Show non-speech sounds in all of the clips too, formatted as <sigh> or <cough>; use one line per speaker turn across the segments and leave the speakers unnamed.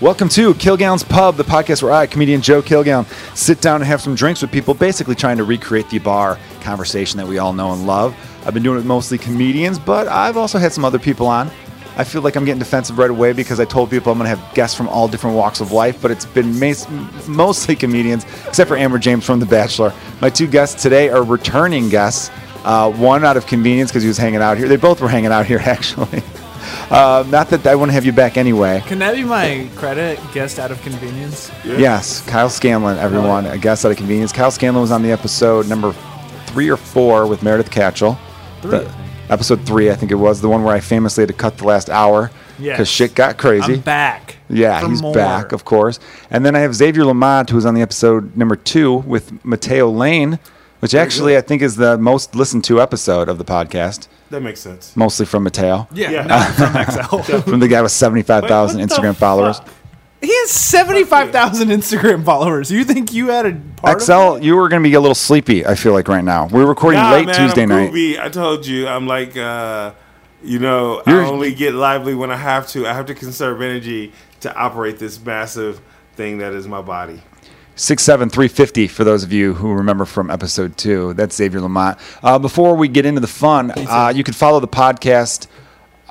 Welcome to Kilgown's Pub, the podcast where I, comedian Joe Kilgown, sit down and have some drinks with people, basically trying to recreate the bar conversation that we all know and love. I've been doing it with mostly comedians, but I've also had some other people on. I feel like I'm getting defensive right away because I told people I'm going to have guests from all different walks of life, but it's been mas- mostly comedians, except for Amber James from The Bachelor. My two guests today are returning guests. Uh, one out of convenience because he was hanging out here. They both were hanging out here, <laughs> actually. Uh, not that I want to have you back anyway.
Can that be my credit? Guest out of convenience.
Yes, Kyle Scanlon, everyone, a guest out of convenience. Kyle Scanlon was on the episode number three or four with Meredith Catchell.
Three, I
The-
think.
episode three, I think it was, the one where I famously had to cut the last hour because
Yes.
shit got crazy.
I'm back.
Yeah,
for
he's
more.
back, of course. And then I have Xavier Lamont, who was on the episode number two with Mateo Lane, which actually I think is the most listened to episode of the podcast,
That makes sense.
mostly from Mateo,
Yeah,
Yeah.
not from XL.
from the guy with 75,000
Wait, what the
Instagram followers.
fuck? <laughs> He has seventy-five thousand Instagram followers. You think you had a part of
XL, you were going to be a little sleepy, I feel like, right now. We're recording
Nah,
late
man,
Tuesday
I'm
night.
Groovy. I told you, I'm like, uh, you know,
You're-
I only get lively when I have to. I have to conserve energy to operate this massive thing that is my body.
Six seven three fifty for those of you who remember from episode two. That's Xavier Lamont. Uh, before we get into the fun, uh, you can follow the podcast.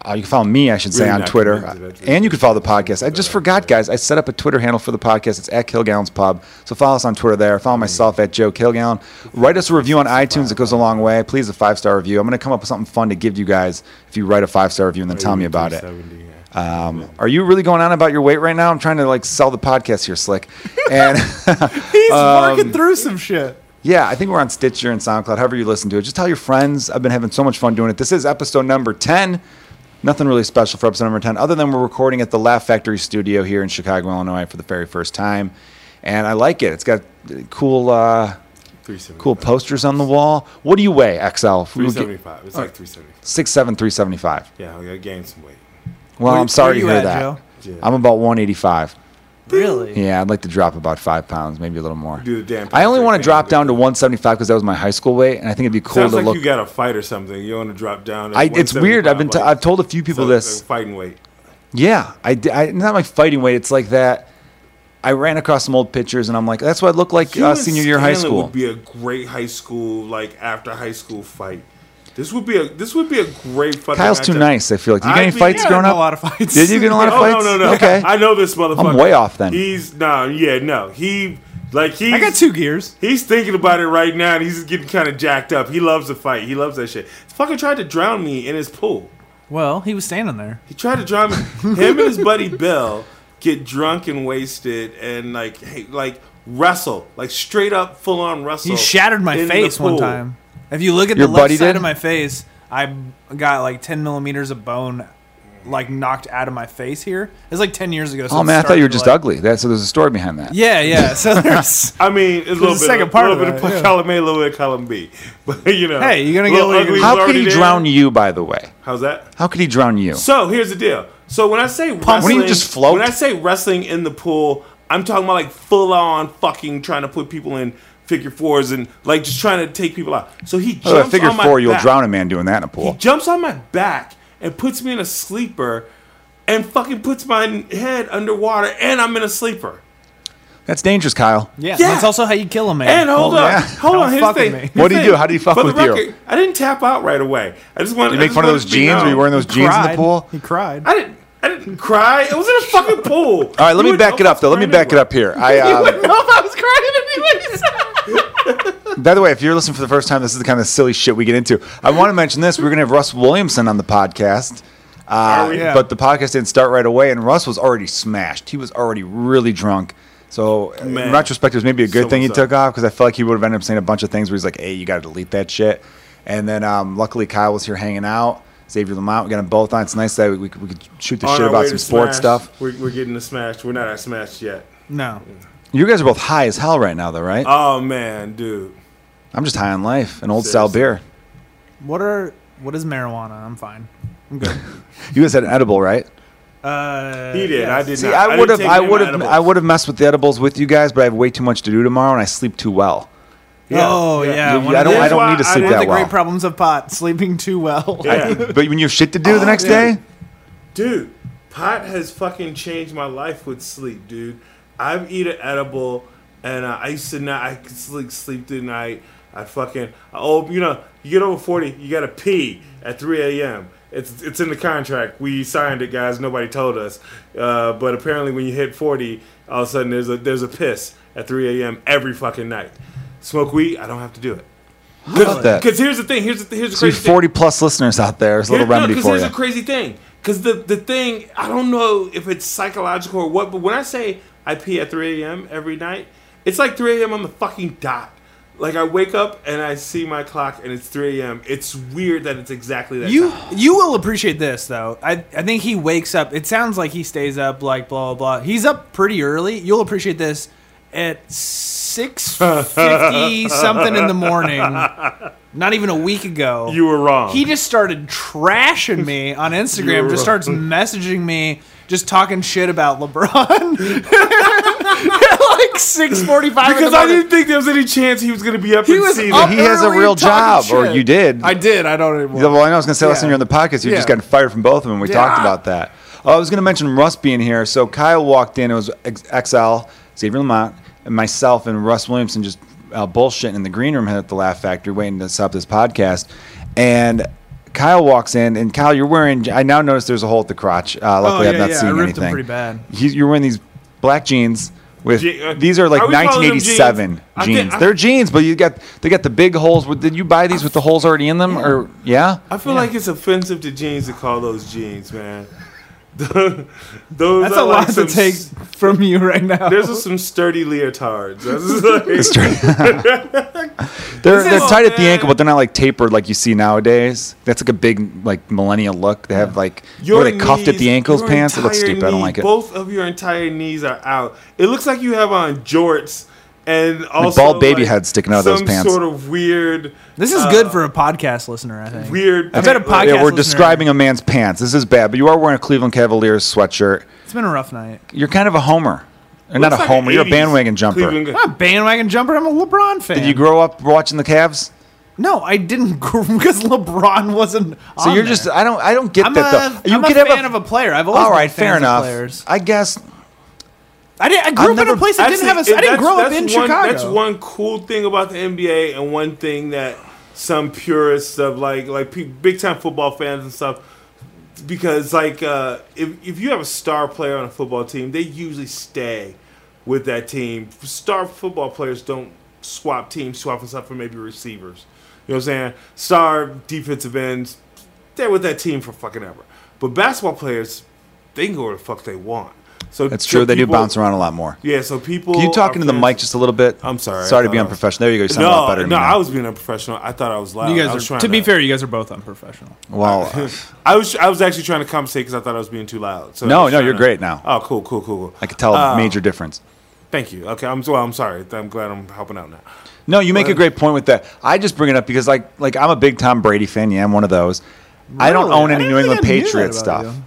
Uh, you can follow me, I should say,
Really
on
not
Twitter.
connected, actually.
And you can follow the podcast. I just forgot, guys. I set up a Twitter handle for the podcast. It's at Kilgown's Pub. So follow us on Twitter there. Follow myself at Joe Kilgown. Write us a review on iTunes. It goes a long way. Please, a five star review. I'm going to come up with something fun to give you guys if you write a five star review and
Oh,
then tell me about it.
70, yeah.
Um, are you really going on about your weight right now? I'm trying to like sell the podcast here, Slick. And. <laughs>
it? He's
um,
working through some shit.
Yeah, I think we're on Stitcher and SoundCloud, however you listen to it. Just tell your friends. I've been having so much fun doing it. This is episode number 10. Nothing really special for episode number 10, other than we're recording at the Laugh Factory studio here in Chicago, Illinois for the very first time. And I like it. It's got uh, cool uh,
375.
cool posters on the wall. What do you weigh, XL? We would get
375. It's like 375.
6'7", 375.
Yeah, I gotta gain some weight.
Well,
Where-
I'm sorry to
where
hear
you at,
that.
Joe?
Yeah.
I'm about 185.
Really?
Yeah, I'd like to drop about five pounds, maybe a little more.
Do the damn
I only
Patrick
want to
thing.
drop down to 175 because that was my high school weight, and I think it'd be cool
Sounds
to
like
look.
you got a fight or something. You want to drop down. to
I, it's weird. I've been t-
175,
I've
like,
told a few people
so-
this.
like Fighting weight.
Yeah, I, di- I not my fighting weight. It's like that. I ran across some old pictures, and I'm like, that's what I looked like uh,
Human
senior year high
Scanlon
school.
would be a great high school like after high school fight. This would be a this would be a great fucking.
Kyle's too
matchup.
nice. I feel like you got
I
any
mean,
fights
yeah,
growing
I had
up?
a lot of fights.
Did you get in
<laughs>
a lot of
Oh
fights?
no no no!
Okay.
I know this motherfucker.
way off then.
He's no, yeah, no. He like he.
I got two gears.
He's thinking about it right now, and he's getting kind of jacked up. He loves the fight. He loves that shit. Fucking tried to drown me in his pool.
Well, he was standing there.
He tried to drown me.
<laughs>
Him and his buddy Bill get drunk and wasted, and like hey, like wrestle, like straight up full on wrestle.
He shattered my
in the
face one
pool.
time. If you look at
Your
the left
buddy
side
did?
of my face, I got like ten millimeters of bone, like knocked out of my face here. It's like ten years ago. so
oh
it
man, I thought you were
started,
just
like-
ugly. That, so there's a story behind that.
Yeah, yeah. So there's.
I mean, it's a
the
little bit,
second part
second part little
of
bit
that,
of
yeah.
column A, a little bit of column B, <laughs> but you know,
Hey, you're gonna get
little
what you're
ugly
gonna-
How
was
could he
already there.
drown you? By the way,
How's that?
how could he drown you?
So here's the deal. So when I say
Pump. What do
wrestling,
you just float?
when I say wrestling in the pool, I'm talking about like full on fucking trying to put people in figure fours and like just trying to take people out. So he jumps
Oh, I figure
on my
four, you'll
back.
drown a man doing that in a
He
pool.
jumps on my back and puts me in a sleeper and fucking puts my head underwater and I'm in a sleeper.
That's dangerous, Kyle.
Yeah,
Yeah.
that's also how you kill a man.
And hold
Hold
on,
on.
hold
Don't
on. Here's the
fuck with
thing.
me.
Here's
What'd
the
he do?
thing.
How did he fuck
For the
with you?
record, I didn't tap out right away. I just wanted.
You
I
make
just
fun of
wanted
those
to be
jeans? Were you
known.
wearing those
He
jeans in the
cried.
pool?
He cried.
I didn't. I didn't cry. It was in a fucking pool.
All right, let me back it up though. Let me back it up here.
<laughs>
I
You
uh,
wouldn't know if I was crying anyways.
By the way, if you're listening for the first time, this is the kind of silly shit we get into. I want to mention this. We're going to have Russ Williamson on the podcast. Uh,
Are we?
Yeah.
But the podcast didn't start right away, and Russ was already smashed. He was already really drunk. So, uh, in
Man.
retrospect, it was maybe a good
So
thing he
what's up?
took off because I felt like he would have ended up saying a bunch of things where he's like, hey, you got to delete that shit. And then, um, luckily, Kyle was here hanging out. Xavier Lamont, we got them both on. It's nice that we, we, could- we could shoot the
On
shit
our
about
way
some
to
sports
Smash.
stuff.
We're, we're getting to smashed. We're not at smashed yet.
No.
You guys are both high as hell right now, though, right?
Oh man, dude.
I'm just high on life, an old style beer.
seriously.
What are what is marijuana? I'm fine. I'm good.
You guys had an edible, right?
Uh,
He did. I
yes.
did
See,
not.
I
didn't
would have,
take
I
any of
would
my
have,
edibles.
I would have messed with the edibles with you guys, but I have way too much to do tomorrow, and I sleep too well.
Yeah,
Oh yeah.
yeah.
You-
One
I
of
don't,
the-
I
That's
don't
why
need to
I
sleep
didn't
one of
that
the
well.
great problems of pot: sleeping too well.
Yeah.
<laughs> I- but when you have shit to do the next
Oh, yeah.
day,
Dude, pot has fucking changed my life with sleep, dude. I've eaten edible, and uh, I used to not. I could sleep sleep through the night. I fucking oh, you know, you get over forty, you gotta pee at three a.m. It's it's in the contract. We signed it, guys. Nobody told us, uh, but apparently, when you hit forty, all of a sudden there's a there's a piss at three a.m. every fucking night. Smoke weed. I don't have to do it.
How about that?
Because here's the thing. Here's the here's the
So you
crazy thing.
40 plus listeners out there, there's a little
Here- no,
remedy
'cause
for
here's
you.
a crazy thing. Because the, the thing, I don't know if it's psychological or what, but when I say I pee at 3 a.m. every night, it's like 3 a.m. on the fucking dot. Like I wake up and I see my clock and it's 3 a.m. It's weird that it's exactly that
You
time.
you will appreciate this though. I I think he wakes up. It sounds like he stays up like blah blah blah. He's up pretty early. You'll appreciate this at six fifty something in the
<laughs>
morning. Not even a week ago.
You were wrong.
He just started trashing me on
You were
Instagram. Just starts
wrong.
messaging me, just talking shit about LeBron. <laughs> At like six forty-five.
because I didn't think there was any chance he was going to be up
He
and
was
see
up
that.
He has a
early
real job,
talking
or
shit.
you did.
I did. I don't anymore.
Yeah, well, I know I was going to say last
Yeah.
time you were on the podcast, you
Yeah.
just got fired from both of them. We talked about that. Oh, I was going to mention Russ being here. So Kyle walked in. It was X- XL, Xavier Lamont, and myself and Russ Williamson just uh, bullshitting in the green room here at the Laugh Factory waiting to stop this podcast. And Kyle walks in, and Kyle, you're wearing. I now notice there's a hole at the crotch. Uh, luckily,
yeah,
I've not
Oh, yeah, I
seen
ripped them
anything.
pretty bad.
He, you're wearing these black jeans. With
Je- uh,
these are like
are we calling them jeans?
1987
I
jeans.
think- I-
They're jeans, but you got they got the big holes. With, did you buy these with the holes already in them, or
<laughs>
yeah?
I feel like it's offensive to jeans to call those jeans, man. <laughs> those
That's
are
a lot
like
to
some
take
s-
from you right now.
Those are some sturdy leotards. <laughs>
<laughs>
That's like,
They're,
This
they're
is-
tight at the
man.
ankle, but they're not like tapered like you see nowadays. That's like a big like millennial look. They have like
Your
were they cuffed at
knees-
the ankles
your
pants? It looks
entire
stupid. I don't
knee-
like it.
Both of your entire knees are out. It looks like you have on jorts and also
bald baby
like,
head sticking out of those pants.
Some sort of weird, uh,
This is good for a podcast listener, I think.
weird.
I bet a podcast-
yeah, we're
listener.
describing a man's pants. This is bad, but you are wearing a Cleveland Cavaliers sweatshirt.
It's been a rough night.
You're kind of a homer. Or not a
Looks like
homer.
an
You're a
80s
bandwagon jumper.
Cleveland-
I'm a bandwagon jumper. I'm a LeBron fan.
Did you grow up watching the Cavs?
no, I didn't <laughs> because LeBron wasn't.
So
on
you're
there.
just I don't I don't get
I'm
that
a,
though. You
I'm
could
a
have
fan of a player. I've always
all
been
right, fair
fans of
enough.
players.
I guess
I didn't. I
I've
grew up in
never-
a place that
Actually,
didn't have a. I didn't
that's-
grow up
that's
in
one-
Chicago.
That's one cool thing about the NBA, and one thing that some purists of like like pe- big time football fans and stuff. Because like uh, if if you have a star player on a football team, they usually stay with that team. Star football players don't swap teams, swap and stuff for maybe receivers. You know what I'm saying? Star defensive ends, they're with that team for fucking ever. But basketball players, they can go where the fuck they want. So
that's
so
true. They do
people-
bounce around a lot more.
Yeah, so people.
Can you
are
talk into the
fans-
mic just a little bit?
I'm sorry, I
Sorry to
thought
be
I was-
unprofessional. There you go. You sound
no,
a lot better. than
no,
me
I
now.
was being unprofessional. I thought I was loud.
you
I
guys
was
are.
trying
To be fair, you guys are both unprofessional.
Well,
<laughs>
uh,
I was I was actually trying to compensate because I thought I was being too loud. So I
No,
was
no,
trying
you're
to-
great now.
Oh, cool, cool, cool, cool.
I could tell a
Uh,
major difference.
Thank you. Okay, I'm well. I'm sorry. I'm glad I'm helping out now.
No, you make a great point with that. I just bring it up because, like, like I'm a big Tom Brady fan. Yeah, I'm one of those. I don't
Really?
own
I
any
didn't
New
think
England
I knew that
Patriots
about
stuff.
you.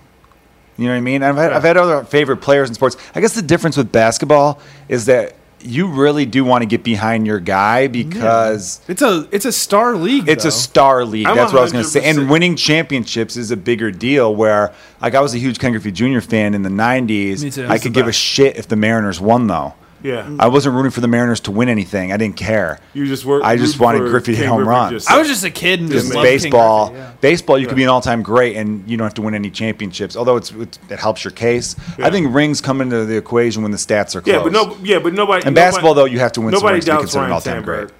You know what I mean? I've had, I've had other favorite players in sports. I guess the difference with basketball is that you really do want to get behind your guy because
It's a. It's a star league.
it's a
though.
star league.
I'm
That's what I was going to say. And
100%.
winning championships is a bigger deal. Where like I was a huge Ken Griffey Jr. fan in the '90s.
Me too.
I
He's
could
the
give a
best.
shit if the Mariners won though.
Yeah.
I wasn't rooting for the Mariners to win anything. I didn't care.
You just were.
I just
root
wanted
for
Griffey to hit
King
home
Griffey
run.
just-
I was just a kid and just,
Just
Just
love
loved King
baseball.
Griffey, yeah.
Baseball, you could be an all-time great, and you don't have to win any championships. Although it's, it's it helps your case. I
Yeah.
think rings come into the equation when the stats are close.
yeah, but no, yeah, but nobody.
In
nobody-
basketball, though, you have to win. some
Nobody
rings to be
doubts
considered an
Ryan
all-time great.
Sandberg.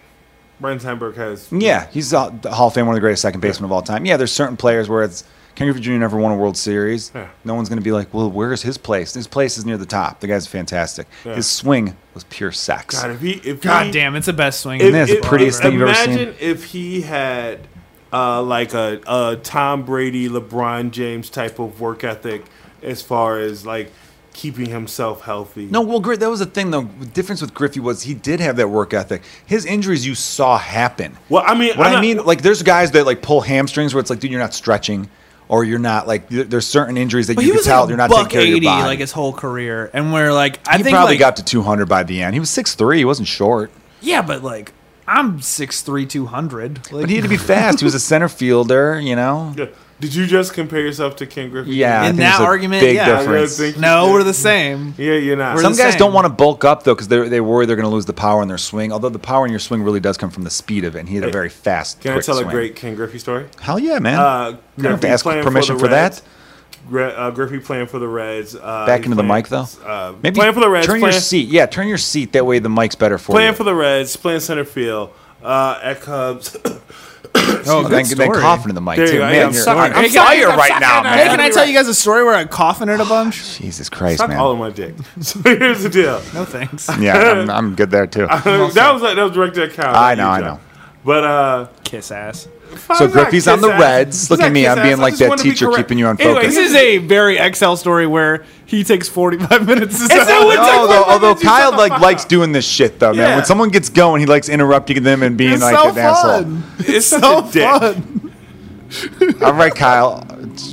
Ryan Sandberg has.
Yeah, he's a the Hall of Fame, one of the greatest second basemen of all time. Yeah, there's certain players where it's Ken Griffey Jr. never won a World Series.
Yeah.
No one's going to be like, well, where's his place? His place is near the top. The guy's fantastic.
Yeah.
His swing was pure sex.
God, if he, if
God
he,
damn, it's the best swing.
Isn't that the prettiest thing you've ever seen?
Imagine if he had uh, like a, a Tom Brady, LeBron James type of work ethic as far as like keeping himself healthy.
No, well, Gri- that was the thing, though. The difference with Griffey was he did have that work ethic. His injuries you saw happen.
Well, I mean,
What
I'm
I
not-
mean, like, there's guys that like pull hamstrings where it's like, dude, you're not stretching, or you're not like. there- There's certain injuries that
But
you
he
can
was
tell
like
you're not taking
buck
care of your
eighty
body.
like his whole career, and we're like, I
he
think
probably
like,
got to 200 by the end. He was 6'3". He wasn't short.
yeah, but like I'm six three two hundred. Like, <laughs>
But he had to be fast. He was a center fielder, you know.
Yeah. Did you just compare yourself to Ken Griffey?
Yeah, I
In
think
that
there's a
argument,
big
yeah. I
really
difference.
think-
No, we're the same.
Yeah, you're not.
We're
Some-
Some
the
guys
same.
don't want to bulk up though because they they worry they're going to lose the power in their swing. Although the power in your swing really does come from the speed of it. And he had a very fast.
Can I
quick
tell
swing.
a great Ken Griffey story?
Hell yeah, man!
Uh,
you don't have to
Griffey
ask
playing for
permission
the
for, that.
Reds. Gre- uh, Griffey playing for the Reds. Uh,
Back
he's
into the
playing-
mic though.
Uh,
Maybe
playing for the Reds.
Turn
playing,
your seat. Yeah, turn your seat. That way the mic's better for
playing
you.
for the Reds. Playing center field uh, at Cubs. <laughs>
Oh,
oh, then, then coughing in the mic
There
too.
you go.
Man,
I'm
you're
sorry.
on
Hey,
guys,
fire
I'm
right now,
Hey,
man.
can I tell you guys a story where I'm coughing it a bunch?
<laughs>
Jesus Christ,
Suck all of
man.
my dick. <laughs> So here's
<laughs>
the deal. <laughs>
No thanks.
<laughs>
Yeah, I'm, I'm good there too.
that was that was directed at Kyle.
I
not
know,
you,
I
John.
know.
But uh,
Kiss ass.
So
I'm not
Griffey's on
kiss
the
ass.
Reds.
He's
Look
not
at me,
kiss
I'm
ass.
being
I
like
just
that
wanna be
teacher
correct.
keeping you on
Anyway,
focus.
This is a very Excel story where he takes 45 <laughs> minutes to
It's
sell
a-
it.
It's like
although,
when women
although
do
Kyle
shut the
like
fuck
likes
up.
doing this shit though, man.
Yeah.
When someone gets going, he likes interrupting them and being
It's
Oh, like
so
an asshole.
fun.
It's such
So
a dick.
fun.
All right, Kyle,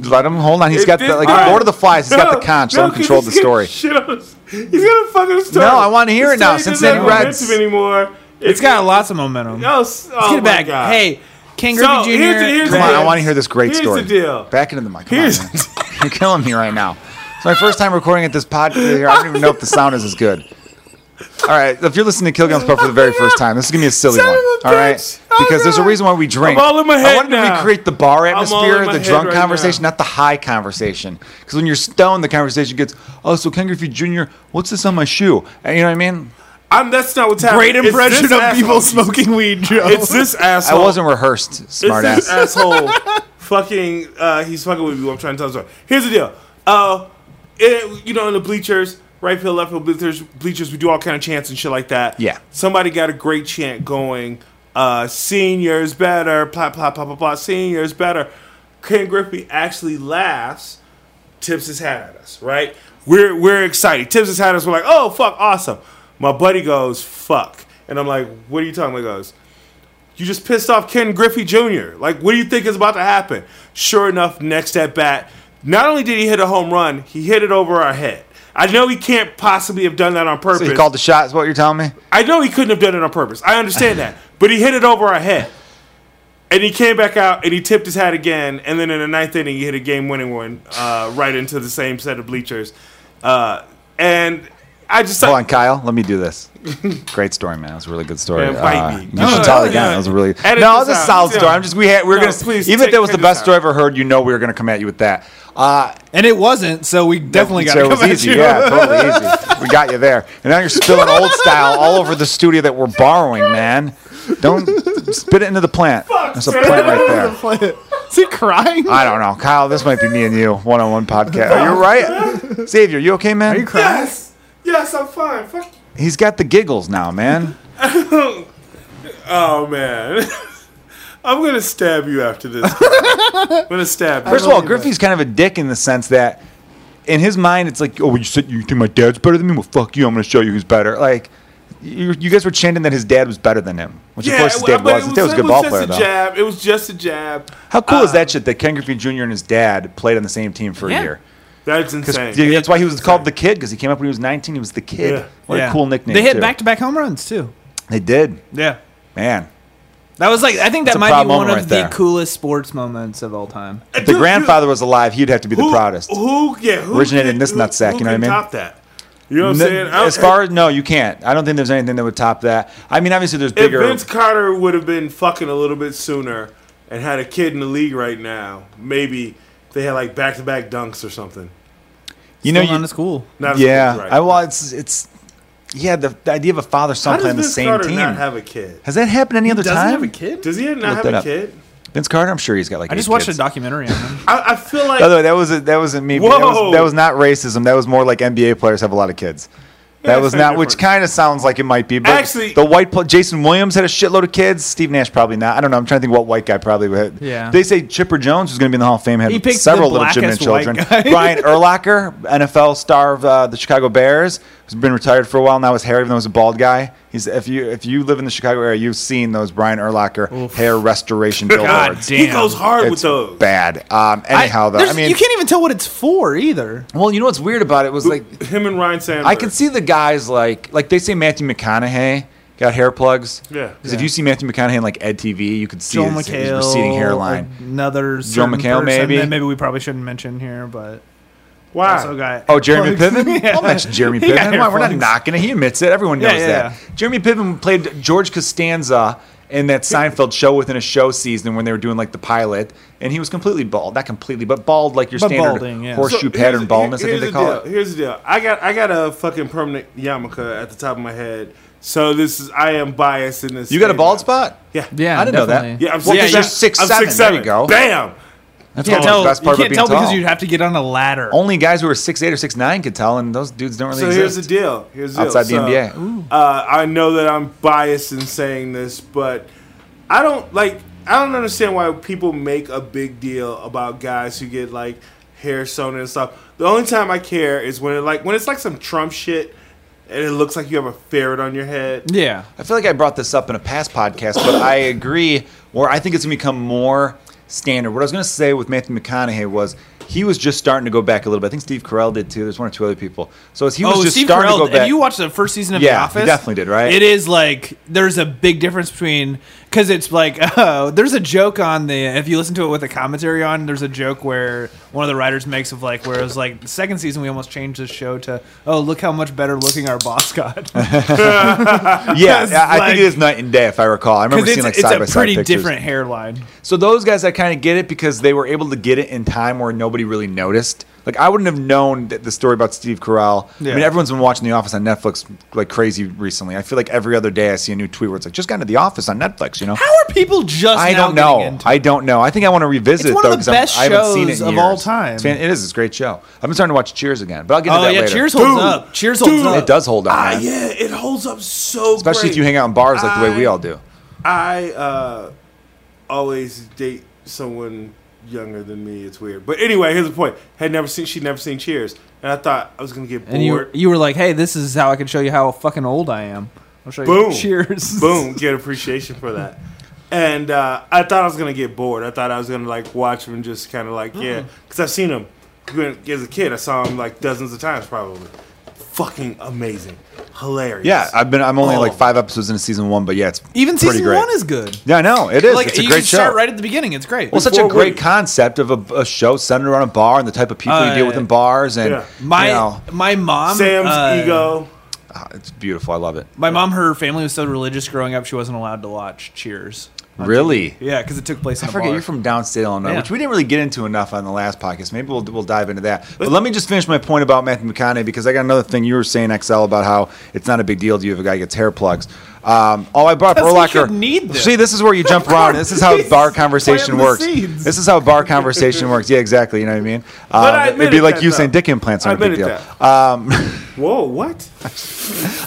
let him hold on. He's
It
got
did
the like
not-
Lord of the Flies. He's got the
No,
conch.
no,
Let him
<laughs> 'cause
control the
he's getting
story.
shit on us. He's got a fucking story.
No, I wanna hear
The
it now.
story
Cincinnati
doesn't have
Reds.
momentum anymore.
It's got lots of momentum.
No, s- oh
Let's get it
my
back.
God.
Hey, King
So,
Griffey Jr.
here's the- here's the
Come on, I
Reds.
want to hear this great
Here's
story.
the deal.
Back into the mic. Come on,
Here's
man.
the
<laughs> You're killing me right now. It's my first time recording at this pod. here. I don't even know if the sound is as good. All right, if you're listening to Killguns Pub for the very first time, this is gonna be a silly
Son
one.
of a
All right,
bitch. Oh,
because there's a
God.
reason why we drink.
I'm all in my
I
head
wanted to
now.
recreate the bar
all
atmosphere,
in my
the
head
drunk
right
conversation,
now.
not the high conversation. Because when you're stoned, the conversation gets, oh, so Ken Griffey Jr., what's this on my shoe? And you know what I mean?
I'm, that's not what's happening.
Great
It's
impression
this
of
asshole.
people smoking weed, Joe.
It's this
I
asshole.
wasn't rehearsed, smart
it's this
ass.
asshole. fucking, uh, he's fucking with you. I'm trying to tell the story. Here's the deal. Uh, it, you know, in the bleachers, right field, left field bleachers, bleachers, we do all kind of chants and shit like that.
Yeah.
Somebody got a great chant going. Uh, seniors better. Blah blah blah blah blah. Seniors better. Ken Griffey actually laughs, tips his hat at us. Right. We're we're excited. Tips his hat at us. We're like, oh fuck, awesome. My buddy goes, fuck, and I'm like, what are you talking about? He goes, you just pissed off Ken Griffey Jr. Like, what do you think is about to happen? Sure enough, next at bat, not only did he hit a home run, he hit it over our head. I know he can't possibly have done that on
So
purpose.
you called the shots, what you're telling me?
I know he couldn't have done it on purpose. I
<laughs>
understand that. But he hit it over our head. And he came back out and he tipped his hat again. And then in the ninth inning, he hit a game winning one uh, right into the same set of bleachers. Uh, and I just
Hold on, Kyle. Let me do this. Great story, man. That was a really good story. Uh,
Man, bite me.
You
No,
should
no,
tell
no,
it again.
no.
That was a really
Edit
no. It
this
was a
out.
solid
Yeah.
story. I'm just we had we were
No,
gonna
please,
even if
take-
that was the
take
best
this
story
out.
I've ever heard. You know we were gonna come at you with that. Uh,
<laughs> and it wasn't, so we definitely got
so
to
it was
come at
<laughs> easy.
you.
Yeah, totally easy. We got you there, and now you're spilling
<laughs>
old style all over the studio that we're borrowing, man. Don't spit it into the plant. There's a
man.
plant
<laughs>
right there.
Is he crying?
I don't know, Kyle. This might be me and you one-on-one podcast. Are you right, Xavier? You okay, man?
Yes! Yes, I'm fine. Fuck you.
He's got the giggles now, man.
Oh man, <laughs> I'm gonna stab you after this. I'm gonna stab you.
First of all, Griffey's kind of a dick in the sense that in his mind it's like, oh, you said you think my dad's better than me? Well, fuck you. I'm going to show you who's better. Like, you, you guys were chanting that his dad was better than him, which of course his
it-
dad
but
was. His dad was a good ball
just
player
a
though.
Jab. Uh, It was just a jab.
How cool is that shit that Ken Griffey Jr. and his dad played on the same team for a
Yeah.
year?
That's
'Cause-
insane.
yeah, that's why he was called the kid because he came up when he was 19. He was the kid.
Yeah.
What
Yeah.
a cool nickname.
They hit
too.
back to back home runs, too.
They did,
Yeah.
man.
That was like, I think
That's
that
a
might
proud
be one of
moment right
the
there.
coolest sports moments of all time.
If the grandfather was alive, he'd have to be the
who,
proudest.
Who? Yeah. Who
Originated
can-
in this
who-
nutsack,
who
you know what I
can
mean?
Top that. You know what I'm
No,
saying? I don't-
as far as no, you can't. I don't think there's anything that would top that. I mean, obviously there's
if
bigger.
Vince Carter would have been fucking a little bit sooner and had a kid in the league right now, maybe they had like back to back dunks or something.
you know,
Still
you,
not as cool.
Not as
Yeah,
good, right.
I well, it's it's yeah. The, the idea of a father son
How does
playing the
Vince
same
Carter
team
not have a kid?
has that happened any other time?
kid?
Does he
Look
not have
that
a
up.
kid?
Vince Carter, I'm sure he's got like.
I just
eight
watched
kids.
a documentary on
<laughs>
him.
I, I feel like
By the way, that was that wasn't me. but That was,
Whoa!
that was not racism. That was more like NBA players have a lot of kids. That
that's
was
no
not, which
different.
kind of sounds like it might be. But
Actually-
the white pl- Jason Williams had a shitload of kids. Steve Nash probably not. I don't know. I'm trying to think what white guy probably would.
Yeah.
They say Chipper Jones was going to be in the Hall of Fame had
He picked
several
the
legitimate
blackest white
children.
guy. <laughs>
Brian Erlacher, NFL star of uh, the Chicago Bears, who's been retired for a while now. Is hair even though he's a bald guy. He's if you if you live in the Chicago area, you've seen those Brian Erlacher hair restoration
God
billboards.
damn.
he goes hard with
It's
those.
bad. Um, anyhow, though,
there's-
I mean,
you can't even tell what it's for either.
well, you know what's weird about it was like
Him and Ryan Sandberg.
I can see the guys like like they say Matthew McConaughey got hair plugs.
Yeah.
Because if you see Matthew McConaughey on like EdTV, you could see
Joel
his, his receding
McHale,
hairline.
another
Joel
certain
McHale,
person
maybe?
that maybe we probably shouldn't mention here, but
Why?
also got
Oh, Jeremy
plugs.
Piven?
<laughs> Yeah.
I'll mention Jeremy
He got
Piven.
hair
Why, We're not
plugs.
knocking it. He admits it. Everyone
Yeah,
knows
yeah,
that. Jeremy Piven played George Costanza in that Seinfeld show within a show season when they were doing like the pilot, and he was completely bald. Not completely, but bald like your
But
standard
balding, yeah.
horseshoe
So,
pattern
here's-
baldness, I
here's
think they
the
call
deal.
it.
Here's the deal. I got I got a fucking permanent yarmulke at the top of my head. So this is I am biased in this.
You got a bald
statement.
spot?
Yeah.
Yeah,
I didn't know that.
definitely.
Yeah, I'm
Well,
six,
'cause you're six,
I'm
seven.
six
There
seven.
you go.
Bam.
That's
You can't
probably
tell,
the best part about
you can't
being
tell because
tall.
you'd have to get on a ladder.
Only guys who are six eight or six nine could tell, and those dudes don't really
So here's
exist.
the deal. Here's the deal.
Outside the
So,
NBA.
Uh, I know that I'm biased in saying this, but I don't like. I don't understand why people make a big deal about guys who get like hair sewn and stuff. The only time I care is when it like when it's like some Trump shit, and it looks like you have a ferret on your head.
Yeah.
I feel like I brought this up in a past podcast, but I agree. Where I think it's gonna become more standard. What I was gonna say with Matthew McConaughey was he was just starting to go back a little bit. I think Steve Carell did too. There's one or two other people. So as he was
oh,
just
Steve
starting to
Carell.
go back,
If you watched the first season of The
Yeah, he
Office,
definitely did, right?
It is like there's a big difference between because it's like <laughs> oh, there's a joke on the if you listen to it with a commentary on, there's a joke where one of the writers makes of like where it was like the second season we almost changed the show to oh look how much better looking our boss <laughs> got because <laughs>
yeah,
It's
I I
like-
think it is night and day if I recall. I remember
it's,
seeing like
it's
side by
a
side
pretty
pictures.
different hairline.
So those guys, I kind of get it because they were able to get it in time where nobody really noticed. Like I wouldn't have known that the story about Steve Carell. I mean,
Yeah.
everyone's been watching The Office on Netflix like crazy recently. I feel like every other day I see a new tweet where it's like, "Just got into The Office on Netflix," you know.
How are people just?
I
now
don't
getting
know.
into it?
I don't know. I think I want to revisit
It's
it
one
though
of the
'cause I'm-
best
I haven't seen it
shows
in
of
years.
all time.
It's fan- it is. It's a great show. I've been starting to watch Cheers again, but I'll get into
Oh
that
yeah,
later.
Cheers holds up. Cheers holds
dude.
up.
It does hold up,
Ah,
man.
yeah, it holds up so.
especially if
great.
you hang out in bars like the way we
Ah.
I-
all do.
I uh, always date someone younger than me. It's weird, but anyway, here's the point. Had never seen she'd never seen Cheers, and I thought I was gonna get bored.
And you you were like, hey, this is how I can show you how fucking old I am. I'll show
Boom.
you. <laughs> Cheers.
Boom, get appreciation for that. And uh, I thought I was gonna get bored. I thought I was gonna like watch him and just kind of like yeah, because I've seen him when- as a kid. I saw him like dozens of times probably. Fucking amazing, hilarious.
Yeah, I've been. I'm only
Oh.
like five episodes into season one, but yeah, it's
Even
pretty
season
great.
one is good.
Yeah, I know it is.
Like
it's a
you
great
can
show.
start right at the beginning. It's great.
Well, such a
Before
great
we-
concept of a, a show centered around a bar and the type of people you
Uh,
deal with in bars, and
yeah.
my
you know,
my mom
Sam's
uh,
ego.
ah, it's beautiful. I love it.
My mom, her family was so religious growing up, she wasn't allowed to watch Cheers.
Really,
Yeah, because it took place in
I
a
forget
bar.
you're from downstate Illinois,
Yeah.
which we didn't really get into enough on the last podcast. Maybe we'll we'll dive into that. But let me just finish my point about Matthew McConaughey because I got another thing you were saying, XL, about how it's not a big deal to you if a guy gets hair plugs. Um, oh, I brought up
Because he
Urlacher.
should need them.
See, this is where you jump around. This is how
He's
bar conversation
planting the
works.
seeds.
This is how bar conversation works. Yeah, exactly. You know what I mean? Um,
But I
it'd be
admitted
like
that,
you
though.
saying dick implants
I
aren't a big deal.
admitted Whoa, what?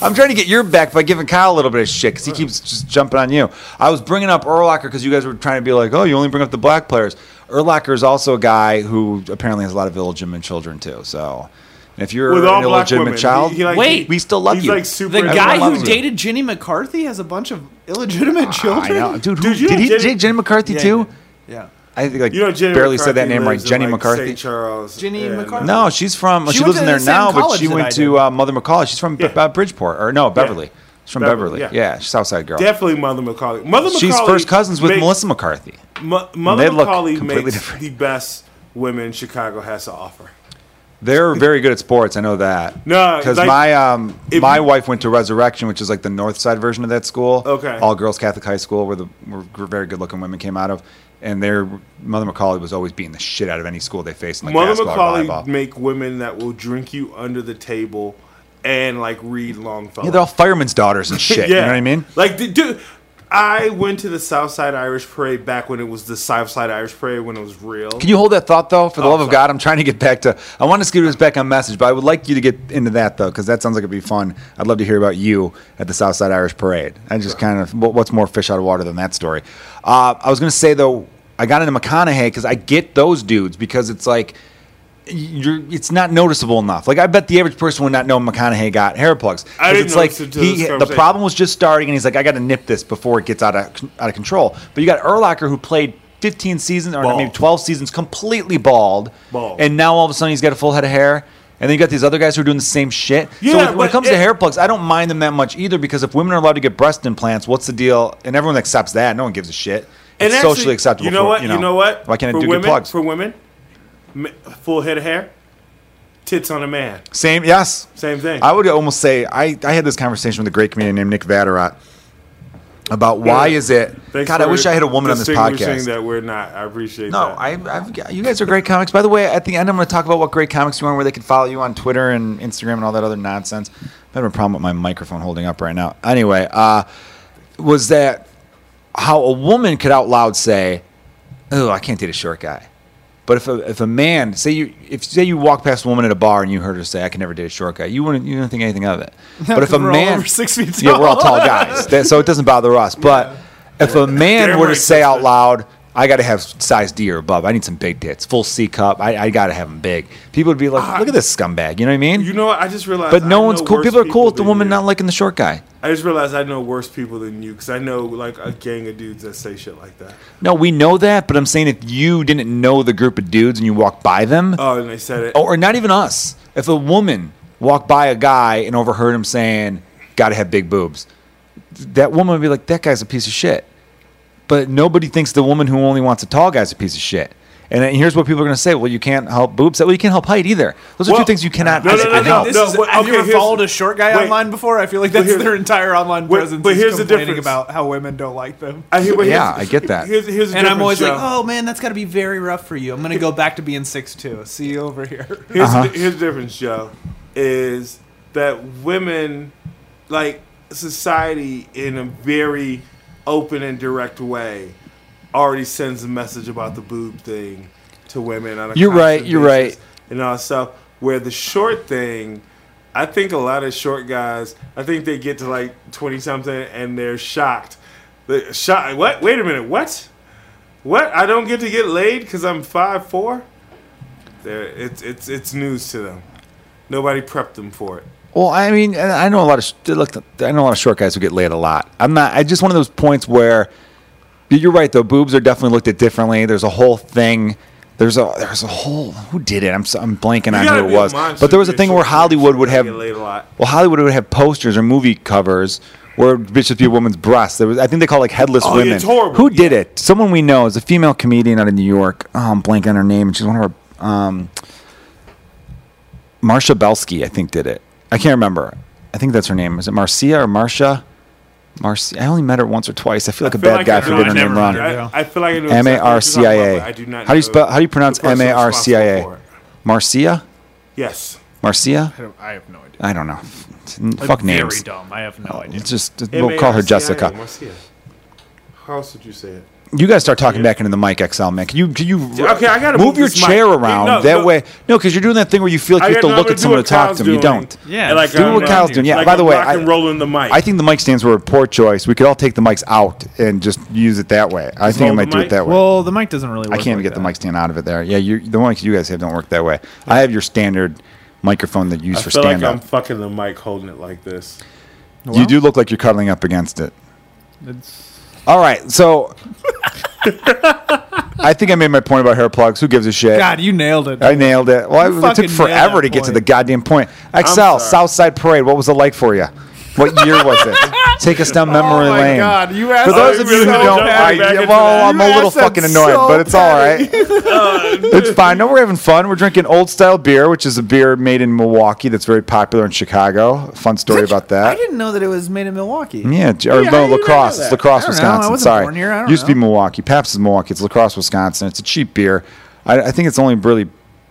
I'm trying to get your back by giving Kyle a little bit of shit because he keeps just jumping on you. I was bringing up Urlacher because you guys were trying to be like, oh, you only bring up the black players. Urlacher is also a guy who apparently has a lot of illegitimate children too. So, and if you're
With
an
all black
illegitimate
women.
child,
He- he, like,
Wait.
we still love
he's
you.
like super.
the
Everyone
guy who
loves you.
dated Jenny McCarthy has a bunch of illegitimate children.
I know. dude. Who,
Dude, you
did
know
he
Jenny-
date Jenny McCarthy
Yeah, he
too?
did. Yeah.
I think like
You know, Jenny
barely said
McCarthy
that name right.
lives in,
Jenny
like,
McCarthy.
St. Charles.
Jenny
and, uh,
McCarthy.
No, she's from. She,
She went
lives
to
in there
the same
now, but
college
she
that I
went
did.
to uh, Mother McCall. She's from B-
Yeah.
uh, Bridgeport, or no, Beverly. She's from Beverly.
Beverly, yeah.
Yeah, she's Southside girl.
Definitely Mother McCauley. Mother McCauley.
She's first cousins with
make-
Melissa McCarthy.
Mo- Mother
they look
McCauley
completely
makes
different.
the best women Chicago has to offer.
They're very good at sports. I know that.
No,
because
like,
my um
if
my
you-
wife went to Resurrection, which is like the North Side version of that school.
Okay.
all girls Catholic high school where the where g- very good looking women came out of, and their mother McCauley was always beating the shit out of any school they faced. In, like
Mother
basketball or
McCauley
volleyball.
make women that will drink you under the table and like read Longfellow. <laughs>
yeah, they're all firemen's daughters and shit. you know what I mean?
Like, the, dude, I went to the Southside Irish Parade back when it was the Southside Irish Parade when it was real.
Can you hold that thought though? For the
Oh,
love of
sorry.
God, I'm trying to get back to. I want to scoot us back on message, but I would like you to get into that though, because that sounds like it'd be fun. I'd love to hear about you at the Southside Irish Parade. I just kind of what- what's more fish out of water than that story. Uh, I was gonna say though, I got into McConaughey because I get those dudes because it's like you're it's not noticeable enough. Like I bet the average person would not know McConaughey got hair plugs. 'Cause
I didn't
it's like
notice it till
he,
this
the
conversation.
problem was just starting, and he's like, I got to nip this before it gets out of con- out of control. But you got Erlacher who played 15 seasons or
Bald.
maybe 12 seasons completely bald,
Bald.
and now all of a sudden he's got a full head of hair. And then you got these other guys who are doing the same shit.
Yeah,
so when, when
but
it comes
it-
to hair plugs, I don't mind them that much either because if women are allowed to get breast implants, what's the deal? And everyone accepts that. No one gives a shit.
And
it's
actually,
socially acceptable.
You know
for,
what? You know, what?
Why can't I
for
do
women,
good plugs?
for women? m- Full head of hair, tits on a man.
Same, yes.
Same thing.
I would almost say I, I had this conversation with a great comedian named Nick Vatterott about why
Yeah.
is it?
Thanks
God, I
for
wish I had a woman on this
distinguishing
podcast.
That we're not. I appreciate
No,
that.
I, I've, you guys are great comics. By the way, at the end, I'm going to talk about what great comics you are, where they can follow you on Twitter and Instagram and all that other nonsense. I'm having a problem with my microphone holding up right now. Anyway, uh, was that how a woman could out loud say, "Oh, I can't date a short guy," but if a, if a man say you if say you walk past a woman at a bar and you heard her say, "I can never date a short guy," you wouldn't you wouldn't think anything
<laughs>
of it. But if a
'cause we're all
man
over six feet
yeah, we're all
tall. <laughs>
tall guys, that, so it doesn't bother us. But if a man
Damn
were to
right,
say out
Kristen.
loud loud. I got to have size D or above. I need some big tits, full C cup. I, I got to have them big. People would be like, look at this scumbag. You know what I mean?
You know what? I just realized.
but no
I
one's
know
cool.
worse
People are cool with the
than
woman
you.
not liking the short guy.
I just realized I know worse people than you because I know like a gang of dudes that say shit like that.
No, we know that. But I'm saying if you didn't know the group of dudes and you walked by them,
Oh, and they said it.
or not even us, if a woman walked by a guy and overheard him saying, got to have big boobs, that woman would be like, that guy's a piece of shit. But nobody thinks the woman who only wants a tall guy's a piece of shit. And then here's what people are going to say: Well, you can't help boobs. Well, you can't help height either. Those are
Well,
two things you cannot
no, no,
physically
no,
I
no,
think
help.
this
Oh, no,
is,
but-
I've
okay,
never
here's-
followed a short guy
wait.
online before. I feel like that's
here-
their entire online
wait,
presence.
but
is
here's the
complaining
difference.
about how women don't like them.
I hear. Well,
Yeah,
here's-
I get that.
Here's, here's the
and I'm
difference,
always like,
Joe.
oh man, that's got to be very rough for you. I'm gonna go back to being six two. See you over here.
Here's,
Uh-huh.
the, here's the difference, Joe, is that women, like society, in a very open and direct way, already sends a message about the boob thing to women. On a
You're right,
constant
you're
basis
right.
And all that stuff. Where the short thing, I think a lot of short guys, I think they get to like twenty something and they're shocked. They're shocked. What? Wait a minute. What? What? I don't get to get laid because I'm five four. There, it's it's it's news to them. Nobody prepped them for it.
Well, I mean, and I know a lot of sh- look. I know a lot of short guys who get laid a lot. I'm not. I just one of those points where you're right though. Boobs are definitely looked at differently. There's a whole thing. There's a there's a whole who did it. I'm so- I'm blanking on
gotta
who it
be a
was.
monster
But there was a
to be a
thing where
short dude,
Hollywood
short
would
guy
have
get laid a lot.
well Hollywood would have posters or movie covers where it would just be a woman's breasts. There was I think they call like headless
Oh, yeah,
women.
it's horrible.
Who did it? Someone we know is a female comedian out of New York. Oh, I'm blanking on her name. and She's one of our um, Marsha Belsky, I think, did it. I can't remember. I think that's her name. Is it Marcia or Marcia? Marcia. I only met her once or twice. I feel like a
I feel
bad
like
guy
I
for
know-
getting
I
her name
never-
wrong.
heard it.
I, I feel like I know
M A
exactly what you're
R
talking
C I
about,
A.
but I do
How
not.
do you
know
spell? How do you pronounce
the
M
person
A R C I
responsible for
A?
it.
Marcia.
Yes.
Marcia.
I, don't, I have no idea.
I don't know. It's n- Fuck
Very
names.
dumb. I have no idea.
It's just we'll call her
M-A-R-C-I-A,
Jessica.
Marcia. How else would you say it?
You guys start talking back into the mic, XL man. Can you can you
Okay, I gotta
move,
move
your
this mic.
chair
No,
around
no.
that way? No, because you're doing that thing where you feel like you have to look at someone to talk to them. You don't.
Yeah,
And
just do
I'm
what
not-
Kyle's doing.
Yeah,
like
by the
I'm
way,
rock
I-
and rolling the mic.
I think the mic stands were a poor choice. We could all take the mics out and just use it that way. I think I
roll
might
the
do it
mic?
that way.
Well, the mic doesn't really. Work
I can't even
like
get the
that.
mic stand out of it there. Yeah, you the ones you guys have don't work that way. I have your standard microphone that you use
I
for
feel like
stand
I'm
up.
fucking the mic holding it like this.
you do look like you're cuddling up against it.
It's,
All right,
<laughs>
so I think I made my point about hair plugs. Who gives a shit?
God, you nailed it.
I nailed it. Well,
You
I, it
fucking
took
nailed
forever
that
to get to
point.
the goddamn point. XL
sorry.
Southside Parade. What was it like for you? What year was
<laughs>
it? Take us down memory
oh my
lane.
god, you asked.
For those
Oh,
of
we
you who
really
don't,
jumped
I,
right back into
well,
that.
I'm a
You
little
asked that
fucking annoyed,
so
but it's all right.
<laughs>
it's fine. No, we're having fun. We're drinking old style beer, which is a beer made in Milwaukee that's very popular in Chicago. Fun story about
I
that.
didn't know that it was made in Milwaukee.
Yeah, j-
Oh,
or
Yeah, how
no,
do you not
lacrosse.
know
It's
that?
lacrosse,
I don't know. I
Wisconsin.
wasn't
Sorry,
born here. I don't
used to be
know.
Milwaukee. Pabst is Milwaukee. It's lacrosse, Wisconsin. It's a cheap beer. I, I think it's only really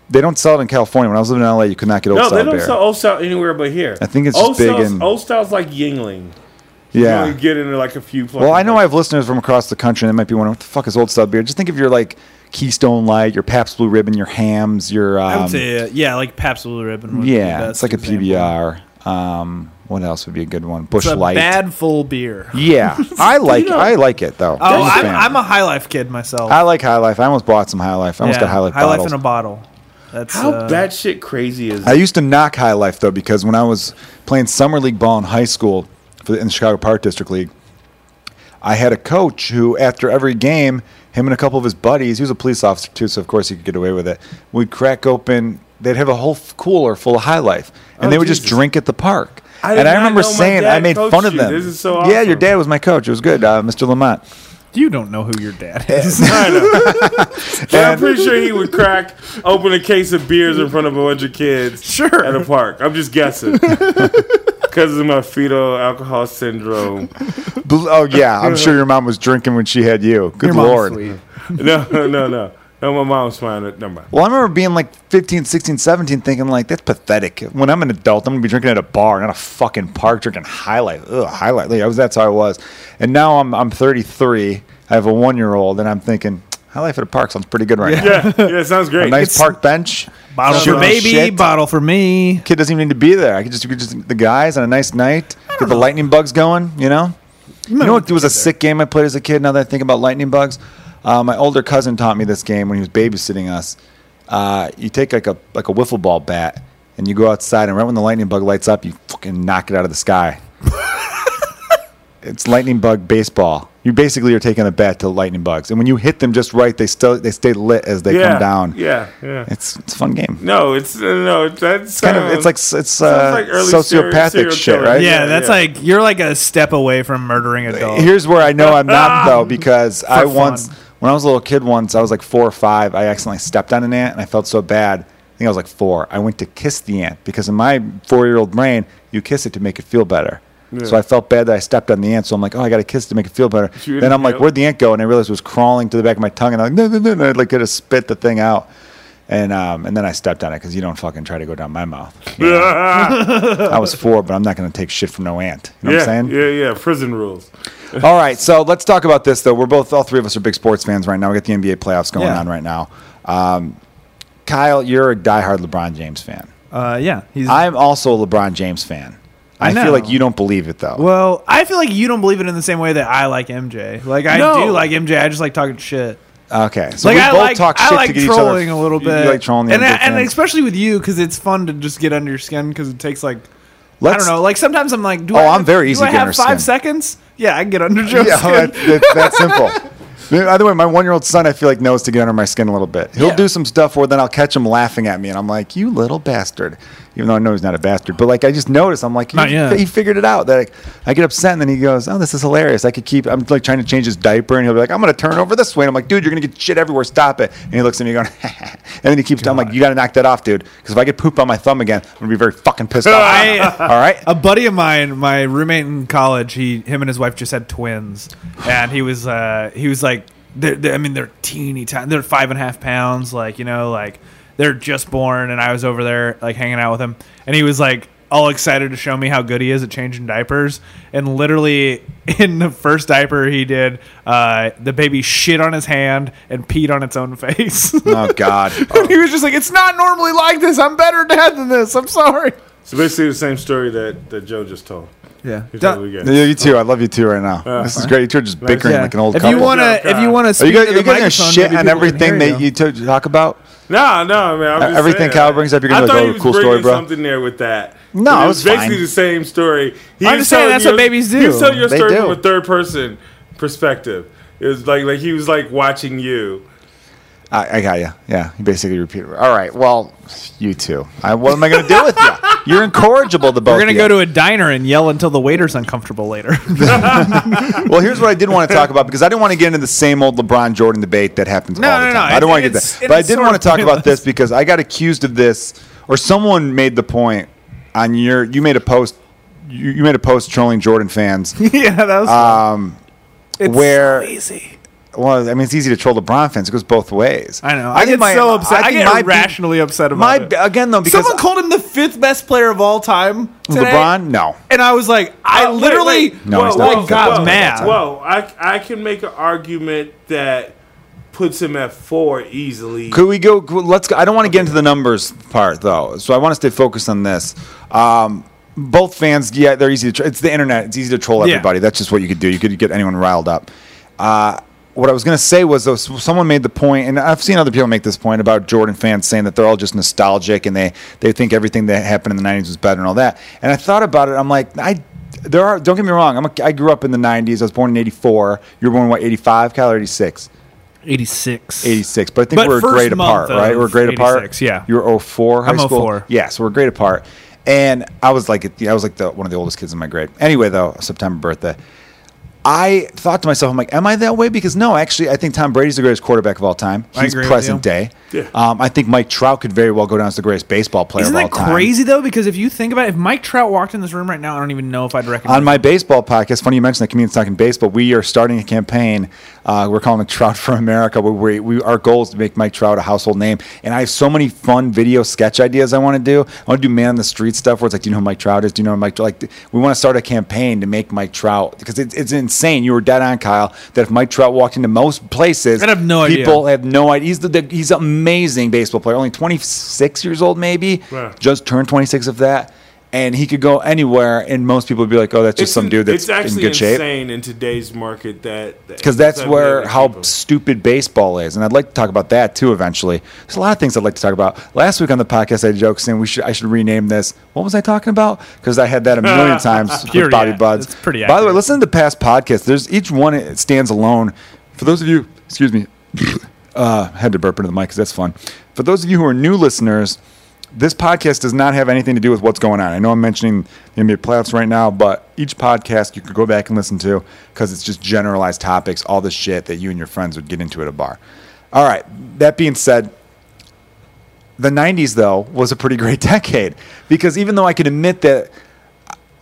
they don't sell it in California. When I was living in LA, you could not get old
No,
style
they don't
beer.
sell old style anywhere but here.
I think it's
old
just big
style's,
and-
old style's like Yingling.
yeah.
You only get into like a few.
well, I know I have listeners from across the country that might be wondering what the fuck is old style beer. Just think of your like Keystone Light, your Pabst Blue Ribbon, your hams, your um,
I would say, uh, yeah, like Pabst Blue Ribbon. would be the
yeah, it's
best
like a
example.
PBR. Um, what else would be a good one? Bush
It's a
Light.
bad full beer.
yeah, I like
know-
I like it though.
Oh,
a
I'm,
fan.
I'm a high life kid myself.
I like High Life. I almost bought some High Life. I almost
Yeah,
got High Life
high life
bottles.
in a bottle. That's
How
uh,
that shit crazy is.
I used to knock High Life though because when I was playing summer league ball in high school for the, in the Chicago Park District League, I had a coach who, after every game, him and a couple of his buddies, he was a police officer too, so of course he could get away with it. We'd crack open They'd have a whole f- cooler full of High Life, and
Oh,
they would just
Jesus.
drink at the park.
I did
and I
not
remember
know my
saying,
dad
I made
coached
fun of
you.
them.
This is so
Yeah, your
awesome.
dad was my coach. It was good, uh, Mr. Lamont.
You don't know who your dad is.
I know. But I'm
And-
pretty sure he
<laughs>
would crack open a case of beers in front of a bunch of kids
Sure.
at a park. I'm
<laughs>
just guessing. Because of my fetal alcohol syndrome.
Bl- Oh yeah, I'm sure your mom was drinking when she had you. Good
Your mom's
lord.
sweet.
No, no, no. No, my mom's smiling. Never mind.
Well, I remember being like 15, 16, 17 thinking like that's pathetic. When I'm an adult, I'm going to be drinking at a bar, not a fucking park drinking highlight. Ugh, highlight. Like, I was that's how I was. And now I'm I'm 33. I have a 1-year-old and I'm thinking high life at a park sounds pretty good right now.
Yeah, yeah, sounds
A
great.
nice park bench.
Bottle
Shooting
for baby,
shit.
bottle for me.
Kid doesn't even need to be there. I could just, could just the guys on a nice night, get the lightning bugs going, you know? You know what? It was a sick game I played as a kid. Now that I think about lightning bugs, uh, my older cousin taught me this game when he was babysitting us. Uh, you take like a like a wiffle ball bat and you go outside, and right when the lightning bug lights up, you fucking knock it out of the
<laughs>
sky. it's lightning bug baseball. You basically are taking a bat to lightning bugs, and when you hit them just right, they still they stay lit as they
yeah,
come down.
Yeah, yeah.
It's it's a fun game.
No, it's uh, no, no. That's
It's kind of it's like s- it's uh,
like early
sociopathic
serial- serial
shit,
killer.
right?
Yeah,
Yeah,
that's
yeah.
like you're like a step away from murdering a dog.
Here's where I know I'm not
<laughs>
though, because I
fun.
once, when I was a little kid, once I was like four or five, I accidentally stepped on an ant and I felt so bad. I think I was like four. I went to kiss the ant because in my four-year-old brain, you kiss it to make it feel better. So I felt bad that I stepped on the ant. So I'm like, oh, I got to kiss it to make it feel better.
<laughs> you
Then I'm like,
inhale?
where'd the ant go? And I realized it was crawling to the back of my tongue, and I'm like, no, no, no, no, I'd like to spit the thing out. And um, and then I stepped on it because you don't fucking try to go down my mouth. <laughs> You know? I was four, but I'm not going to take shit from no ant. You know
yeah,
what I'm saying?
yeah, yeah. Prison rules.
All right, so let's talk about this though. We're both, all three of us are big sports fans right now. We got the NBA playoffs going
Yeah.
on right now. Um, Kyle, you're a diehard LeBron James fan.
Uh, yeah, he's.
I'm also a LeBron James fan. I,
I know.
feel like you don't believe it though.
well, I feel like you don't believe it in the same way that I like MJ. Like I
No.
do like MJ. I just like talking shit.
Okay, so
like
we
I
both
like
talk shit
I like
to get each other.
trolling a little
you
bit.
like trolling the
and,
NBA
I- and
fans.
especially with you because it's fun to just get under your skin because it takes like I
Let's-
don't know. Like sometimes I'm like, do
Oh,
I,
I'm very easy
do
to
I
get
have
under
five
skin.
seconds? Yeah, I can get <laughs> under
<laughs>
Joe's
Yeah,
skin.
that, that, that's
<laughs>
simple. Either way, my one-year-old son, I feel like knows to get under my skin a little bit. He'll
Yeah.
do some stuff where then I'll catch him laughing at me, and I'm like, "You little bastard," even though I know he's not a bastard. But like, I just notice, I'm like,
Not
he,
yet.
he figured it out. That like, I get upset, and then he goes, "Oh, this is hilarious." I could keep. I'm like trying to change his diaper, and he'll be like, "I'm gonna turn over this way," and I'm like, "Dude, you're gonna get shit everywhere. Stop it!" And he looks at me going, <laughs> and then he keeps. I'm like, "You gotta knock that off, dude, because if I get poop on my thumb again, I'm gonna be very fucking
<laughs>
pissed off."
I-
All right.
a buddy of mine, my roommate in college, he him and his wife just had twins, and he was uh, he was like, they're, they're- I mean, they're teeny tiny, they're five and a half pounds, like you know, like they're just born, and I was over there like hanging out with him, and he was like all excited to show me how good he is at changing diapers, and literally <laughs> in the first diaper he did, uh, the baby shit on his hand and peed on its own <laughs> face.
Oh
<laughs>
God.
he was just like, it's not normally like this. I'm better dad than this. I'm sorry.
So basically the same story that, that Joe just told.
Yeah.
Here's what we got.
Yeah, you too. I love you too right now. this is great. You two are just bickering
Yeah.
like an old
if
couple.
you want
Yeah,
to, if you
God.
want to,
are you
speak
guys,
to
are
the
you guys gonna
microphone,
shit
maybe
on
people can
everything
hear
that you t- talk about?
No, no, man. I'm just
E- Everything
saying,
Kyle
like,
brings up, you're
I
gonna be
thought
like,
he
"Oh,
was
cool story,
bringing
bro."
Something there with that.
No,
But
it
it
was
basically
fine.
the same story. He
I'm
was
just saying
telling
that's
you-
what babies
He
do.
was telling your
They
story
do.
from a third person perspective. It was like like he was like watching you.
I, I got you. Yeah, you basically repeat. it. All right. Well, you two. I, what am I gonna do with
<laughs>
you? You're incorrigible. The both.
We're gonna
of
go
you.
to a diner and yell until the waiter's uncomfortable
<laughs>
later. <laughs>
Well, here's what I did want to talk about because I didn't want to get into the same old LeBron Jordan debate that happens
No,
all the
no, no.
time. I
It-
don't want to get
it's-
that.
it
But I
is
did
sort
want
of
to talk about
pointless.
this because I got accused of this, or someone made the point on your. You made a post. You, you made a post trolling Jordan fans.
yeah, that was um, it's
where-
so easy.
Well, I mean, it's easy to troll LeBron fans. It goes both ways.
I know. I,
think
get
my-
so upset. I,
think
get
my peop-
irrationally upset about
My
it.
again though because
Someone called him the fifth best player of all time. Today,
LeBron, no.
And I was like, I
Oh, wait,
literally.
wait.
No, he's not.
my God,
Whoa.
mad.
Whoa, I I can make an argument that puts him at four easily.
Could we go? could- Let's. Go, I don't want to get into the numbers part though, so I want to stay focused on this. Um, both fans, yeah, they're easy to. Tr- it's the internet. It's easy to troll
Yeah.
everybody. That's just what you could do. You could get anyone riled up. Uh, what I was gonna say was though, s- someone made the point, and I've seen other people make this point about Jordan fans saying that they're all just nostalgic and they they think everything that happened in the '90s was better and all that. And I thought about it. I'm like, I. There are. Don't get me wrong. I'm a, I grew up in the '90s. I was born in '84. You were born what? '85, Kyle, or '86.
eighty six.
86, but I think
But
we're
first
great
month
apart, right?
of
We're great apart.
86, yeah.
You were 04 high
I'm
school.
04.
Yeah, so we're great apart. And I was like, I was like the, one of the oldest kids in my grade. Anyway, though, September birthday. I thought to myself, I'm like, am I that way? Because no, actually, I think Tom Brady's the greatest quarterback of all time.
I
He's
agree with
present
you.
day.
Yeah.
Um, I think Mike Trout could very well go down as the greatest baseball player
Isn't
of all
that
time.
crazy though? Because if you think about it, if Mike Trout walked in this room right now, I don't even know if I'd recognize.
On my baseball podcast, funny you mentioned that comedians talking baseball. We are starting a campaign. Uh, we're calling it Trout for America. Where we, we our goal is to make Mike Trout a household name. And I have so many fun video sketch ideas I want to do. I want to do man on the street stuff where it's like, do you know who Mike Trout is? Do you know who Mike? Trout-" Like, th- we want to start a campaign to make Mike Trout because it's, it's insane. You were dead on, Kyle. That if Mike Trout walked into most places,
I'd have no idea.
people have no idea. He's the, the he's an amazing baseball player. Only 26 years old, maybe.
Right.
Just turned 26 of that. And he could go anywhere, and most people would be like, "Oh, that's just some dude that's
it's actually
in good shape."
insane in today's market that
Because that's
that
where
many
how
people-
stupid baseball is, and I'd like to talk about that too eventually. There's a lot of things I'd like to talk about. Last week on the podcast, I joked saying we should I should rename this. What was I talking about? Because I had that a million
<laughs>
times with
Pretty
Bobby
ac-
Buds.
it's pretty
By the way,
accurate.
listen to the past podcasts. There's each one it stands alone. For those of you, excuse me, <coughs> uh, had to burp into the mic because that's fun. For those of you who are new listeners, this podcast does not have anything to do with what's going on. I know I'm mentioning the NBA playoffs right now, but each podcast you could go back and listen to because it's just generalized topics, all the shit that you and your friends would get into at a bar. All right. That being said, the 90s, though, was a pretty great <laughs> decade because even though I can admit that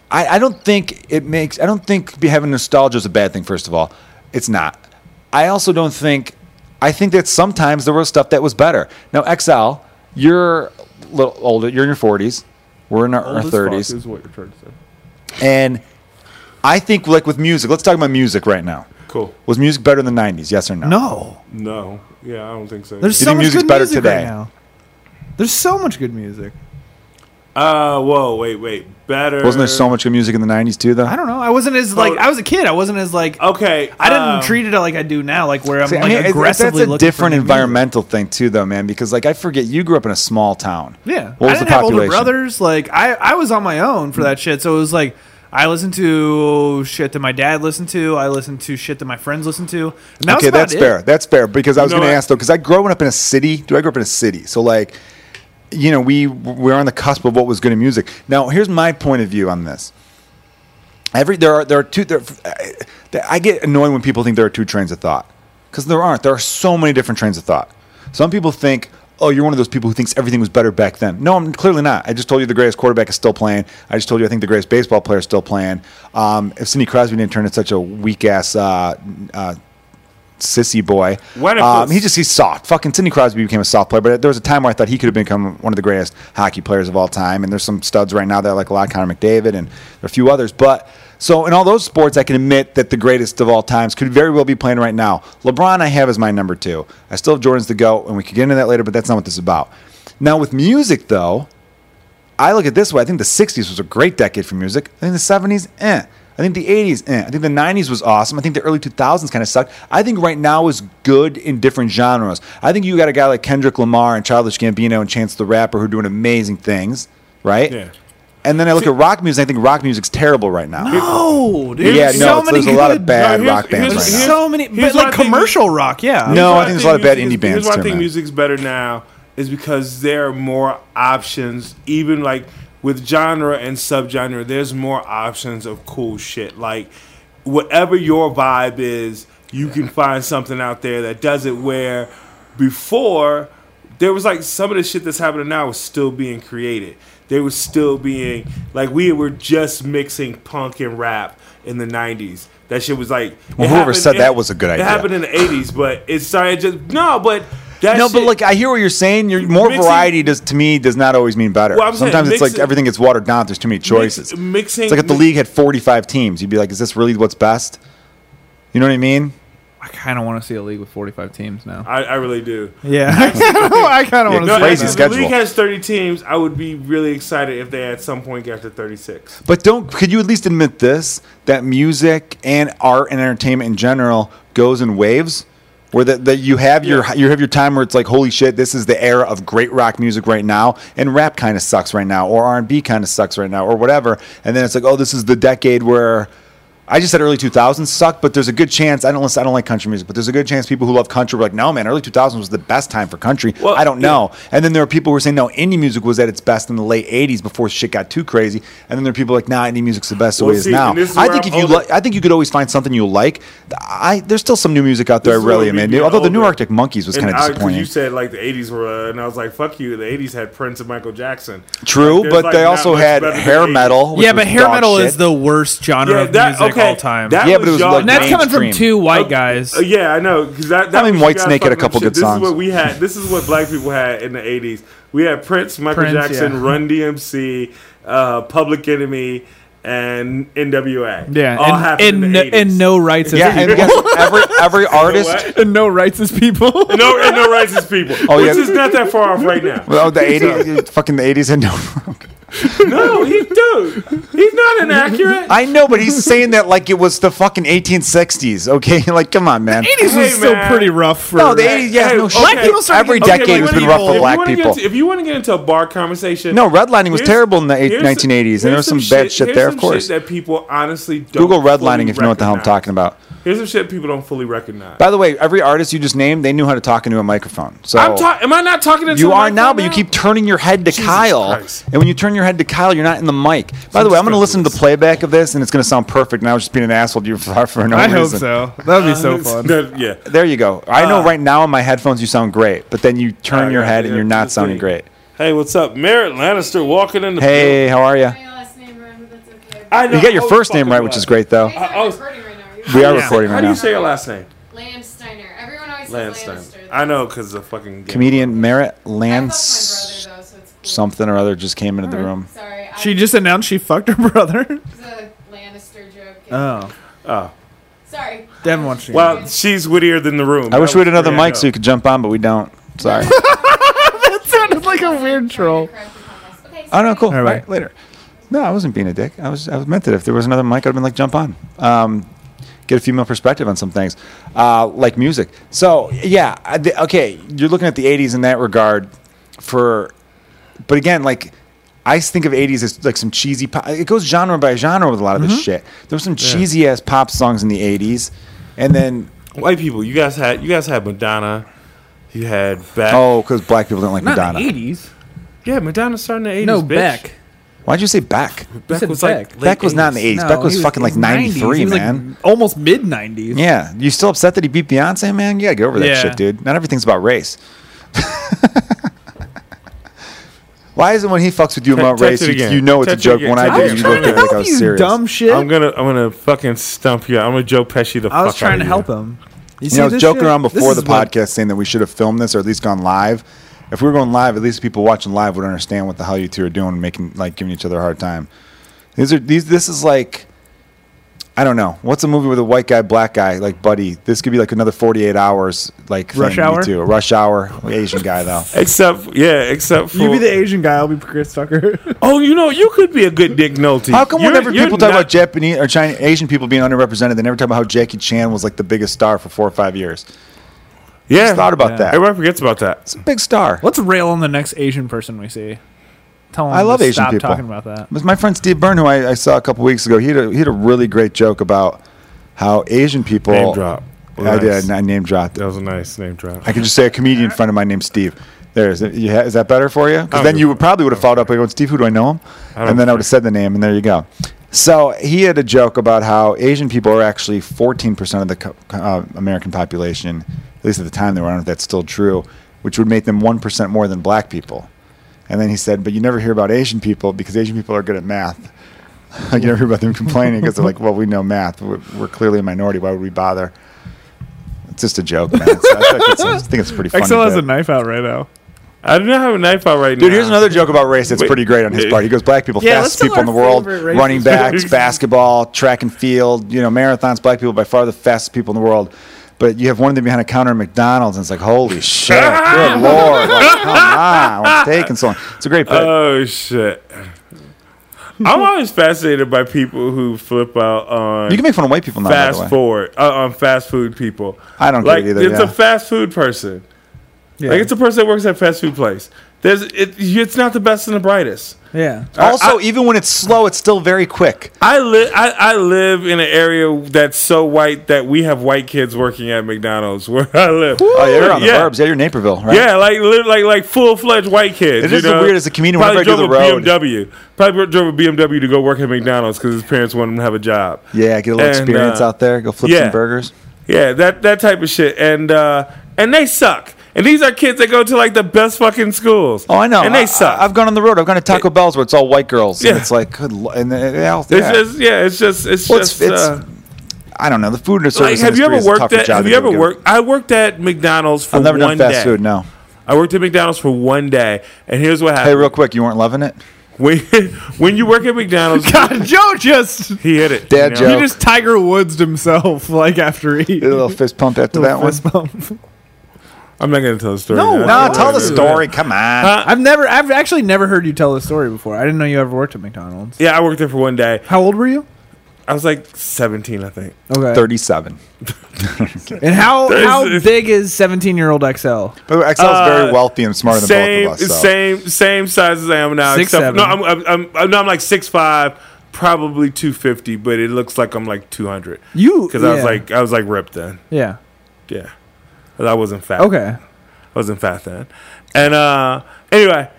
I, I don't think it makes. I don't think be having nostalgia is a bad thing. First of all, it's not. I also don't think. I think that sometimes there was stuff that was better. Now, XL, you're a little older. You're in your 40s. We're in our,
Old
our
as fuck
30s.
is what you're trying to say.
And I think, like with music, let's talk about music right now.
Cool.
Was music better in the 90s? Yes or Uh, no?
no,
No. Yeah, I don't think so.
there's
You
so
think
much
music's
good
better
music
today?
right now. There's so much good music.
uh, whoa, wait, wait. Better.
Wasn't there so much good music in the 90s too, though?
I don't know. I wasn't as like I was a kid. I wasn't as like oh,
Okay.
I didn't
um,
treat it like I do now. Like where I'm
See,
like
it- it-
aggressively
that's a
looking for
different
new music.
environmental thing too, though, man. Because like I forget, you grew up in a small town.
Yeah,
What was
I didn't
the
have
population?
older brothers. Like I, I was on my own for that shit. So it was like I listened to shit that my dad listened to. I listened to shit that my friends listened to. And that
okay,
was about
that's
it.
fair. That's fair because I was
know
going to
what?
ask though, because I grew up in a city. Do I grew up in a city? So like, you know, we we're on the cusp of what was good in music. Now, here's my point of view on this. Every there are there are two. There, I get annoyed when people think there are two trains of thought because there aren't. There are so many different trains of thought. Some people think, "Oh, you're one of those people who thinks everything was better back then." No, I'm clearly not. I just told you the greatest quarterback is still playing. I just told you I think the greatest baseball player is still playing. Um, if Sidney Crosby didn't turn into such a weak ass uh, uh, sissy boy.
What if
um,
it's-
he just he's soft. Fucking Sidney Crosby became a soft player, but there was a time where I thought he could have become one of the greatest hockey players of all time. And there's some studs right now that I like a lot, Connor McDavid, and there are a few others. But so in all those sports, I can admit that the greatest of all times could very well be playing right now. LeBron, I have as my number two. I still have Jordan's to go, and we could get into that later, but that's not what this is about. Now with music though. I look at it this way. I think the '60s was a great decade for music. I think the '70s, eh. I think the '80s, eh. I think the '90s was awesome. I think the early 2000s kind of sucked. I think right now is good in different genres. I think you got a guy like Kendrick Lamar and Childish Gambino and Chance the Rapper who are doing amazing things, right?
Yeah.
And then I look at rock music. I think rock music's terrible right now.
No, dude.
Yeah,
there's
no,
so
it's-
many
there's a lot
good-
of bad
No, here's-
rock bands
here's-
right
There's
now.
so many, but
here's what I
like
think-
commercial rock. Yeah.
No,
why
I think there's a lot of bad
music
indie
is-
bands
Here's why
too,
I think
man.
music's better now is because there are more options, even like with genre and subgenre. There's more options of cool shit. Like whatever your vibe is, you can find something out there that does it. Where before there was like some of the shit that's happening now was still being created. They were still being like we were just mixing punk and rap in the '90s. That shit was like
Well,
it
whoever said
it-
that was a good
it
idea.
happened in the '80s, but it started just no, but that
No,
shit,
but like I hear what you're saying. You're, more
Mixing-
variety does to me does not always mean better.
Well, I'm saying
Sometimes it's like
mixing-
everything gets watered down. There's too many choices.
mixing-
It's like if the
mix-
league had 45 teams, you'd be like, is this really what's best? You know what I mean?
I kind of want to see a league with 45 teams now.
I, I really do. <laughs>
Yeah,
<laughs>
I kind of want to.
No,
see
crazy
if
that.
schedule.
The league has 30 teams. I would be really excited if they at some point got to 36.
But don't could you at least admit this that music and art and entertainment in general goes in waves? Where that, that you have your
Yeah.
you have your time where it's like holy shit this is the era of great rock music right now and rap kind of sucks right now or R and B kind of sucks right now or whatever and then it's like oh this is the decade where I just said early 2000s sucked, but there's a good chance. I don't listen, I don't like country music, but there's a good chance people who love country were like, no, man, early 2000s was the best time for country.
Well,
I don't
yeah.
know. And then there are people who are saying, no, indie music was at its best in the late 80s before shit got too crazy. And then there are people like, nah, indie music's the best the
Well,
way it is
see,
now.
and this is
I
where
think
I'm
if you
older.
like, I think you could always find something you'll like. I there's still some new music out there I
This is
really
where
am
we
into.
get
Although the new
older.
Arctic Monkeys was
And
kind of
I- 'cause
disappointing.
You said like the '80s were, uh, and I was like, "Fuck you." The '80s had Prince and Michael Jackson.
True,
Like, there's,
but
like,
they
not
also
much
had
better than
hair
80s.
metal. which
yeah,
was
but hair
dog
metal
shit.
is the worst genre
Yeah,
of
that-
music
okay,
all time.
that
Yeah, but it was
y'all
like
and that's coming from
mainstream.
two white guys.
Uh, yeah, I know. Because that, that
I mean,
was
Whitesnake
you guys
had a
fucking
couple
shit.
good
this
songs.
Is what we had. This is what black people had in the '80s. We had Prince, Michael
Prince,
Jackson,
yeah.
Run DMC, uh, Public Enemy, and NWA.
Yeah,
all
and,
happened
and,
in
no-
the '80s.
and no rights as
Yeah,
people.
and guess what? every every
<laughs>
artist.
<laughs>
what?
and no rights as people. <laughs>
no, <laughs> and no racist people,
Oh,
which
yeah.
is not that far off right now.
<laughs> Well, the eighties, fucking the eighties, and
<laughs>
no,
no, he dude,
<laughs>
he's not inaccurate.
I know, but he's saying that like it was the fucking eighteen sixties. Okay, <laughs> like come on, man.
Eighties
Hey,
was still
man.
pretty rough for
No, the eighties, yeah,
Hey,
no
okay.
shit.
Black people
started
Every
getting- okay,
decade
but
has
what
been
do
rough
you-
for
if
If you
black
wanna get
people.
into- if you want to get into a bar conversation,
No, redlining was
here's-
terrible in the eight-
here's-
1980s, and there
here's
was some
shit-
bad shit
here's
there, of
some
course.
that people honestly don't
Google
fully
redlining if you know what the hell I'm
recognize.
talking about.
Here's some shit people don't fully recognize.
By the way, every artist you just named, they knew how to talk into a microphone. So
I'm ta- am I not talking to
You
someone
are
like
now,
that
but you keep turning your head to
Jesus
Kyle.
Christ.
And when you turn your head to Kyle, you're not in the mic. By the way, I'm going to listen to the playback of this, and it's going to sound perfect. And I was just being an asshole to you for, for no
I
reason.
hope so. That would be
Uh,
so
<laughs>
fun.
No, yeah.
There you go. I know right now in my headphones you sound great, but then you turn
Uh,
your
yeah,
head and
yeah,
you're not
just
sounding
me.
great.
Hey, what's up, Merritt Lannister? Walking in the
Hey,
field.
how are you?
my last name right, but that's okay.
I know.
You got your
oh,
first name
fucking
right, which
last-
is great though.
You guys
I- I
are
was-
recording right now.
We
You're
are
Yeah.
recording
How
right
do you
now.
say your last name?
Landsteiner. Everyone always says
Landstein.
Landsteiner.
I know because the fucking game.
Comedian Merritt
I
Land
fucked my brother though, so it's cool.
something or other just came into the room.
Sorry, I,
She just announced she fucked her <laughs> brother.
It was a Lannister joke.
<laughs> Oh,
Oh.
Sorry.
Devin wants
<laughs>
to-
Wow, she's wittier than the room.
I wish we had another mic so
so
you could jump on, but we don't. Sorry.
that
sounded like a weird troll.
oh no, cool.
All right.
All right, later. No, I wasn't being a dick. I was I was meant that if there was another mic, I'd have been like, jump on. Um, get a female perspective on some things, uh, like music. So yeah, I, the, okay, you're looking at the '80s in that regard. For, but again, like. I think of '80s as like some cheesy. Pop. It goes genre by genre with a lot of
Mm-hmm.
this shit. There were some cheesy ass pop songs in the '80s, and then
White people, you guys had you guys had Madonna. You had Beck.
oh, because black people don't like Madonna.
Uh, eighties.
yeah, Madonna started in the eighties.
No,
bitch.
Beck.
Why'd you say Beck?
Beck
said
was
Beck.
like late
Beck was not in the
80s.
'80s. Beck was, fucking like '93, man.
almost mid nineties.
Yeah, you still upset that he beat Beyonce, man? You gotta get over that
Yeah.
shit, dude. Not everything's about race. <laughs> Why is it when he fucks with you
Te-
about race,
text it
you,
again.
you know it's
Text
a
it
joke?
again.
When I
Text
do,
it
you
again.
look
trying
at
to
me like I was serious.
dumb shit.
I'm gonna I'm gonna fucking stump you. I'm gonna Joe Pesci the fuck.
I was trying
out
to
of
help
you.
him.
You know, I was joking around before the podcast saying that we should have filmed this or at least gone live. If we were going live, at least people watching live would understand what the hell you two are doing, making like giving each other a hard time. These are these. This is like, I don't know. What's a movie with a white guy, black guy, like buddy? This could be like another forty-eight hours, like
Rush
thing, you
Hour?
two. Rush hour, Asian guy though.
Except yeah, except for
You be the Asian guy. I'll be Chris Tucker. <laughs>
Oh, you know you could be a good Dick Nolte.
How come
You're-
whenever
you're
people talk
not-
about Japanese or Chinese Asian people being underrepresented, they never talk about how Jackie Chan was like the biggest star for four or five years?
yeah,
Thought about
Yeah.
that.
everybody forgets about that.
It's a big star.
Let's rail on the next Asian person we see. Tell him
I love
to
Asian
stop
people.
talking about that.
It was my friend Steve Byrne, who I, I saw a couple weeks ago. He had a, he had a really great joke about how Asian people.
Name drop.
I did.
Nice.
and I name dropped.
That was a nice name drop.
I can just say a comedian friend of mine named Steve. There is. it. You ha- Is that better for you? Because
Oh,
then you
yeah.
would probably would have followed up by going, Steve, who do I know him?
don't
And then I would have said the name, and there you go. So he had a joke about how Asian people are actually 14% of the co- co- uh, American population, at least at the time they were. I don't know if that's still true, which would make them 1% more than black people. And then he said, but you never hear about Asian people because Asian people are good at math. Like, you never hear about
<laughs>
them complaining because they're like, well, we know math. We're, we're clearly a minority. Why would we bother? It's just a joke, man. It's- I, think it's, I think it's a pretty funny.
XL has a
bit.
knife out right now.
I do not have a knife out right now.
Dude, here's another joke about race that's
Wait.
pretty great on his part. He goes, black people,
Yeah, let's
fastest
tell
people in the
our
world,
favorite racist <laughs>
running backs,
jokes.
basketball, track and field, you know, marathons, black people by far the fastest people in the world. But you have one of them behind a counter at McDonald's, and it's like, holy
<laughs>
shit, good lord, like, come on, what's taking so long? It's a great bit.
Oh shit. I'm always fascinated by people who flip out on
you can make fun of white people now, by
fast
the way.
forward uh, on fast food people.
I don't get
like
it either,
it's
yeah.
a fast food person. Like it's a person that works at a fast food place. There's it, it's not the best and the brightest.
Yeah.
Also, even when it's slow, it's still very quick.
I live I, I live in an area that's so white that we have white kids working at McDonald's <laughs> where I live.
Oh, yeah, you're on the
yeah.
burbs. Yeah, you're Naperville, right?
Yeah, like li- like like full fledged white kids.
It
you
is the
know?
weirdest, the comedian,
Probably
whenever I
drove
do
a
the road-
BMW. Probably drove a BMW to go work at McDonald's because his parents wanted him to have a job.
Yeah, get a little
And,
experience
uh,
out there. Go flip
yeah.
some burgers.
Yeah, that that type of shit, and uh, and they suck. And these are kids that go to like the best fucking schools.
Oh, I know.
And
I-
they suck.
I, have gone on the road. I've gone to Taco Bell's where it's all white girls.
Yeah.
And it's like, good. Lo- and they, they all,
it's
yeah.
just yeah, it's just it's
Well, it's-
just.
it's-
uh,
I don't know. The food and
like,
service
have
industry
you ever
is a
worked
tougher
at?
job
Have
than
you ever
people give it.
worked? I worked at McDonald's for
I've never done
one
fast
day.
food. No.
I worked at McDonald's for one day, and here's what
Hey,
happened.
real quick, you weren't loving
<laughs>
it?
when, when you work
<laughs>
at
<laughs>
McDonald's,
God, Joe just he
he hit it.
Dad
you know?
joke.
just Tiger Woods himself <laughs> like after he
Did a little fist pump after that one?
<laughs> fist bump.
I'm not gonna tell the story.
No,
No,
Oh,
tell the
yeah.
story. Come on.
Huh?
<laughs> I've never, I've actually never heard you tell this story before. I didn't know you ever worked at McDonald's.
Yeah, I worked there for one day.
How old were you?
I was like 17, I think.
Okay.
uh,
37.
And how how
There's-
big is seventeen year old XL?
By the way, Excel's very wealthy and smarter than
uh, Same,
both of us. So.
same, same size as I am now.
Six,
except
seven.
no, I'm, I'm, I'm, I'm, no, I'm like six five, probably two fifty, but it looks like I'm like two hundred
You
because I was
yeah.
like I was like ripped then.
yeah
Yeah, 'Cause I wasn't fat.
okay
I wasn't fat then. And uh, anyway,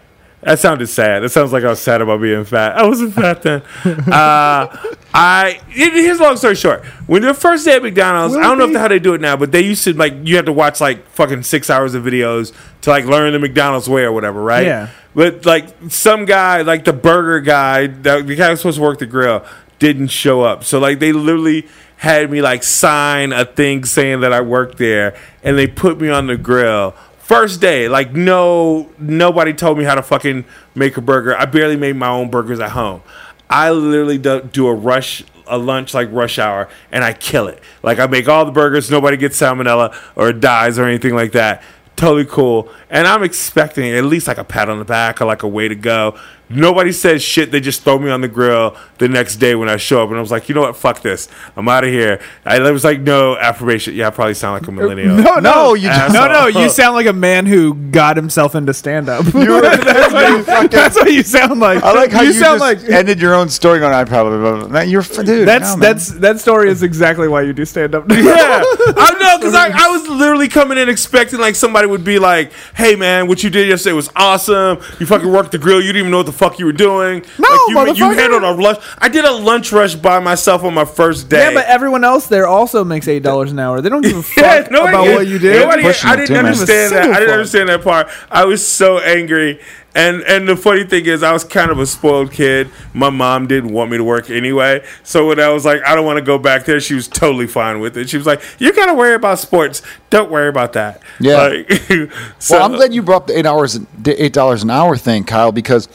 that sounded sad. It sounds like I was sad about being fat. I wasn't fat then. uh, I it- here's a long story short. When the first day at McDonald's, I don't know if how they do it now, but they used to like you had to watch like fucking six hours of videos to like learn the McDonald's way or whatever, right?
Yeah.
But like some guy, like the burger guy, the, the guy who's supposed to work the grill, didn't show up. So like they literally had me like sign a thing saying that I worked there, and they put me on the grill. First day, like no, nobody told me how to fucking make a burger. I barely made my own burgers at home. I literally do, do a rush a lunch like rush hour and I kill it. Like I make all the burgers, nobody gets salmonella or dies or anything like that. Totally cool. And I'm expecting at least like a pat on the back or like a way to go. Nobody says shit. They just throw me on the grill the next day when I show up. And I was like, you know what? Fuck this. I'm out of here. I was like, no affirmation. Yeah, I probably sound like a millennial.
Oh, No, you just. Oh.
no
asshole.
no you sound like a man who got himself into stand up. <laughs>
You
that's, what you
fucking-
that's what you sound like.
I like how you,
sound
just
like
ended your own story going, I probably. Blah, blah, blah. You're, f- dude.
that's
no, man.
that's that story is exactly why you do stand <laughs> up.
<laughs> Yeah, I know because I, I was literally coming in expecting like somebody would be like, "Hey man, what you did yesterday was awesome. You fucking worked the grill. You didn't even know what the fuck you were doing.
No,
like, you, you
motherfucker.
handled a lunch. I did a lunch rush by myself on my first day.
Yeah, but everyone else there also makes eight dollars an hour. They don't give a <laughs> fuck
Yeah, nobody
about
gave-
what you did.
Nobody,
Pushing
I
it too,
didn't
man.
understand that.
Single
I didn't
fuck.
understand that part. I was so angry. And and the funny thing is, I was kind of a spoiled kid. My mom didn't want me to work anyway. So when I was like, I don't want to go back there, she was totally fine with it. She was like, You gotta worry about sports. Don't worry about that.
Yeah.
Like, <laughs> so
well, I'm glad you brought up the eight hours, the eight dollars an hour thing, Kyle, because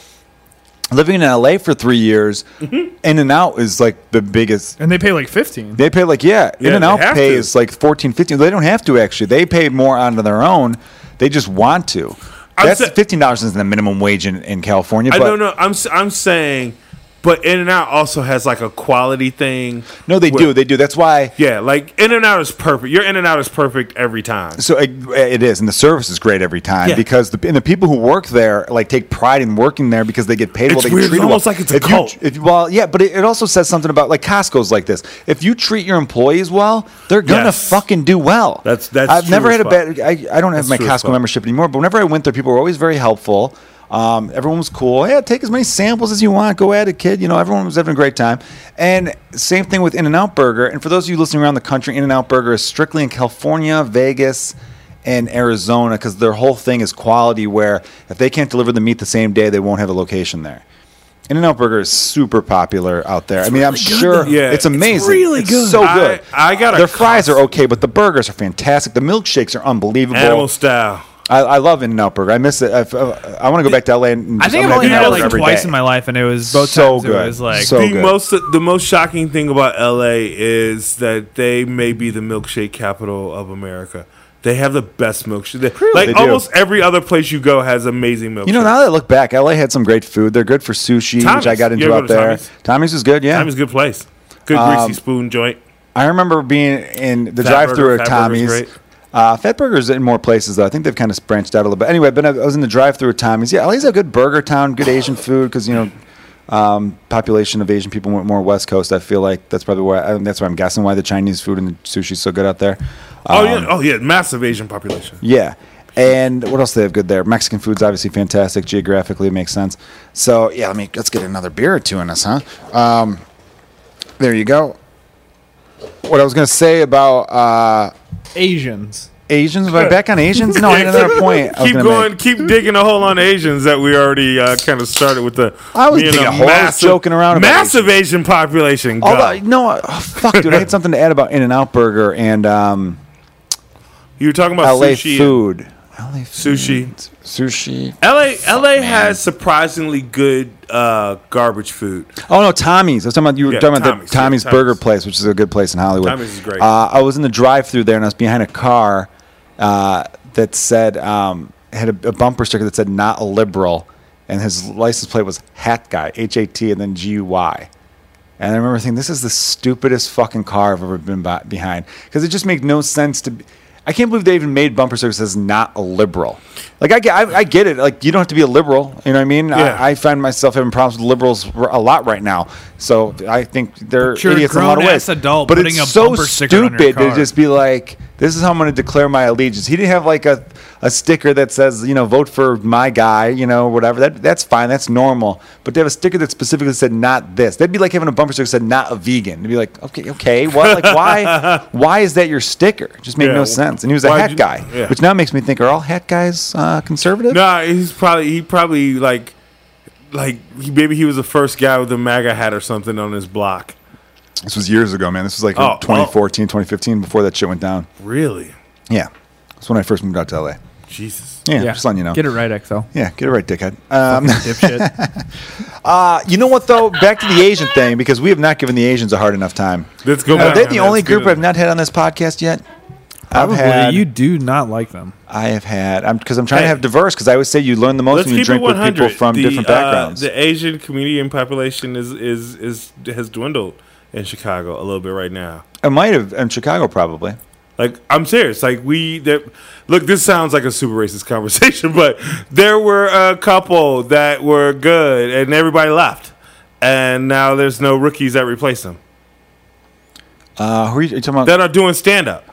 living in LA for three years,
Mm-hmm.
In and Out is like the biggest.
And they pay like fifteen.
They pay like yeah,
Yeah,
In and
they
Out
have to.
pays like 14, 15. They don't have to actually. They pay more onto their own. They just want to.
I'm
That's
sa-
fifteen dollars is the minimum wage in, in California.
I
but
don't know. I'm s- I'm saying, but In and Out also has like a quality thing.
No, they
where-
do. They do. That's why.
Yeah, like In and Out is perfect. Your In and Out is perfect every time.
So it, it is, and the service is great every time
Yeah.
because the and the people who work there like take pride in working there because they get paid well.
It's
They
weird.
get
It's
treated
almost
well.
like it's a
If you-
cult.
if- well, yeah, but it, it also says something about like Costco's like this. If you treat your employees well, they're gonna
Yes.
fucking do well.
That's- that's
I've
true
never
as
had a
fuck.
bad. I, I don't have
That's
my
true as
Costco
fuck.
membership anymore, but whenever I went there, people were always very helpful. Um, everyone was cool. Yeah, take as many samples as you want. Go at it, kid. You know, everyone was having a great time. And same thing with In and Out Burger. And for those of you listening around the country, In and Out Burger is strictly in California, Vegas, and Arizona because their whole thing is quality. Where if they can't deliver the meat the same day, they won't have a location there. In and Out Burger is super popular out there. I mean, I'm sure
Yeah,
it's
it's
amazing.
really
It's
good.
so
I-
good.
I got a
their fries are okay, but the burgers are fantastic. The milkshakes are unbelievable.
Animal style.
I, I love In and Out Burger. I miss it. I've, uh, I want to go back to LA. And
I think
I'm
I've only
gonna have
had it
In-N-Out
like
every
twice
day.
in my life, and it was both
So
times
good.
it was like
So-
the
good.
most the most shocking thing about LA is that they may be the milkshake capital of America. They have the best milkshake. They- Like
They do.
almost every other place you go has amazing milkshake.
You know, now that I look back, LA had some great food. They're good for sushi, which I
Tommy's.
got
You
into
ever
out
go to
there.
Tommy's?
Tommy's? was good, yeah.
That was a good
Um,
place. Good greasy spoon joint.
I remember being in the
Fatburger,
drive-through at
Fatburger's
Tommy's.
great.
Uh, Fatburger's in more places though. I think they've kind of branched out a little bit. Anyway, but I was in the drive-through at Tommy's. Yeah, LA's a good burger town, good Asian food because you know um, population of Asian people went more West Coast. I feel like that's probably why. I, that's why I'm guessing why the Chinese food and the sushi's so good out there. Um,
Oh yeah, oh yeah, massive Asian population.
yeah. And what else do they have good there? Mexican food's obviously fantastic. Geographically, it makes sense. So, yeah, I mean, let's get another beer or two in us, huh? Um, there you go. What I was going to say about uh,
Asians.
Asians, was I back on Asians? <laughs> No, I had
<laughs>
another point. I was
keep
gonna
going,
make.
keep digging a hole on Asians that we already uh, kind of started with the.
I was
being
digging a hole, I was joking around about
Massive Asian population.
Although,
God.
no, oh, fuck, dude, I had something to add about In N Out Burger and um,
you were talking about
LA
Oh, sushi.
food. LA food.
Sushi.
Sushi.
LA, LA has surprisingly good uh, garbage food.
Oh no, Tommy's. I was talking about you were
Yeah,
talking about
Tommy's.
the Tommy's
Yeah, Tommy's.
Burger Place, which is a good place in Hollywood.
Tommy's is great.
Uh, I was in the drive-through there, and I was behind a car uh, that said um, had a, a bumper sticker that said "Not a liberal," and his license plate was Hat Guy, H A T, and then G U Y. And I remember thinking, this is the stupidest fucking car I've ever been bi- behind because it just makes no sense to. Be- I can't believe they even made bumper stickers that says "Not a liberal." Like I get, I, I get it. Like you don't have to be a liberal. You know what I mean?
Yeah.
I, I find myself having problems with liberals r- a lot right now. So I think they're
you're a
idiots in a lot of ways.
grown-ass adult
but
putting
it's
a
so
bumper sticker on your
stupid to
car.
just be like, "This is how I'm going to declare my allegiance." He didn't have like a, a sticker that says, you know, "Vote for my guy," you know, whatever. That that's fine. That's normal. But to have a sticker that specifically said "not this," that'd be like having a bumper sticker that said "not a vegan." It'd be like, okay, okay, what? Like
<laughs>
why? why is that your sticker? It just made
Yeah,
no
well,
sense. And he was a
why'd
hat
you-
guy,
yeah.
which now makes me think: Are all hat guys uh, conservative?
No, he's probably he probably like like he, maybe he was the first guy with a MAGA hat or something on his block.
This was years ago, man. This was like
Oh,
2014, 2015, before that shit went down.
Really,
Yeah. That's when I first moved out to LA.
Jesus.
Yeah, just letting you know.
Get it right, XL.
yeah, get it right,
<laughs>
dickhead. Um,
Dipshit.
uh, you know what, though? Back to the Asian thing, because we have not given the Asians a hard enough time.
Let's go.
Are
back
they
on
the
that.
only
Let's
group
get
I've
it.
not had on this podcast yet? <laughs>
Probably
I've had,
you do not like them.
I have had, I'm because I'm trying to
Hey.
have diverse, because I always say you learn the most
Let's
when you
keep it
drink with
100.
people from
the,
different
uh,
backgrounds.
the Asian comedian population is is is has dwindled in Chicago a little bit right now.
I might have, in Chicago, probably.
Like I'm serious. Like we that look. This sounds like a super racist <laughs> conversation, but there were a couple that were good, and everybody left, and now there's no rookies that replace them
Uh, who are you, are you talking about?
that are doing stand up.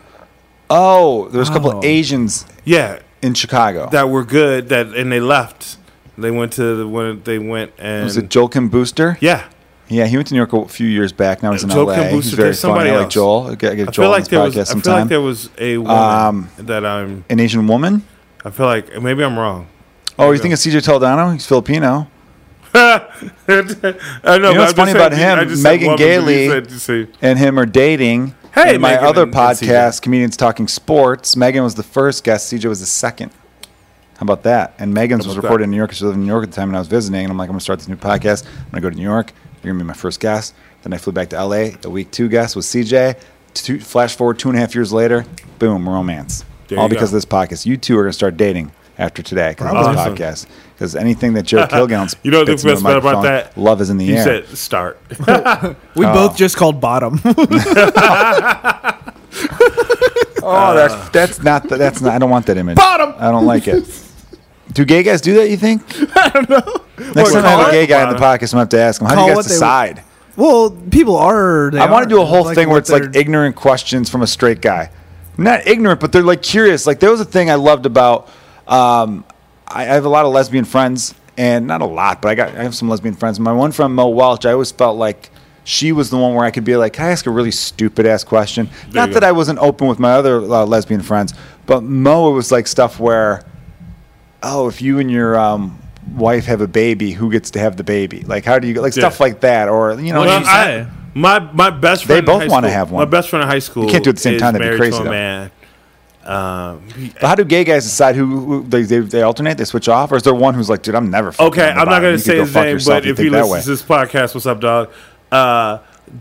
oh, there was a couple
Oh.
of Asians
Yeah,
in Chicago.
that were good that and they left. They went to the when they went and
was it Joel Kim Booster?
yeah.
Yeah, he went to New York a few years back. Now he's in
Joel
LA.
Kim
he's
Booster,
very
there's
funny.
somebody
I like
else.
Joel. I get, I get
I
Joel
feel
on
like
this
there was.
podcast
I feel
sometime.
like there was a woman
Um,
that I'm.
An Asian woman.
I feel like maybe I'm wrong.
Oh,
<laughs> There
you
you
think it's CJ Toledano? He's Filipino.
I know. but
You know what's
I'm just
funny
saying-
about
I
him,
just said
Megan
woman, but you
Gailey-
said- you said-
And him are dating.
Hey,
And my
Megan
other
and- and CJ.
podcast, Comedians Talking Sports. Megan was the first guest. CJ was the second. How about that? And Megan's was
about that?
recorded in New York. She lived in New York at the time, and I was visiting. And I'm like, I'm gonna start this new podcast. I'm gonna go to New York. You're gonna be my first guest. Then I flew back to LA. The week two guest was CJ. Two, flash forward two and a half years later, boom, romance.
There
All
you
because
go.
of this podcast. You two are gonna start dating after today because of
Awesome.
this podcast. Because anything that
<laughs>
Joe Kilgown's
You know what the
spits into
best
the
part about
microphone,
that?
Love is in the
You
air.
said start.
We both just called bottom. <laughs>
Oh, that's that's not the, that's not. I don't want that image.
Bottom!
I don't like it. Do gay guys do that? You think? I don't know. Next
Well,
time I have a
call
gay
it
guy in the
bottom.
podcast, I'm gonna have to ask him. How
Call
do you
what
guys
they-
decide?
well, people are.
I want to do a whole thing where it's like
ignorant.
ignorant questions from a straight guy. Not ignorant, but they're like curious. Like there was a thing I loved about. Um, I, I have a lot of lesbian friends, and not a lot, but I got I have some lesbian friends. My one friend Mo Welch, I always felt like she was the one where I could be like, "Can I ask a really stupid ass question?"
There
not
you
that
go.
I wasn't open with my other uh, lesbian friends, but Mo it was like stuff where oh, if you and your um, wife have a baby, who gets to have the baby? Like, how do you like
Yeah.
stuff like that? Or you know,
What do you
I-
I-
say?
my my best
They
friend. in
both
high
wanna
school-
have one.
My best friend in high school.
can't do it at the same
is
time, that'd be
married
crazy,
To a
though.
man. Um, he-
but how do gay guys decide who, who they, they they alternate? They switch off, or is there one who's like, dude, I'm never. fucking
okay, I'm
anybody.
not gonna
You could
say
go
his
fuck
name,
yourself,
but
you
if
think
he
that
listens to this podcast, what's up, dog? Uh,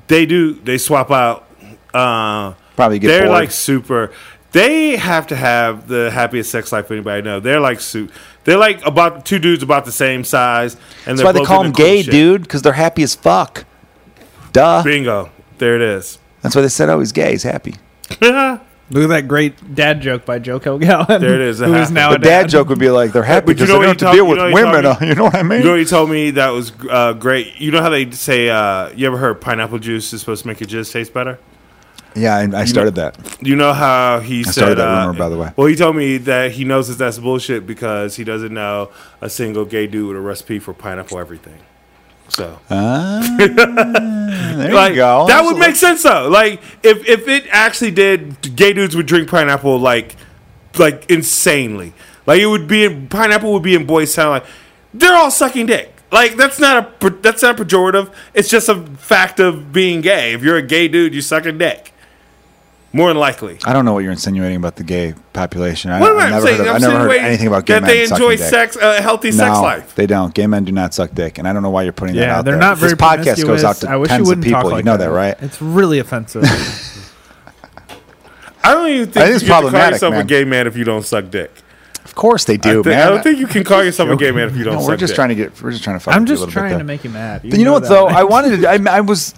they do. They swap out. Uh,
Probably get
They're
bored.
like super. They have to have the happiest sex life anybody know. They're like su They're like about two dudes about the same size, and
That's why
they're
they
both
call them
into cool
gay,
shit.
dude, because they're happy as fuck. Duh.
Bingo. There it is. <laughs>
That's why they said, oh, he's gay. He's happy.
yeah,
Look at that great dad joke by Joe Kilgallen.
There it
<laughs>
is.
Who is now a
The dad joke would be like they're happy
But you
because
know
they
what
don't have
he
to deal
told-
with
you know what he
women.
told
<laughs>
me?
you know what I mean?
You know, he told me that was uh, great. You know how they say uh, you ever heard pineapple juice is supposed to make your jizz taste better.
yeah, I, I started
<laughs>
that.
You know how he said
started that
uh,
rumor, by the way.
Well, he told me that he knows that that's bullshit because he doesn't know a single gay dude with a recipe for pineapple everything. So
Ah, there
like,
you go.
That would make sense though. Like if if it actually did, gay dudes would drink pineapple like like insanely. Like it would be pineapple would be in boys' town. Like they're all sucking dick. Like that's not a that's not pejorative. It's just a fact of being gay. If you're a gay dude, you suck a dick. More than likely.
I don't know what you're insinuating about the gay population. I,
What am I
I've never
saying?
heard, of,
I'm
I've never
saying
heard
wait,
anything about gay
that
men
they
sucking
enjoy
dick.
sex, a healthy sex
no,
life.
They don't. Gay men do not suck dick, and I don't know why you're putting that
Yeah,
out
they're
there.
not very
This podcast goes
promiscuous.
out to
I wish you
tens of
wouldn't talk
people.
like
you know that, right?
It's really <laughs> offensive.
I don't even
I
think,
think it's
you can call
problematic,
yourself a
man.
gay man if you don't suck dick.
Of course they
I,
do,
think-
man.
I don't think you can call yourself a gay man if <laughs> you don't
No,
suck
we're just
dick.
trying to get. We're just trying to fuck.
I'm
with you a
just
little bit
trying
there.
to make you mad.
But you know what
that,
though,
right?
I wanted to. I, I was.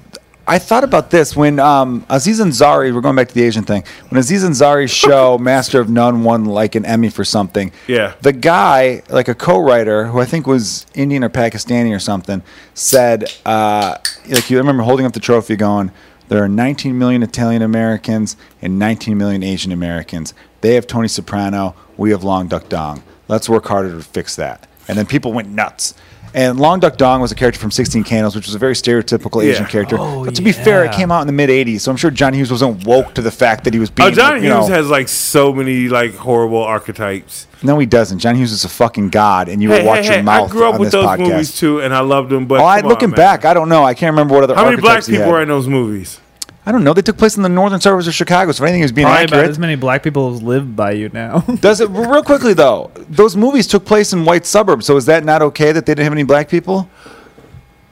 I thought about this when um, Aziz Ansari. We're going back to the Asian thing. When Aziz Ansari's
<laughs>
show Master of None won like an Emmy for something.
Yeah.
The guy, like a co-writer who I think was Indian or Pakistani or something, said uh, like you I remember holding up the trophy, going, "There are 19 million Italian Americans and 19 million Asian Americans. They have Tony Soprano. We have Long Duck Dong. Let's work harder to fix that." And then people went nuts. And Long Duck Dong was a character from 16 Candles, which was a very stereotypical Asian
Yeah.
character.
Oh,
but to be fair, it
yeah.
came out in the mid 80s, so I'm sure John Hughes wasn't woke to the fact that he was being.
Oh, John
you know-
Hughes has like so many like horrible archetypes.
No, he doesn't. John Hughes is a fucking god, and you will watch your mouth
I grew up
on
with
this
those
podcast.
movies too, and I loved them. But
Oh, I,
come
looking
on, man.
back, I don't know. I can't remember what other.
how many black
archetypes he
people
had.
were in those movies?
I don't know. They took place in the northern suburbs of Chicago, so if anything is being
Probably about
accurate.
as many black people as live by you now.
Does it real quickly though? Those movies took place in white suburbs, so is that not okay that they didn't have any black people?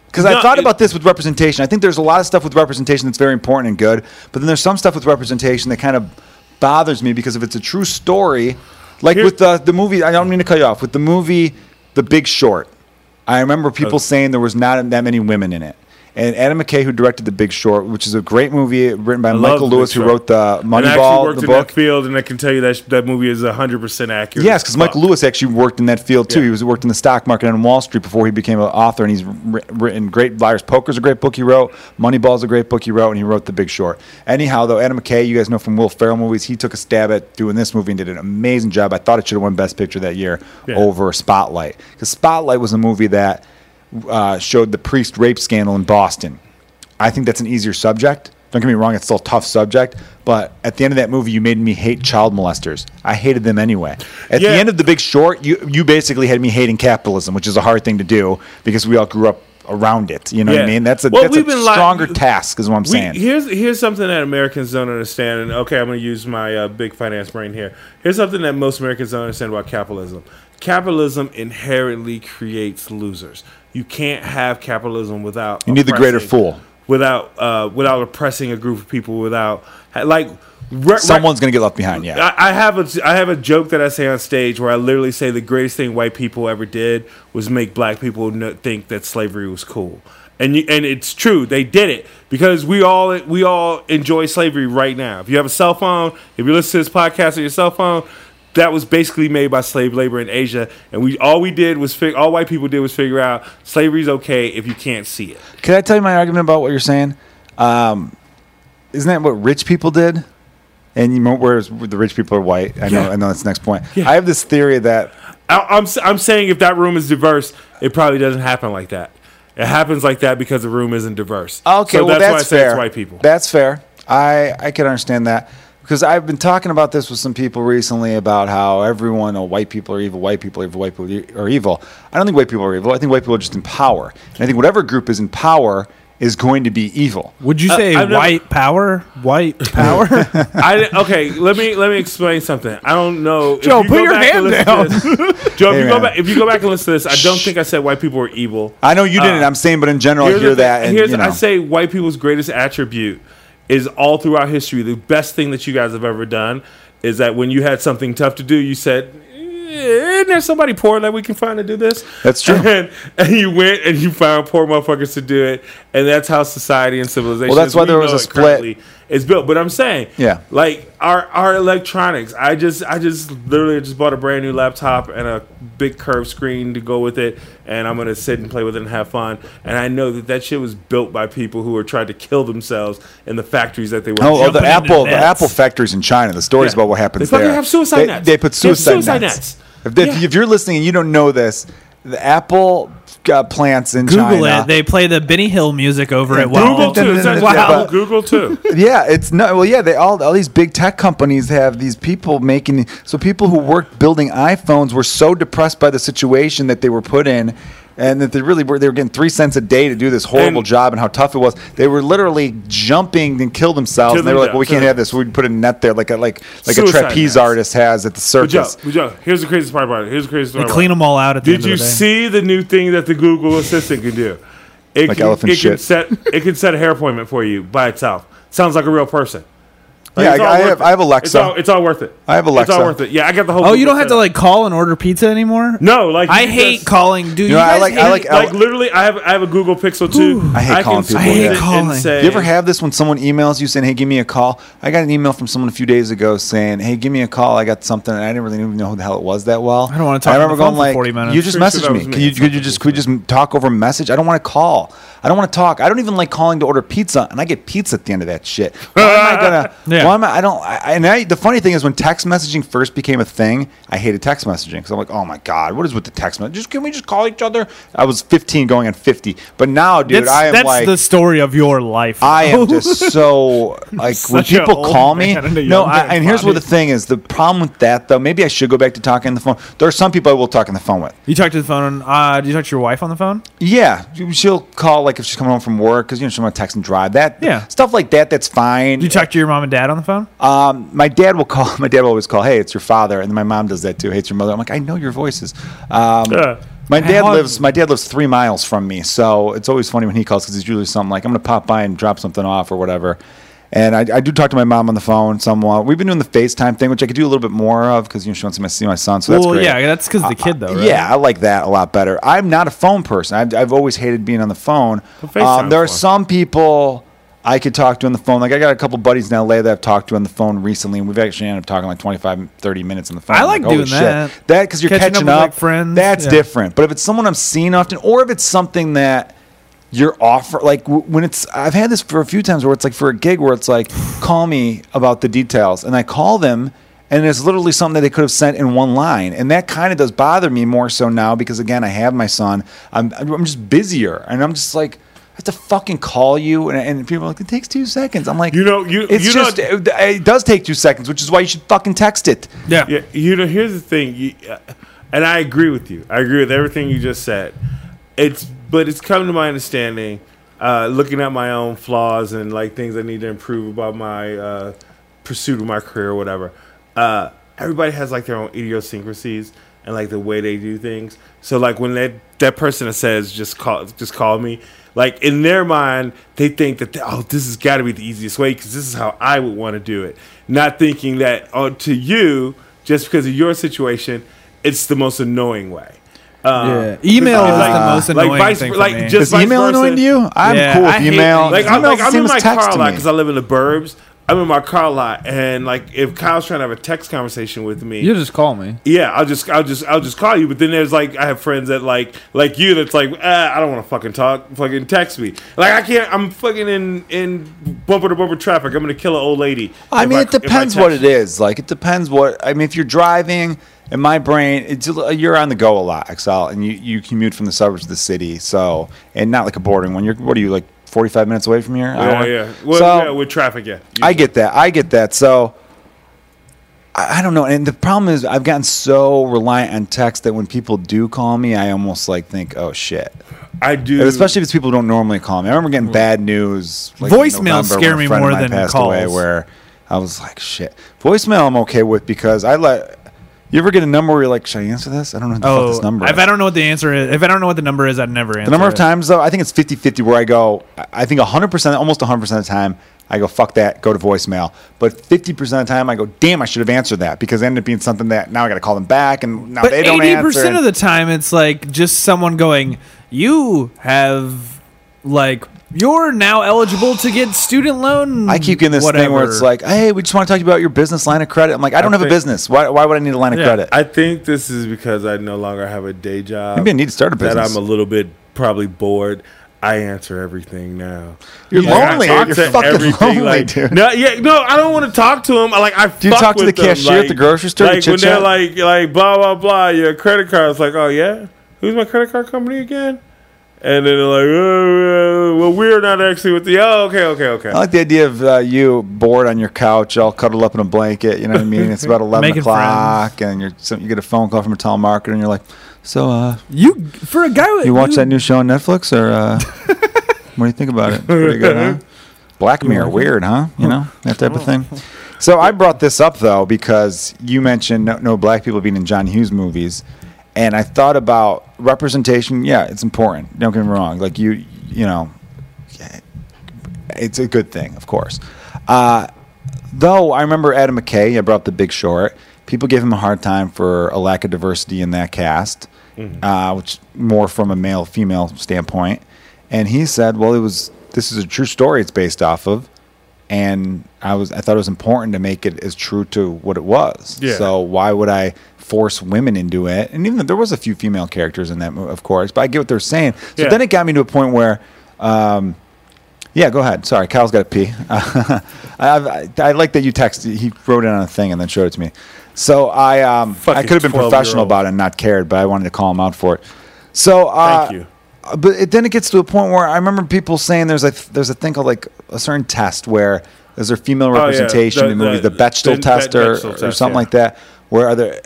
Because
No,
I thought
it-
about this with representation. I think there's a lot of stuff with representation that's very important and good, but then there's some stuff with representation that kind of bothers me because if it's a true story, like
Here-
with the the movie, I don't mean to cut you off. With the movie, The Big Short, I remember people saying there was not that many women in it. And Adam McKay, who directed The Big Short, which is a great movie written by
love
Michael
The Big
Lewis, who
Short.
wrote the
And I actually
Moneyball,
worked
the
in that
book.
field, and I can tell you that sh- that movie is hundred percent accurate.
Yes, because Mike
Fuck.
Lewis actually worked in that field too.
Yeah.
He was worked in the stock market on Wall Street before he became an author, and he's wri- written great. Liar's Poker's a great book he wrote. Moneyball's a great book he wrote, and he wrote The Big Short. Anyhow, though, Adam McKay, you guys know from Will Ferrell movies, he took a stab at doing this movie and did an amazing job. I thought it should have won Best Picture that year
Yeah.
over Spotlight because Spotlight was a movie that uh, showed the priest rape scandal in Boston. I think that's an easier subject. Don't get me wrong; it's still a tough subject. But at the end of that movie, you made me hate child molesters. I hated them anyway. At
Yeah.
the end of The Big Short, you you basically had me hating capitalism, which is a hard thing to do because we all grew up around it. You know what I
Yeah.
mean? That's a
Well,
that's
we've been
a
li-
stronger task, is what I'm
We,
saying.
here's here's something that Americans don't understand, and okay, I'm going to use my uh, big finance brain here. Here's something that most Americans don't understand about capitalism. Capitalism inherently creates losers. You can't have capitalism without
You need the greater
oppressing-
fool.
without uh, without oppressing a group of people without like re-
Someone's gonna get left behind. Yeah.
I, I have a I have a joke that I say on stage where I literally say the greatest thing white people ever did was make black people no, think that slavery was cool, and you, and it's true they did it because we all we all enjoy slavery right now. If you have a cell phone, if you listen to this podcast on your cell phone, that was basically made by slave labor in Asia, and we all we did was fig- all white people did was figure out slavery's okay if you can't see it.
Can I tell you my argument about what you're saying? Um, isn't that what rich people did? And you know, whereas the rich people are white. I know.
Yeah.
I know that's the next point. I have this theory that
I, I'm s- I'm saying if that room is diverse, it probably doesn't happen like that. It happens like that because the room isn't diverse.
Ah, Okay,
so
well
that's,
that's,
why I
fair.
say it's white people.
That's fair. I I can understand that because I've been talking about this with some people recently about how everyone, oh, white people are evil, white people are evil, white people are evil. I don't think white people are evil. I think white people are just in power, and I think whatever group is in power is going to be evil.
<laughs> Would you say
I've never-
white power?
<laughs>
White power?
I, okay, let me let me explain something. I don't know. If
Joe,
you
put
go
your
back and
hand
listen
down.
to this- Joe,
Hey,
if you go
man.
back if you go back and listen to this, I don't think I said white people are evil.
I know you didn't.
Uh,
I'm saying, but in general, I
Here's
hear
the thing-
that, and
here's
you know,
I say white people's greatest attribute is all throughout history. The best thing that you guys have ever done is that when you had something tough to do, you said, "Eh, "Isn't there somebody poor that we can find to do this?"
That's true.
And, and you went and you found poor motherfuckers to do it, and that's how society and civilization.
Well, that's
is.
why
We
there was
know
a
it
split.
currently is built. But I'm saying,
Yeah.
like our our electronics. I just I just literally just bought a brand new laptop and a big curved screen to go with it, and I'm gonna sit and play with it and have fun. And I know that that shit was built by people who were trying to kill themselves in the factories that they were.
Oh, oh, the
Jumping into
Apple, the
nets.
Apple factories in China. The stories
Yeah.
about what happens
They fucking
there.
have suicide
they,
nets.
They put
They have
suicide,
suicide
nets.
nets.
If, if-
Yeah.
if you're listening and you don't know this, the Apple uh, plants in
Google
China.
it. They play the Benny Hill music over it while
Google too. It's actually
Wow.
called
<laughs>
Google too.
yeah, it's not. Well, yeah, they all all these big tech companies have these people making. So people who worked building iPhones were so depressed by the situation that they were put in, and that they really were. They were getting three cents a day to do this horrible
And-
job and how tough it was. They were literally jumping and kill themselves.
To
And they were
the
like, "Well, we
death.
can't have this. We can put a net there, like a like like a
Suicide
trapeze
nets.
artist has at the
But Joe,
circus."
but Joe, here's the craziest part about it. Here's the craziest part.
They
about
clean
it.
them all out at the
Did
end of
you
the day.
see the new thing that the Google Assistant can do? It
Like
can,
elephant
it Can
shit.
set, it can set a hair appointment for you by itself. Sounds like a real person. Like,
Yeah,
it's
I-
all
I
worth
have-
it.
I have Alexa.
It's all, it's all worth it.
I have
It's
Alexa.
all worth it. Yeah, I got the whole.
Oh, you
Google
don't have to
set.
like call and order pizza anymore.
No, like
I
you
hate
just-
calling. Dude, you,
know, I
guys
like- I
hate-
like-
Like literally, I have I have a Google Pixel too.
I hate calling people,
sit
yeah. I hate
and
calling.
say-
You ever have this when someone emails you saying, "Hey, give me a call"? I got an email from someone a few days ago saying, "Hey, give me a call. I got something, and I didn't really even know who the hell it was that well."
I don't wanna talk
I
on
remember
the phone
going
for
like,
40 minutes.
"You just
Pretty sure
messaged
that
me.
was me.
Could you, could you just could you just talk over message? I don't want to call. I don't want to talk. I don't even like calling to order pizza, and I get pizza at the end of that
<laughs>
shit. Why am I gonna?
Yeah.
Why am I? I don't. I, I- and I, the funny thing is, when text messaging first became a thing, I hated text messaging because I'm like, "Oh my god, what is with the text message? Just can we just call each other?" I was 15, going on 50, but now, dude,
that's,
I am
that's
like
the story of your life.
I
<laughs>
am just so like when
Such a
people
old
call me.
man in a
No,
young
I,
man's
and here's where the
body.
thing is. The problem with that though, maybe I should go back to talking on the phone. There are some people I will talk on the phone with.
you talk to the phone. Uh, do you talk to your wife on the phone?
Yeah, she'll call like if she's coming home from work because you know she want to text and drive. That
Yeah.
stuff like that. That's fine.
Do you talk to your mom and dad on the phone?
Um, my dad will call. <laughs> My dad will always call. Hey, it's your father, and then my mom does that too. Hey, it's your mother. I'm like, I know your voices. Um,
Yeah.
My dad
love
lives. My dad lives three miles from me, so it's always funny when he calls because he's usually something like, "I'm going to pop by and drop something off" or whatever. And I, I do talk to my mom on the phone somewhat. We've been doing the FaceTime thing, which I could do a little bit more of because you know she wants me to see my son. So that's
well,
great. Uh,
yeah, that's because the kid though. Right?
Yeah, I like that a lot better. I'm not a phone person. I've, I've always hated being on the phone.
FaceTime
Um, there are
phone.
some people I could talk to on the phone. Like I got a couple buddies in LA that I've talked to on the phone recently, and we've actually ended up talking like 25, 30 minutes on the phone.
I
I'm
like
holy
doing that.
shit. That because you're catching,
Catching up with,
up.
like, friends.
That's
Yeah.
different. But if it's someone I'm seeing often, or if it's something that you're offer like w- when it's I've had this for a few times where it's like for a gig where it's like call me about the details and I call them and it's literally something that they could have sent in one line and that kind of does bother me more so now because again I have my son I'm I'm just busier and I'm just like I have to fucking call you and, and people are like it takes two seconds I'm like
You know, you-
it's
you know-
just it, it does take two seconds which is why you should fucking text it
yeah.
Yeah, you know, here's the thing, you, uh, and I agree with you. I agree with everything you just said. It's but it's come to my understanding, uh, looking at my own flaws and like things I need to improve about my uh, pursuit of my career or whatever. Uh, everybody has like their own idiosyncrasies and like the way they do things. So like when that that person that says just call just call me, like in their mind they think that oh this has got to be the easiest way because this is how I would want to do it. Not thinking that oh, to you just because of your situation, it's the most annoying way. Uh,
Email
because,
is
like-
the most
like
annoying
vice-
thing.
like,
for me.
is
just-
email
vice versa.
annoying to you I'm
Yeah,
cool
I
with
hate
email
email.
like I'm,
Email's
like,
the
I'm
same
in
as
my
text
car a
to
lot
me.
because I live in the burbs. I'm in my car a lot, and like if Kyle's trying to have a text conversation with me,
You just call me.
yeah, I'll just I'll just I'll just call you. But then there's like I have friends that like like you that's like ah, I don't want to fucking talk. Fucking text me. Like I can't. I'm fucking in in bumper to bumper traffic. I'm gonna kill an old lady.
I
if
mean, it
if
depends
text
what
you.
it is. Like, it depends what. I mean, if you're driving, in my brain, it's you're on the go a lot, Excel, and you you commute from the suburbs to the city. So, and not like a boarding one. You're what are you like 45 minutes away from here?
Yeah,
Hour?
Oh, yeah. Well,
So-
yeah, with traffic, yeah.
I get that. I get that. So I, I don't know. And the problem is, I've gotten so reliant on text that when people do call me, I almost like think, oh shit.
I do.
And especially if it's people who don't normally call me. I remember getting bad news. in
Voicemails
November when
scare
a
me
friend of
more
mine
than
passed
calls.
Away where I was like, shit. Voicemail, I'm okay with because I let. You ever get a number where you're like, should I answer this? I don't know what the fuck
oh,
this number.
if
is.
I don't know what the answer is, if I don't know what the number is, I'd never answer.
The number of
it.
times, though, I think it's 50 50 where I go, I- I think 100%, almost 100% of the time, I go, fuck that, go to voicemail. But 50% of the time, I go, damn, I should have answered that because it ended up being something that now I got to call them back and now
But
they don't
eighty
answer.
percent of the time, it's like just someone going, "You have like you're now eligible to get student loan.
I keep getting this thing where it's
whatever.
like, hey, we just want to talk to you about your business line of credit. I'm like, I don't have a
think-
business. Why, why would I need a line of
Yeah,
credit?
I think this is because I no longer have a day job.
Maybe I need to start a
That
business.
I'm a little bit probably bored. I answer everything now.
You're
Like, I
lonely.
talk
You're
to
fucking
everything,
lonely,
like,
dude.
No, yeah, no, I don't want to talk to them. Like, I do
you talk to the cashier at the grocery store to
Like when they're
chit-chat?
like, like blah blah blah. Your credit card is like, oh yeah, who's my credit card company again? And then they're like, oh, well, we're not actually with the. Oh, okay, okay, okay.
I like the idea of uh, you bored on your couch, all cuddled up in a blanket. You know what I mean? It's
<laughs>
about eleven
Making
o'clock, and you're so you get a phone call from a telemarketer, and you're like, "So, uh,
you for a guy.
you watch that new show on Netflix, or <laughs> uh, what do you think about it? Pretty good, huh? Black Mirror, weird, huh? You know that type of thing." <laughs> So I brought this up though because you mentioned no, no black people being in John Hughes movies, and I thought about representation. Yeah, it's important. Don't get me wrong. Like you, you know, it's a good thing, of course. Uh, though I remember Adam McKay, I brought up The Big Short. People gave him a hard time for a lack of diversity in that cast,
Mm-hmm.
uh, which more from a male female standpoint. And he said, "Well, it was this is a true story. It's based off of." And I was I thought it was important to make it as true to what it was.
Yeah.
So why would I force women into it? And even though there was a few female characters in that movie, of course, but I get what they're saying. So
Yeah.
then it got me to a point where yeah, go ahead. Sorry, Kyle's got to pee. <laughs> I, I, I like that you texted. He wrote it on a thing and then showed it to me. So I, um, I
Fucking
could have been
12-year-old.
professional about it and not cared, but I wanted to call him out for it. So uh,
Thank you.
uh, But it, then it gets to a point where I remember people saying there's a there's a thing called like a certain test where is there female
Oh, yeah.
representation
The-
in movies, the,
the-
Bechdel
the
test,
Be-
or,
Bechdel
or
test,
something
yeah.
like that, where are there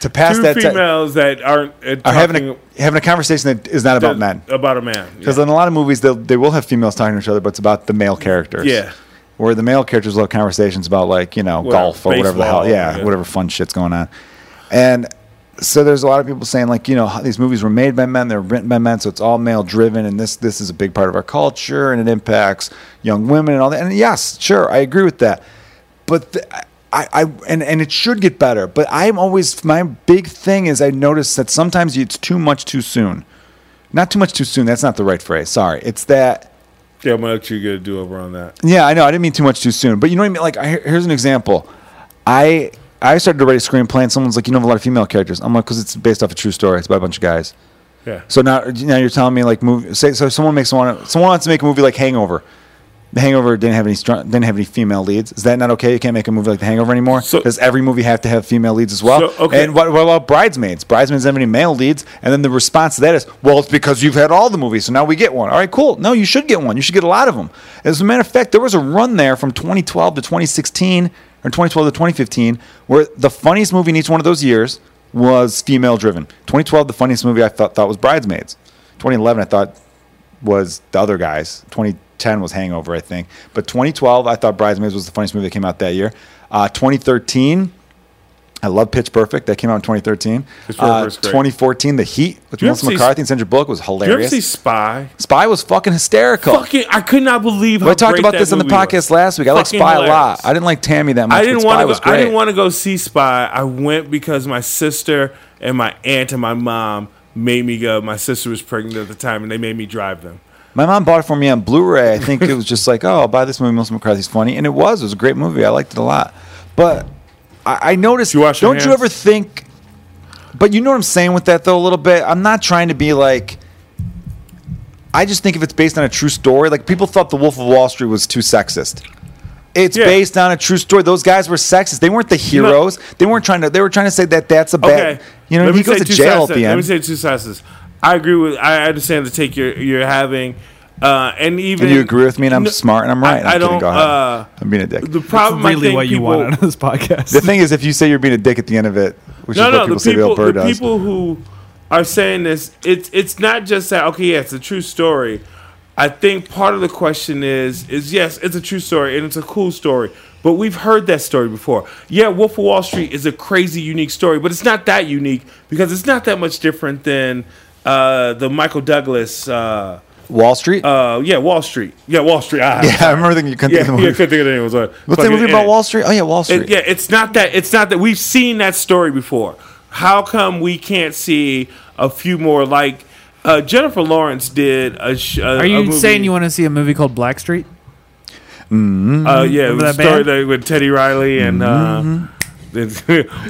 to pass
Two
that test are
females that aren't uh, talking
having a having a conversation that is not about men.
About a man.
Because
yeah.
in a lot of movies, they'll, they will have females talking to each other, but it's about the male characters.
Yeah.
Where the male characters will have conversations about, like, you know,
Whatever,
golf or whatever the
baseball,
hell. Yeah,
yeah.
whatever fun shit's going on. And so there's a lot of people saying, like, you know, how these movies were made by men, they're written by men, so it's all male driven, and this, this is a big part of our culture, and it impacts young women and all that. And yes, sure, I agree with that but th- I, I and, and it should get better. But I'm always my big thing is I notice that sometimes it's too much too soon. Not too much too soon. That's not the right phrase. Sorry. It's that.
yeah, I'm gonna let you get a do over on that.
Yeah, I know. I didn't mean too much too soon. But you know what I mean. Like I, here's an example. I I started to write a screenplay and someone's like, you know, a lot of female characters. I'm like, because it's based off a true story. It's by a bunch of guys.
Yeah.
So now, now you're telling me like movie. Say, so someone makes one. Someone wants to make a movie like Hangover. The Hangover didn't have any strong, didn't have any female leads. Is that not okay? You can't make a movie like The Hangover anymore.
So-
Does every movie have to have female leads as well?
So, okay.
And what, what about Bridesmaids? Bridesmaids have any male leads, and then the response to that is, well, it's because you've had all the movies, so now we get one. All right, cool. No, you should get one. You should get a lot of them. As a matter of fact, there was a run there from 2012 to 2016 or 2012 to 2015 where the funniest movie in each one of those years was female driven. 2012, the funniest movie I thought thought was Bridesmaids. 2011, I thought was the other guys. 2010 was Hangover, I think. But 2012, I thought Bridesmaids was the funniest movie that came out that year. Uh, 2013, I love Pitch Perfect. That came out in 2013.
Pitch
Uh,
Perfect's great.
2014, The Heat with
You ever
Melissa
see-
McCarthy and Sandra Bullock was
Do you ever
hilarious.
see Spy?
Spy was fucking hysterical.
Fucking, I could not believe how
I talked
great
about
that
this on the
movie was.
podcast last week. I like
Fucking
Spy a lot.
hilarious.
I didn't like Tammy that much.
I didn't
but Spy
want to
was
go. I
great.
didn't want to go see Spy. I went because my sister and my aunt and my mom made me go. My sister was pregnant at the time, and they made me drive them.
My mom bought it for me on Blu-ray. I think it was just like, oh, I'll buy this movie. Melissa McCarthy's funny, and it was. It was a great movie. I liked it a lot. But I, I noticed.
you wash your
don't you
hands?
ever think? But you know what I'm saying with that though a little bit. I'm not trying to be like. I just think if it's based on a true story, like people thought The Wolf of Wall Street was too sexist. It's
Yeah.
based on a true story. Those guys were sexist. They weren't the heroes. They weren't trying to. They were trying to say that that's a bad.
Okay,
You know,
Let
he
me
goes
say
to
two
jail
sides
at
to-
the
Let me
end.
say two sides. I agree with. I understand the take you're you're having, uh, and even
and you agree with me, and I'm
No,
smart, and I'm right.
I, I
I'm kidding.
don't.
Go ahead.
Uh,
I'm being a dick.
the problem I
really
think
what you
people-
want out of this
The
podcast.
thing is, if you say you're being a dick at the end of it, which
no,
is what
no,
people
the
say
people,
Bill Burr
the
does,
people who are saying this, it's it's not just that. Okay, yeah, it's a true story. I think part of the question is is yes, it's a true story and it's a cool story, but we've heard that story before. Yeah, Wolf of Wall Street is a crazy unique story, but it's not that unique because it's not that much different than uh, the Michael Douglas. Uh,
Wall Street.
uh, yeah, Wall Street. Yeah, Wall Street. Ah,
<laughs> yeah, <laughs> I remember thinking you couldn't
yeah,
think of the
yeah,
movie.
couldn't think of the name. It was a
What's the
fucking-
movie about
and-
Wall Street? Oh yeah, Wall Street.
it- yeah, it's not that. It's not that we've seen that story before. How come we can't see a few more like Uh, Jennifer Lawrence did a. Sh- a
<laughs> Are
a
you
movie-
saying you want to see a movie called Blackstreet?
Uh, yeah, it was
Remember
a
that
story
band?
that with Teddy Riley and. Uh,
Mm-hmm.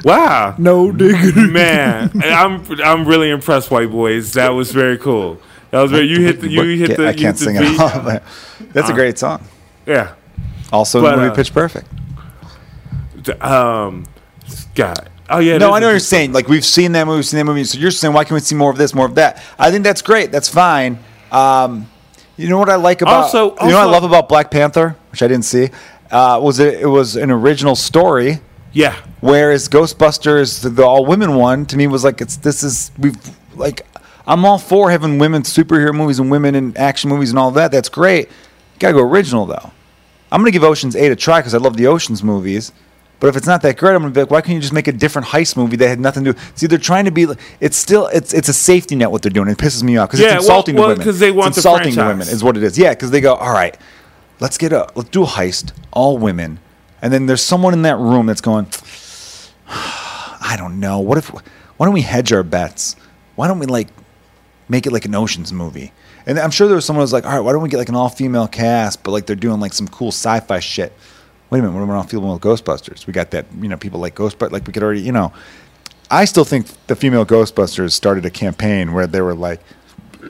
<laughs> wow,
<laughs>
No, diggity.
man, I'm I'm really impressed, white boys. That was very cool. That was very. You hit the. You hit the.
I
you
can't
hit the
sing
beat.
it all. but That's a great song.
Yeah.
Also,
but,
the movie
uh,
Pitch Perfect.
Um, God. Oh
No, I
yeah. this
know what
is-
you're saying. Like we've seen that movie, we've seen that movie. So you're saying, why can't we see more of this, more of that? I think that's great. That's fine. Um, you know what I like about
Also-
you know what I
also-
love about Black Panther, which I didn't see, uh, was it, it was an original story.
Yeah.
Whereas Ghostbusters, the, all women one, to me was like it's this is we've like I'm all for having women superhero movies and women in action movies and all that. That's great. Gotta go original though. I'm gonna give Ocean's Eight a try because I love the Ocean's movies. But if it's not that great, I'm gonna be like, why can't you just make a different heist movie that had nothing to do? See, they're trying to be. like- It's still it's it's a safety net what they're doing. It pisses me off because
Yeah, well-
it's insulting
well,
to women.
'cause they
it's
want the
insulting to
franchise.
women is what it is. Yeah, because they go, all right, let's get a let's do a heist, all women, and then there's someone in that room that's going. I don't know. What if? Why don't we hedge our bets? Why don't we like make it like an Ocean's movie? And I'm sure there was someone who was like, all right, why don't we get like an all female cast, but like they're doing like some cool sci fi shit. Wait a minute, what about all female Ghostbusters? We got that, you know, people like Ghostbusters, like we could already, you know. I still think the female Ghostbusters started a campaign where they were like,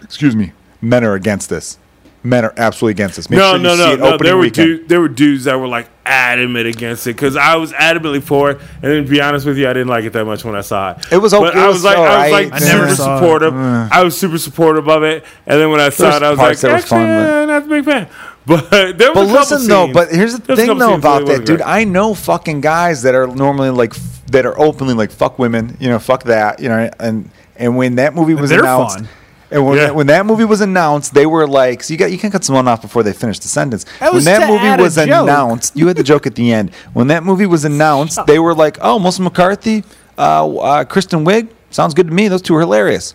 excuse me, men are against this. Men are absolutely against this. Make
no,
sure you
no,
see
no,
it
no.
opening
There were
weekend.
dude, there were dudes that were like adamant against it because I was adamantly for it, and then to be honest with you, I didn't like it that much when I saw it.
It was
But
okay,
I
it
was
was
like, I was
alright.
like
I
never
super
saw it.
supportive. I was super supportive of it, and then when I saw
There's
it, I was like,
parts that were
actually,
fun, but-
I'm not a big fan. <laughs> But there was
But
a couple
listen though,
scenes-
but here's the
there was
thing
a couple
though
scenes where
about
it wasn't
that, dude.
great.
I know fucking guys that are normally like f- that are openly like fuck women, you know, fuck that, you know, and and when that movie was
They're
announced.
fun.
And when,
Yeah.
that, when that movie was announced, they were like, "So you got you can cut someone off before they finish the sentence."
That was
when that
to add
movie
a
was
joke.
announced, you had the joke at the end. When that movie was announced, they were like, "Oh, Melissa McCarthy, uh, uh, Kristen Wiig, sounds good to me. Those two are hilarious."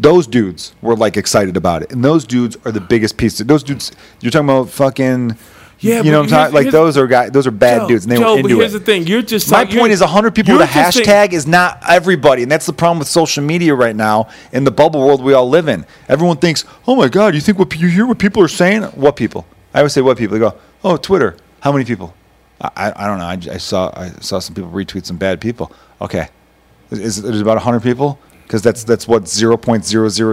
Those dudes were like excited about it, and those dudes are the biggest piece. Those dudes, you're talking about fucking,
Yeah,
you know
but
what I'm
here's-
talking. Like
here's-
those are guys, those are bad
Joe,
dudes, and they
Joe,
were
but
into
here's
it.
the thing: you're just
My
like- you're-
point is, 100 people with a
you're just
hashtag
thinking-
is not everybody, and that's the problem with social media right now in the bubble world we all live in. Everyone thinks, "Oh my God, you think what you hear what people are saying? What people? I always say what people. They go, "Oh, Twitter. How many people? I, I, I don't know. I, j- I saw I saw some people retweet some bad people. Okay, is, is there's about 100 people because that's that's what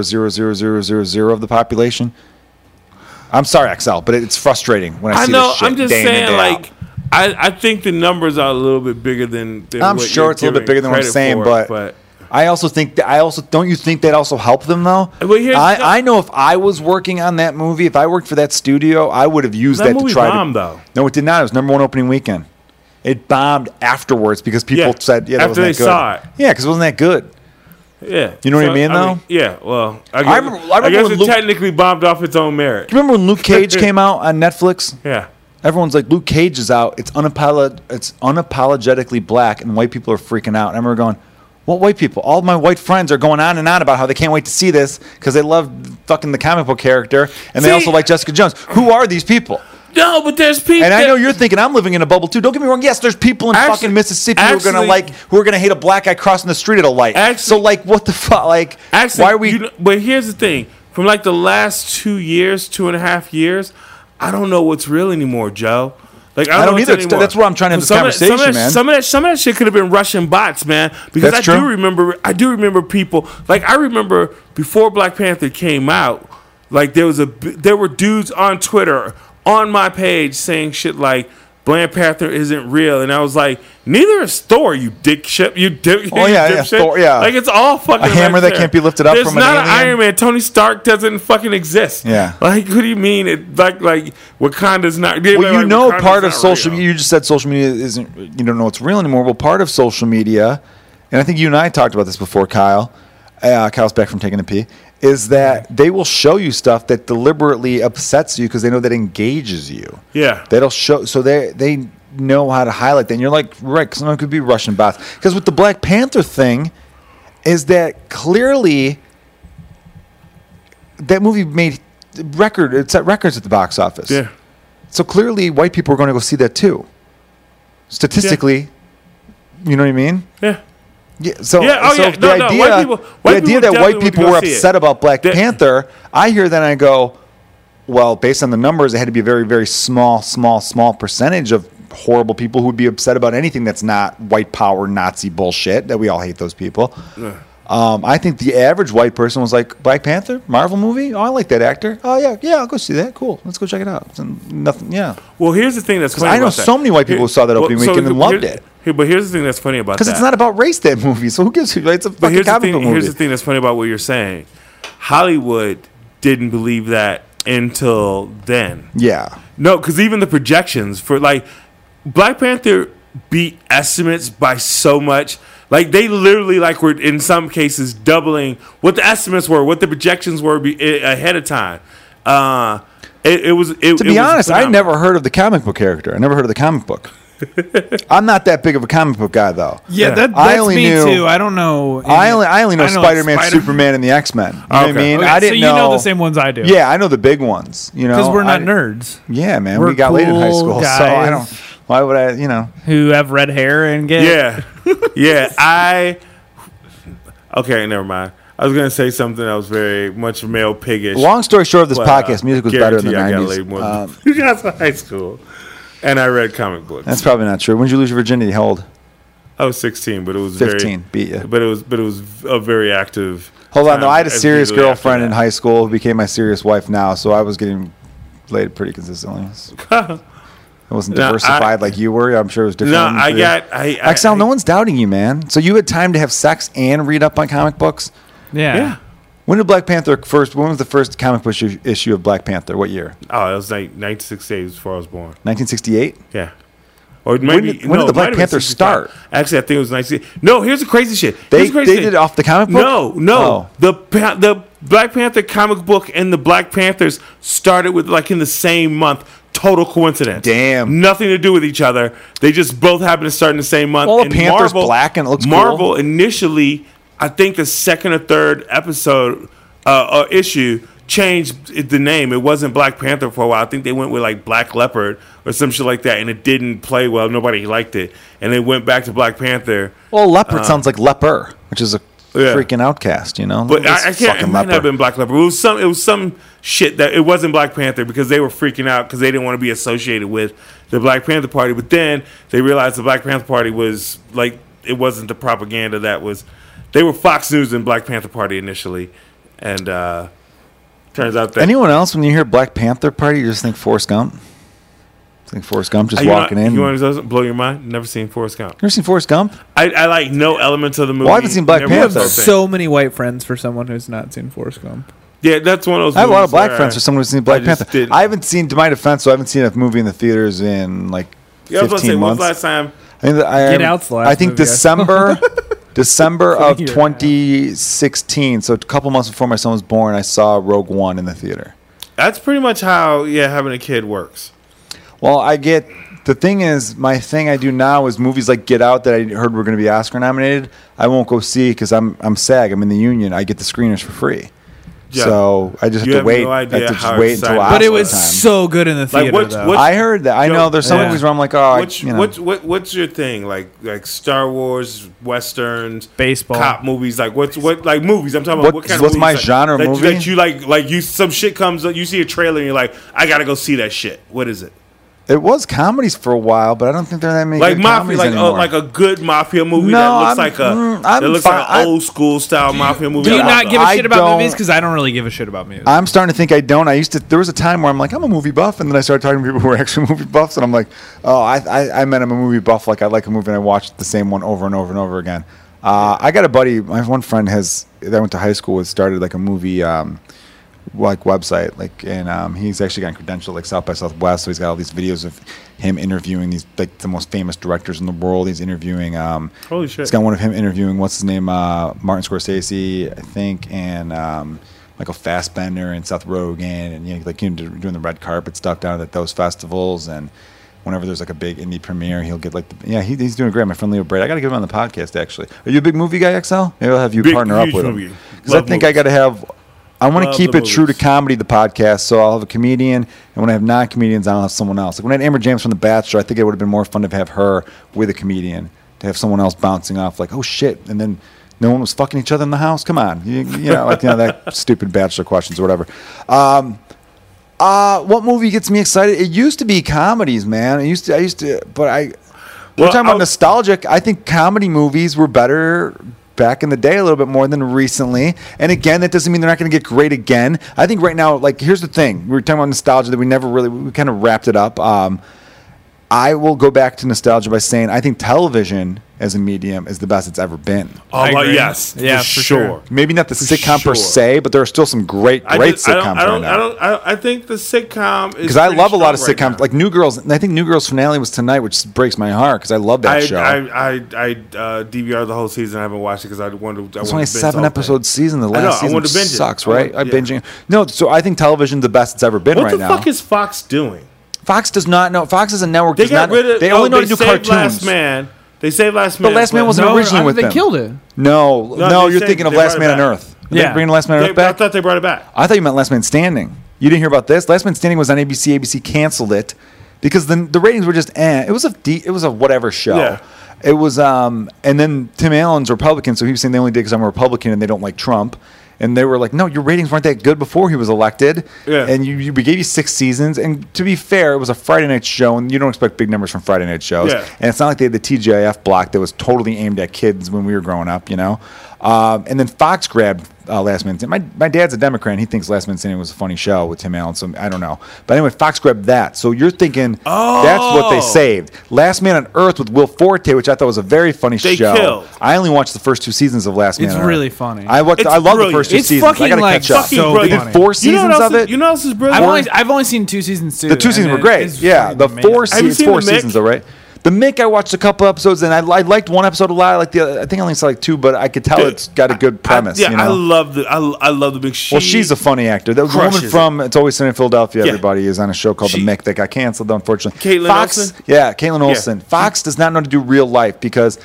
0.00000000 of the population. I'm sorry, Excel, but it's frustrating when I,
I
see
know.
this shit
I'm just
day in and
saying,
day out.
like, I, I think the numbers are a little bit bigger than. than
I'm
what
sure
you're
it's a little bit
giving
bigger than what I'm
credit
saying,
for,
but, I also think that I also don't you think that also helped them though?
Well, here's the-
I, I know if I was working on that movie, if I worked for that studio, I would have used
That
that,
movie
to try
bombed,
to.
though.
No, it did not. It was number one opening weekend. It bombed afterwards because people
Yeah,
said, "Yeah, that
after
wasn't
they
that good."
saw it.
Yeah, because it wasn't that good.
yeah,
You know what I mean, though?
yeah. Well, I guess,
remember- I remember
guess
when
it
Luke-
technically bombed off its own merit.
Do you remember when Luke
<laughs>
Cage came out on Netflix?
Yeah.
Everyone's like, Luke Cage is out. It's unapolog- It's unapologetically black, and white people are freaking out. And I remember going, "What white people? All my white friends are going on and on about how they can't wait to see this because they love fucking the comic book character, and they
See-
also like Jessica Jones. Who are these people?"
No, but there's people.
And I know you're thinking I'm living in a bubble too. Don't get me wrong. Yes, there's people in
Actually-
fucking Mississippi who are
actually-
gonna like who are gonna hate a black guy crossing the street at a light.
Actually-
so like, what the fuck? Like,
Actually,
why are we?
you know- but here's the thing: from like the last two years, two and a half years, I don't know what's real anymore, Joe. Like I don't,
I don't
know what's
either. It's-
anymore.
that's where I'm trying to have this
some of, that- some
conversation,
of that,
man.
Some of that, some of that shit could have been Russian bots, man. Because
That's
I do
true.
remember, I do remember people. Like I remember before Black Panther came out, like there was a, b- there were dudes on Twitter on my page saying shit like. Black Panther isn't real, and I was like, "Neither is Thor, you dick ship, you <laughs> dick."
Oh, yeah, yeah, Thor, yeah.
Like it's all fucking
A hammer
right
that
there.
can't be lifted up
There's
from an
not
alien?
Iron Man. Tony Stark doesn't fucking exist.
Yeah.
Like, what do you mean? It, like, like Wakanda's not.
Well, you
like,
know,
Wakanda's
part of
not
social
real.
media, you just said social media isn't, you don't know what's real anymore. Well, part of social media, and I think you and I talked about this before, Kyle. Uh, Kyle's back from taking a pee. Is that they will show you stuff that deliberately upsets you because they know that engages you.
Yeah.
That'll show, so they, they know how to highlight that. And you're like, right, someone could be Russian bots. Because with the Black Panther thing, is that clearly that movie made record, it set records at the box office.
Yeah.
So clearly, white people are going to go see that too. Statistically, you know what I mean?
Yeah.
Yeah, so,
Yeah, oh,
so
yeah,
the
no, no,
idea,
white people- white
the idea that
people definitely
white
would
people
go
were
see it.
upset about Black
That-
Panther, I hear that and I go, well, based on the numbers, it had to be a very, very small, small, small percentage of horrible people who would be upset about anything that's not white power Nazi bullshit. That we all hate those people. Um, I think the average white person was like Black Panther, Marvel movie. Oh, I like that actor. Oh yeah, yeah, I'll go see that. Cool, let's go check it out. It's nothing, yeah,
Well, here's the thing that's funny.
I know
about that.
so many white people
Here-
who saw that opening
well, so
weekend and
here-
loved
here-
it.
here- But here's the thing that's funny about
because
that.
it's not about race. That movie, so who gives? a- It's a
But
fucking
here's the
comic
thing.
book movie.
Here's the thing that's funny about what you're saying. Hollywood didn't believe that until then.
Yeah.
No, because even the projections for like Black Panther beat estimates by so much. Like they literally like were in some cases doubling what the estimates were, what the projections were be, i ahead of time. Uh, it, it was. It,
To be honest, I never heard of the comic book character. I never heard of the comic book. I'm not that big of a comic book guy, though.
Yeah, that, that's
I only
me
knew-
too. I don't know.
I only, I only know
don't
Spider Man,
Spider-
Superman, and the X Men. You know what I
Okay.
mean?
<laughs> Okay,
I didn't
so you know, the same ones I do.
Yeah, I know the big ones. You know,
because we're
I
not
di-
nerds
Yeah, man,
We're
we got late in high
cool
school, so I
guys.
don't. Why would I? You know,
who have red hair and get
Yeah, yeah. I okay. Never mind. I was gonna say something that was very much male piggish.
long story short of this
but, uh,
podcast, music was better in the
guarantee I got laid
'90s.
more than- <laughs>
Um,
You guys were high school, and I read comic books.
that's probably not true. When did you lose your virginity? How old?
I was 16, but it was
15,
Very,
beat ya.
But it was but it was a very active.
Hold on,
time
though. I had a
immediately
serious
after
girlfriend
that.
in high school who became my serious wife now, so I was getting laid pretty
<laughs>
consistently. I wasn't
No, I-
diversified like you were. I'm sure it was different.
No,
than
I
you.
got I, I
XL, no one's doubting you, man. So you had time to have sex and read up on comic books.
yeah.
Yeah.
When did Black Panther first? When was the first comic book issue, issue of Black Panther? What year?
Oh, it was like 1968 before I was born.
1968.
Yeah. Or maybe,
did- when did the
it
Black
might have been
Panther
65.
start?
Actually, I think it was 1968. No, here's the crazy shit. Here's
They
the crazy
they did it off the comic book.
No, no.
Oh.
The pa- the Black Panther comic book and the Black Panthers started with like in the same month. Total coincidence.
Damn.
Nothing to do with each other. They just both happened to start in the same month.
Well, the Panther's black and it looks cool.
Marvel initially, I think the second or third episode uh, or issue changed it- the name. It wasn't Black Panther for a while. I think they went with like Black Leopard or some shit like that, and it didn't play well. Nobody liked it, and they went back to Black Panther.
Well, leopard sounds like leper, which is a
Uh. Yeah.
freaking outcast. You know,
But
Look at
I, I
this
can't. It
fucking
might not
leper.
have been Black Leopard. It was some. It was some shit that it wasn't Black Panther because they were freaking out because they didn't want to be associated with the Black Panther Party. But then they realized the Black Panther Party was like it wasn't the propaganda that was. They were Fox News and Black Panther Party initially, and uh turns out that
Anyone else, when you hear Black Panther Party, you just think Forrest Gump? Think Forrest Gump just
you know-
walking in.
You
You
want to blow your mind? Never seen Forrest Gump.
ever seen Forrest Gump?
I, I like no elements of the movie.
I haven't seen Black
Never
You
watched
have
Panther.
that thing.
so many white friends for someone who's not seen Forrest Gump.
yeah, that's one of those.
I have a lot of
movies
black
where
friends
I-
for someone who's seen Black
uh, I just
Panther.
didn't-
I haven't seen, to my defense, so I haven't seen a movie in the theaters in like
Yeah, I was about to say,
fifteen
when was
months.
the last time?
I think that I,
Get Out's the last
I think
movie I saw. <laughs>
December, December of
Year and a half.
2016. So a couple months before my son was born, I saw Rogue One in the theater.
That's pretty much how yeah having a kid works.
Well, I get the thing is my thing I do now is movies like Get Out that I heard were going to be Oscar nominated. I won't go see because I'm I'm SAG. I'm in the union. I get the screeners for free.
Yeah.
So I just
You
have
have
to wait.
no
I have
idea
to just
how
wait until
excited-
Oscar
But
But
it
it
Oscar
was
time.
so good in the
Like,
theater.
what's-
though.
what's-
I heard that. I
Yo,
know there's some
yeah.
movies where I'm like, oh,
Which,
I, you know.
what, what, what's your thing? Like, like Star Wars, westerns,
Baseball.
cop movies. Like, what's what? Like movies. I'm talking about
What-
what, kind
what's
of
my
movies, like,
genre
that,
movie?
that you like? Like you, some shit comes up. You see a trailer and you're like, I gotta go see that shit. What is it?
it was comedies for a while, but I don't think there are that many
Like
good
mafia,
comedies
like
anymore.
a, like a good mafia movie
No,
that
I'm-
looks like a
mm, I'm
that looks
fi-
like an old school style mafia movie.
Do you
that
not
I-
give a
I
shit about
don't-
movies? Because I don't really give a shit about
<laughs>
music.
I'm starting to think I don't. I used to. There was a time where I'm like, I'm a movie buff, and then I started talking to people who are <laughs> actually movie buffs, and I'm like, oh, I, I, I meant I'm a movie buff. Like I like a movie, and I watched the same one over and over and over again. Uh, I got a buddy. My one friend has that I went to high school with started like a movie. Um, like website like and um, he's actually got credential like south by southwest so he's got all these videos of him interviewing these like the most famous directors in the world he's interviewing um
Holy shit.
he's got one of him interviewing what's his name uh martin scorsese i think and um michael fassbender and seth rogen and you know, like you know, doing the red carpet stuff down at those festivals and whenever there's like a big indie premiere he'll get like the, yeah he, he's doing great my friend leo braid i gotta get him on the podcast actually are you a big movie guy xl maybe i'll have you
Big,
partner up
huge
with him
movie.
because i
Love
think i
movies.
got to have I want to
Love
keep
the
it true to
movies.
comedy, the podcast. So I'll have a comedian, and when I have non-comedians, I'll have someone else. Like when I had Amber James from The Bachelor, I think it would have been more fun to have her with a comedian to to have someone else bouncing off like, oh shit, and then no one was fucking each other in the house. Come on, you, you know, like you know
<laughs>
that stupid bachelor questions or whatever. Um, uh, what movie gets me excited? It used to be comedies, man. I used to, I used to, but I. we're
Well,
talking
I'll-
about nostalgic. I think comedy movies were better back in the day a little bit more than recently. And again, that doesn't mean they're not going to get great again. I think right now, like here's the thing: we were talking about nostalgia that we never really, we kind of wrapped it up. Um, I will go back to nostalgia by saying I think television as a medium is the best it's ever been.
Oh,
I
well,
agree.
yes, for
Yeah, for
sure.
sure.
Maybe not the sitcom per
sure.
se, but there are still some great,
I
great
just- I
sitcoms
don't, I
right
don't,
now.
I don't, I don't. I think the sitcom is
because I
pretty
love a lot of
strong right
sitcoms,
now.
like New Girls. and I think New Girls finale was tonight, which breaks my heart because I love that
I,
show.
I, I, I uh, DVR the whole season. I haven't watched it because I wanted. to. I
it's
wanted
only a
to
seven
binge the whole thing.
episode season. The
I know, I
last season
wanted to binge it.
sucks,
I
right?
wanted-
I'm
yeah.
binging. No, so I think television's the best it's ever been
What
right
the
now.
fuck is Fox doing?
Fox does not know. Fox is a network.
They
does
got
not,
rid of.
They only
oh,
know to do
saved
cartoons.
Last Man. They saved Last Man.
Last Man
but-
was an
No,
originally
I
with
they
them.
killed it.
No, no,
they
you're
said
thinking of
they brought
Last
it
Man on
back.
Earth. Are they
Yeah.
bringing Last Man on
They,
Earth back.
I thought they brought it back.
I thought you meant Last Man Standing. You didn't hear about this. Last Man Standing was on ABC. ABC canceled it because the the ratings were just eh. It was a D, it was a whatever show.
Yeah.
It was um and then Tim Allen's Republican, so he was saying they only did because I'm a Republican and they don't like Trump. And they were like, no, your ratings weren't that good before he was elected.
Yeah.
And you, you, we gave you six seasons. And to be fair, it was a Friday night show, and you don't expect big numbers from Friday night shows.
Yeah.
And it's not like they had the TGIF block that was totally aimed at kids when we were growing up, you know. Um, and then Fox grabbed uh, Last Man Standing. My, my dad's a Democrat, and he thinks Last Man Standing was a funny show with Tim Allen. So I don't know. But anyway, Fox grabbed that. So you're thinking that's what they
Oh.
saved. Last Man on Earth with Will Forte, which I thought was a very funny
They
show.
killed.
I only watched the first two seasons of Last Man.
It's
on Earth.
really funny.
I watched.
It's
I love the
brilliant.
first two
It's
seasons. I
fucking,
gotta
like,
catch up.
fucking So
they did
funny.
four
You know
seasons
what else
of
is-
it.
You know what else is
I've
brilliant?
only I've only seen two seasons too.
The two
and
seasons were
it-
great.
it's
Yeah,
fucking
the
amazing.
four
Have you
seasons,
seen
four
The Mick?
seasons though, right? The Mick, I watched a couple episodes and I, I liked one episode a lot. I liked the other, I think I only saw like two, but I could tell
Dude,
it's got a good premise.
I, yeah,
you know?
I love the. I, I love the big. She,
well, she's a funny actor. That was a woman
crushes
from It's Always Sunny in Philadelphia.
Yeah.
Everybody is on a show called
She-
The Mick that got canceled, unfortunately.
Caitlin
Fox,
Olsen?
yeah, Caitlin Olsen. Fox does not know how to do real life because,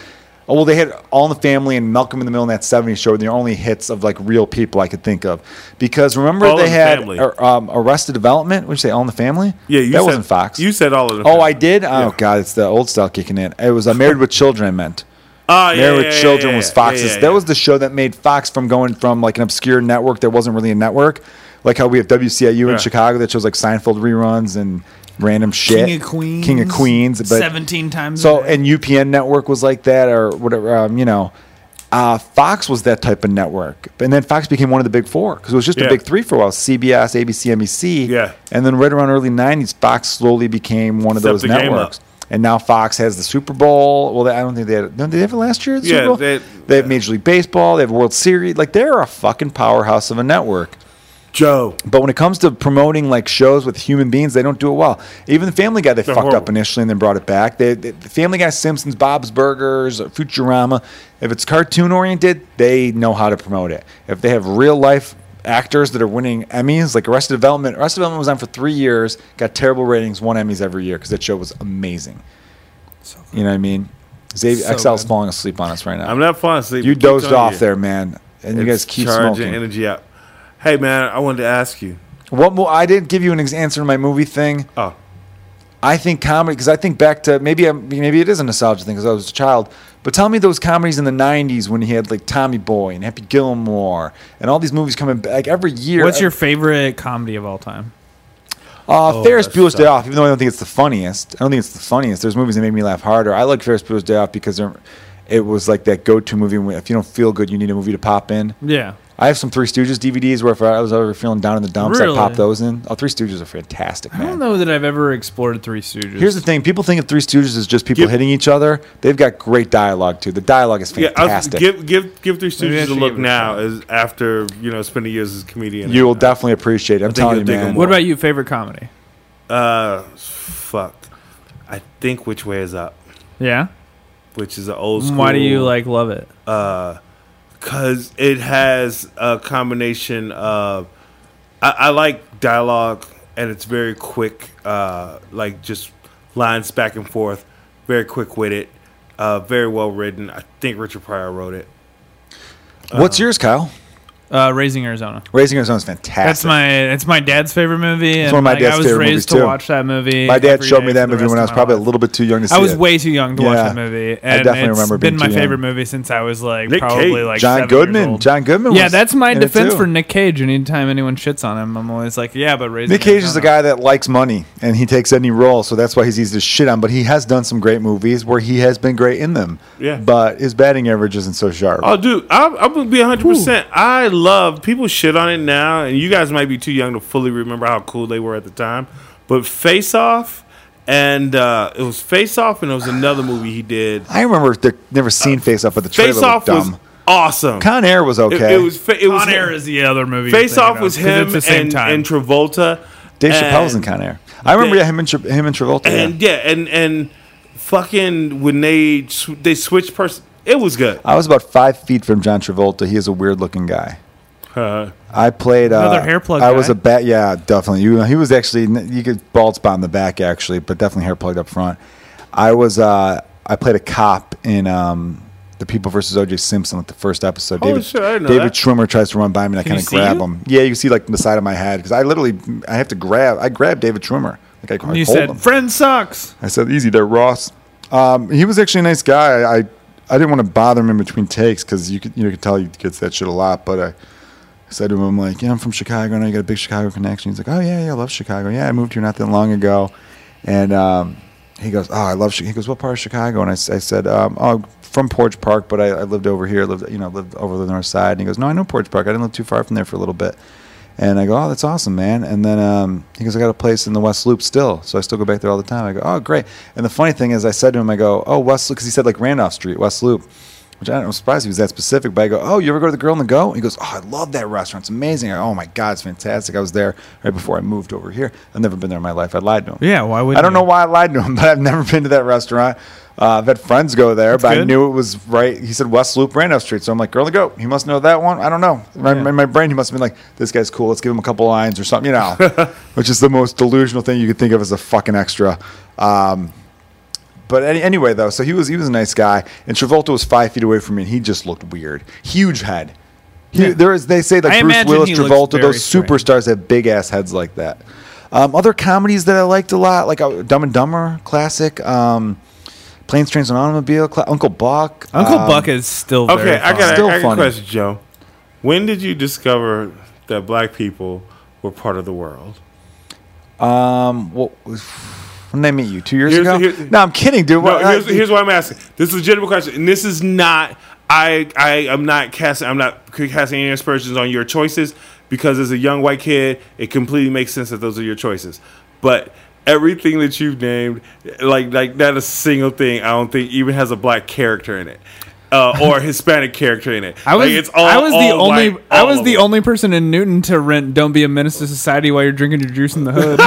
oh well, they had All in the Family and Malcolm in the Middle and that '70s show. and They're only hits of like real people I could think of. Because remember
All
they
in the
had
Family.
or, um, Arrested Development. Would you say All in the Family?
Yeah, you
that
said,
wasn't Fox.
You said all of them.
Oh, I did. Oh God, it's the old style kicking in. It was uh, Married with Children. I meant
Oh, <laughs> yeah,
Married
yeah,
with
yeah,
Children
yeah,
was
yeah,
Fox's.
yeah, yeah.
That was the show that made Fox from going from like an obscure network that wasn't really a network, like how we have WCIU
Yeah.
in Chicago that shows like Seinfeld reruns and random shit.
King of Queens.
King of Queens. But
Seventeen times.
so
a day.
and UPN network was like that or whatever. Um, you know, uh, Fox was that type of network, and then Fox became one of the big four because it was just
Yeah.
the big three for a while: CBS, ABC, NBC.
Yeah.
and then right around early '90s, Fox slowly became one of
Stepped
those
the game
networks.
up.
And now Fox has the Super Bowl. Well, they, I don't think they had. No, did they have it last year? at the
Yeah,
Super Bowl?
they-
they have Major League Baseball. They have World Series. Like they're a fucking powerhouse of a network.
Joe.
But when it comes to promoting like shows with human beings, they don't do it well. Even the Family Guy, they fucked
horrible.
up initially and then brought it back. They, they, the Family Guy, Simpsons, Bob's Burgers, Futurama. If it's cartoon oriented, they know how to promote it. If they have real life actors that are winning Emmys, like Arrested Development, Arrested Development was on for three years, got terrible ratings, won Emmys every year because that show was amazing. you know what I mean? Xavier
So
XL's
good.
falling asleep on us right now.
I'm not falling asleep.
you
I keep telling
dozed off
you.
there, man, and you guys
It's
keep
charging
smoking.
energy up. Hey man, I wanted to ask you.
What more? I didn't give you an ex- answer to my movie thing.
Oh,
I think comedy because I think back to maybe I'm, maybe it is a nostalgia thing because I was a child. But tell me those comedies in the '90s when he had like Tommy Boy and Happy Gilmore and all these movies coming back every year.
what's your Oh, favorite comedy of all time?
uh, Ferris
that's
Bueller's Day
tough.
Off? Even though I don't think it's the funniest, I don't think it's the funniest. There's movies that made me laugh harder. I like Ferris Bueller's Day Off because they're- it was like that go-to movie. when- If you don't feel good, you need a movie to pop in.
Yeah,
I have some Three Stooges DVDs where if I was ever feeling down in the dumps, I
Really?
pop those in. Oh, Three Stooges are fantastic, man.
I don't know that I've ever explored Three Stooges.
Here's the thing: people think of Three Stooges as just people
Give-
hitting each other. They've got great dialogue too. The dialogue is
yeah. I was,
fantastic.
give give give Three Stooges
should
a
give
look
it a
now, as after you know spending years as a comedian.
you will definitely appreciate it. I'm
think
telling
you'll
you,
dig 'em
man.
what about you? Favorite comedy?
Uh, fuck. I think which way is up,
Yeah.
which is an old school.
Why do you like love it?
because it has a combination of I, I like dialogue and it's very quick uh, like just lines back and forth very quick witted uh, very well written i think richard pryor wrote it
What's yours, Kyle?
Uh, Raising Arizona.
Raising Arizona is fantastic.
That's my it's my dad's favorite movie. and,
one of my
like,
dad's
I was
favorite
raised
movies,
to
too.
watch that movie.
My dad
every
showed
day
me
for
that
the
movie
rest
when I was
of my
probably
life.
a little bit too young to see
I was
it.
way too young to watch
Yeah.
that
I
movie, and
definitely
it's
remember being
been my
too young.
favorite movie since I was like
Nick
probably
Cage.
like
John
seven years
Goodman.
old.
John Goodman
Yeah,
was
that's my
in it,
defense
too.
for Nick Cage. And anytime anyone shits on him, I'm always like, yeah, but raising
Nick Cage is a
Arizona.
guy that likes money and he takes any role, so that's why he's easy to shit on. But he has done some great movies where he has been great in them.
Yeah.
But his batting average isn't so sharp.
Oh, dude, I'm, I'm gonna be 100. percent I love people shit on it now, and you guys might be too young to fully remember how cool they were at the time. But Face Off, and uh, it was Face Off, and it was another movie he did.
I remember the, never seen Face Off, but the trailer
Uh, Face Off
looked
was
dumb.
awesome.
Con Air was
It,
okay.
it was. Fa- it was.
Con
him.
Air is the other movie.
Face
you're
Off
thinking
was
of, 'cause
him
It's the same
and,
time.
and Travolta.
Dave
and-
Chappelle's in Con Air. I remember
Dave-
yeah, him and Tra- him and Travolta. yeah.
And yeah, and and fucking when they sw- they switched person, it was good.
I was about five feet from John Travolta. He is a weird looking guy.
Uh,
I played uh,
Another hair plug
I was
guy.
a bat. Yeah, definitely. You, he was actually you could bald spot in the back actually, but definitely hair plugged up front. I was uh, I played a cop in um, the People versus O.J. Simpson, like the first
Oh,
episode.
Holy
David,
shit, I didn't know
David
that.
Schwimmer tries to run by me, and I
Can you
kind of
see
grab
you?
him. Yeah, you can see like the side of my head because I literally I have to grab. I grab David Schwimmer. Like I, I
And you
hold
said,
him.
"Friend sucks."
I said, "Easy there, Ross." Um, he was actually a nice guy. I I didn't want to bother him in between takes because you could you, know, you could tell he gets that shit a lot. But I, I said to him, "I'm like, yeah, I'm from Chicago, and I got a big Chicago connection." He's like, "Oh yeah, yeah, I love Chicago. Yeah, I moved here not that long ago." And um, he goes, "Oh, I love." Chi-" He goes, "What part of Chicago?" And I, s- I said, um, "Oh, from Porch Park, but I, I lived over here. Lived you know lived over the north side." And he goes, "No, I know Porch Park. I didn't live too far from there for a little bit." And I go, oh, that's awesome, man. And then um, he goes, I got a place in the West Loop still, so I still go back there all the time. I go, oh, great. And the funny thing is, I said to him, I go, oh, West Loop, because he said like Randolph Street, West Loop, which I don't know, surprised he was that specific. But I go, oh, you ever go to the Girl on the Go? And he goes, oh, I love that restaurant. It's amazing. I go, oh my God, it's fantastic. I was there right before I moved over here. I've never been there in my life. I lied to him.
Yeah, why would
I don't know why I lied to him, <laughs> but I've never been to that restaurant. Uh, I've had friends go there, but I
good.
knew it was right. He said West Loop, Randolph Street. So I'm like, girl, to go. He must know that one. I don't know. My, my, my brain, he must have been like, this guy's cool. Let's give him a couple lines or something, you know, which is the most delusional thing you could think of as a fucking extra. Um, but any, anyway, though, so he was he was a nice guy, and Travolta was five feet away from me, and he just looked weird. Huge head. He, There is they say like
I
Bruce
imagine
Willis,
he looks
Travolta,
very
those
strange.
superstars have big ass heads like that. Um, other comedies that I liked a lot, like uh, Dumb and Dumber, classic. Um, Planes, Trains, and Automobile, cla Uncle Buck.
Uncle
um,
Buck is still
okay,
very
I
fun.
got, a,
Still
I got a
funny.
question, Joe. When did you discover that black people were part of the world?
Um, what was, when did I meet you? Two years
Here's-
ago?
here's-
no, I'm kidding, dude.
No,
What- I-
here's, here's why I'm asking. This is a legitimate question, and this is not. I I am not casting. I'm not casting any aspersions on your choices because as a young white kid, it completely makes sense that those are your choices. But everything that you've named, like like not a single thing, I don't think even has a black character in it. Uh, or a <laughs> Hispanic character in it.
I was
Like, it's all-
I was the
all
only
white,
I
all
was
of
the
them.
only person in Newton to rent "Don't Be a Menace to Society" while you're drinking your juice in the hood.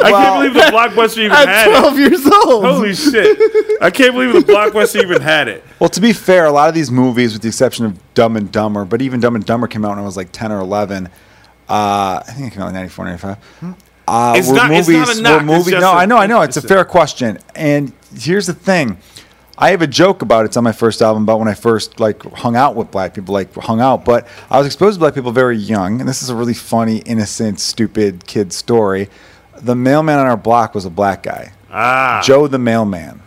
I can't believe the blockbuster even had it.
years
<laughs>
old.
Holy shit! I can't believe the blockbuster even had it.
Well, to be fair, a lot of these movies, with the exception of Dumb and Dumber, but even Dumb and Dumber came out when I was like 10 or 11. Uh, I think it came out in 94, 95. Uh,
Hmm. It's
were
not- it's
movies,
not a knock,
Were
it's
movies,
just
no,
a-
I know, I know. It's a
it's a-
fair question. And here's the thing. I have a joke about it. it's on my first album about when I first like hung out with black people, like hung out. But I was exposed to black people very young, and this is a really funny, innocent, stupid kid story. The mailman on our block was a black guy,
Ah,
Joe the mailman.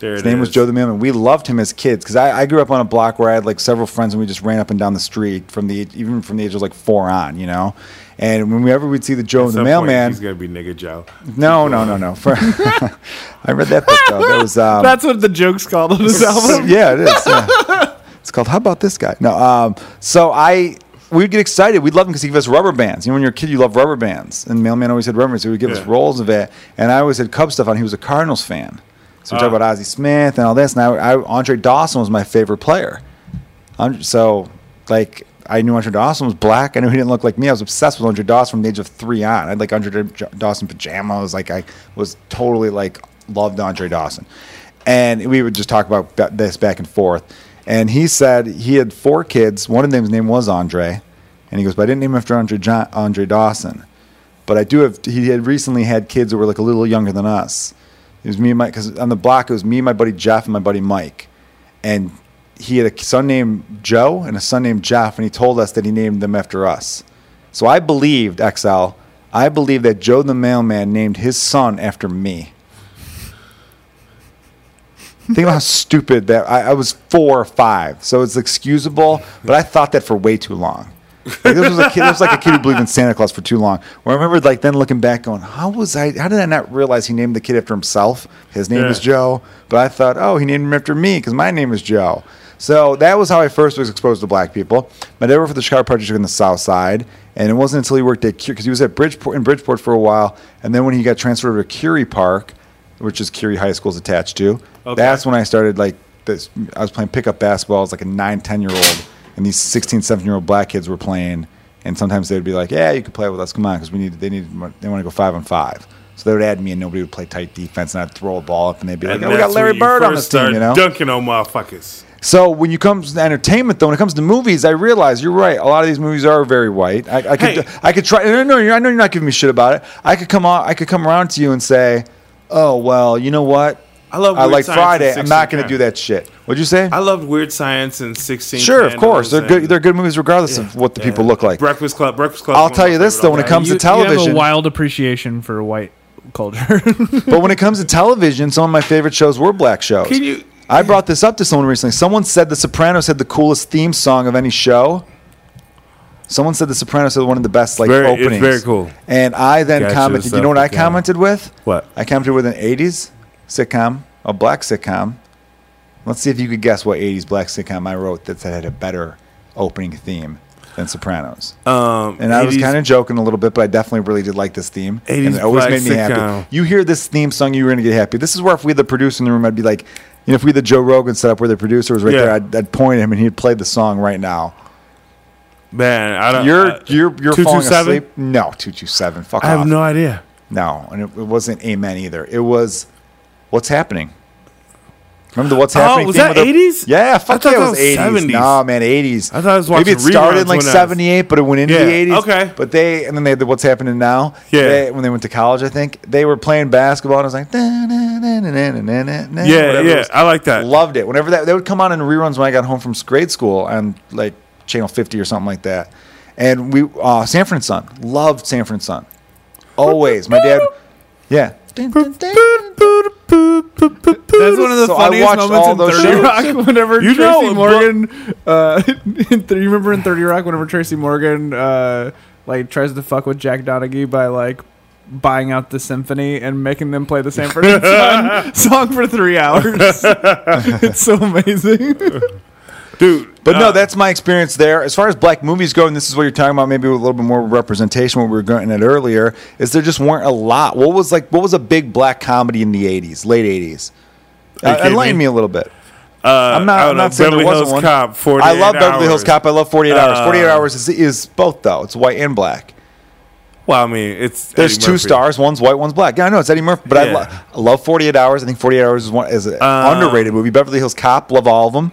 there
His
it
name was
is.
Joe the Mailman. We loved him as kids because I, I grew up on a block where I had like several friends and we just ran up and down the street from the even from the age of like four on, you know. And whenever we'd see the Joe
At
the
some point,
Mailman,
he's gonna be nigga Joe.
no, no, no, no. For- <laughs> I read that book though. That was um,
That's what the joke's
<laughs>
called on this album.
yeah, it is. yeah. It's called "How About This Guy." No, um, so I we'd get excited. We'd love him because he gave us rubber bands. You know, when you're a kid, you love rubber bands, and Mailman always had rubber bands. So he would give us
Yeah.
rolls of it, and I always had Cub stuff on. He was a Cardinals fan, so we
Ah.
talk about Ozzie Smith and all this. And I, I, Andre Dawson was my favorite player. And so, like, I knew Andre Dawson was black. I knew he didn't look like me. I was obsessed with Andre Dawson from the age of three on. I had like Andre J- Dawson pajamas. Like, I was totally like loved Andre Dawson. And we would just talk about ba- this back and forth. And he said he had four kids. One of them's name was Andre. And he goes, but I didn't name him after Andre, John- Andre Dawson. But I do have, he had recently had kids that were like a little younger than us. It was me and my, because on the block, it was me, my buddy Jeff, and my buddy Mike. And he had a son named Joe and a son named Jeff, and he told us that he named them after us. So I believed, XL, I believed that Joe the mailman named his son after me. Think about how stupid that I, I was four or five, so it's excusable, but I thought that for way too long. Like, this was a kid. This was like a kid who believed in Santa Claus for too long. Where I remember, like, then looking back, going, "How was I? How did I not realize he named the kid after himself? His name
Yeah.
is Joe." But I thought, "Oh, he named him after me because my name is Joe." So that was how I first was exposed to black people. My dad worked for the Chicago Project in the South Side, and it wasn't until he worked at because he was at Bridgeport in Bridgeport for a while, and then when he got transferred over to Curie Park, which is Curie High School's attached to, that's when I started like this. I was playing pickup basketball. I was like a nine, ten year old and these 16 17 year old black kids were playing and sometimes they'd be like yeah you can play with us come on because we need they need they want to go five on five so they would add me and nobody would play tight defense and i'd throw a ball up and they'd be like
And
"Oh, we got
that's
larry
when you
bird on this
first
team you
start
know
Dunking on motherfuckers.
so when you comes to entertainment though when it comes to movies i realize you're right a lot of these movies are very white i, I could
Hey.
i could try no, no no you're- i know you're not giving me shit about it i could come on i could come around to you and say oh well you know what
I love
i
Weird
like
Science
friday
and
i'm not
16
going to do
Candles.
that shit what'd you say
I loved Weird Science and Sixteen.
sure of course they're
Candles
good
and-
they're good movies regardless of what the people look like
Breakfast Club. Breakfast Club.
I'll tell you this though, when it comes
you,
to television,
you have a wild appreciation for white culture. <laughs>
but when it comes to television, some of my favorite shows were black shows.
Can you-
I brought this up to someone recently. Someone said The Sopranos had the coolest theme song of any show. Someone said The Sopranos had one of the best like
Very- it's
openings.
very cool.
And I then
Got you
commented. You know what I
something, yeah.
commented with?
What?
I commented with an '80s sitcom, a black sitcom. Let's see if you could guess what '80s black sitcom I wrote that had a better opening theme than Sopranos.
Um,
And I was
80s
kind of joking a little bit, but I definitely really did like this theme. And
80s
it always
black
made me
sitcom.
happy. You hear this theme song, you're going to get happy. This is where if we had the producer in the room, I'd be like, you know, if we had the Joe Rogan setup where the producer was right
Yeah.
there, I'd, I'd point at him and he'd play the song right now.
man. I don't.
You're
I,
you're you're falling
227?
asleep. No, two two seven. Fuck
I have
off.
no idea.
no, and it, it wasn't Amen either. It was What's Happening. Remember the What's
Oh,
Happening?
was
theme
that
with the-
80s?
Yeah,
I
fuck
thought
yeah, it
that
was
was
eighties.
70s.
Nah, man, eighties.
I thought I was
Maybe
watching
it started
reruns
in like
when I was-
'78, but it went into
Yeah,
the '80s.
okay.
But they and then they had the What's Happening Now.
Yeah.
They- when they went to college, I think they were playing basketball, and I was like, "Da, na, na, na, na, na, na, na,"
Yeah,
whatever
yeah,
it was.
I like that.
Loved it. Whenever that they would come on in reruns when I got home from grade school on like channel 50 or something like that. And we uh, Sanford and Son loved Sanford and Son. Always, my dad. Yeah.
That's one of the
So I
funniest
watched
moments
all
in
those
Thirty
shows.
Rock. <laughs> Whenever
You
Tracy
know,
Morgan, uh, <laughs> in th- you remember in Thirty Rock, whenever Tracy Morgan uh, like tries to fuck with Jack Donaghy by like buying out the symphony and making them play the Sanford and <laughs> Son song for three hours. <laughs> it's so amazing.
dude.
But
uh,
no, that's my experience there. As far as black movies go, and this is what you're talking about, maybe with a little bit more representation. What we were going at earlier is there just weren't a lot. What was like? What was a big black comedy in the '80s, late '80s?
you
Uh,
kidding
enlighten me?
me?
a little bit.
uh,
I'm not.
I
I'm not
don't know,
saying
Beverly
there wasn't
Hills
one.
Cop. 48
I love Beverly Hills
Hours.
Cop. I love 48 Hours. 48
Uh,
Hours is, is both though. It's white and black.
Well, I mean, it's
There's
Eddie
two
Murphy.
stars. One's white. One's black. Yeah, I know it's Eddie Murphy, but I,
Yeah.
lo- I love 48 Hours. I think 48 Hours is one is an
Uh,
Um,
underrated movie. Beverly Hills Cop. Love all of them.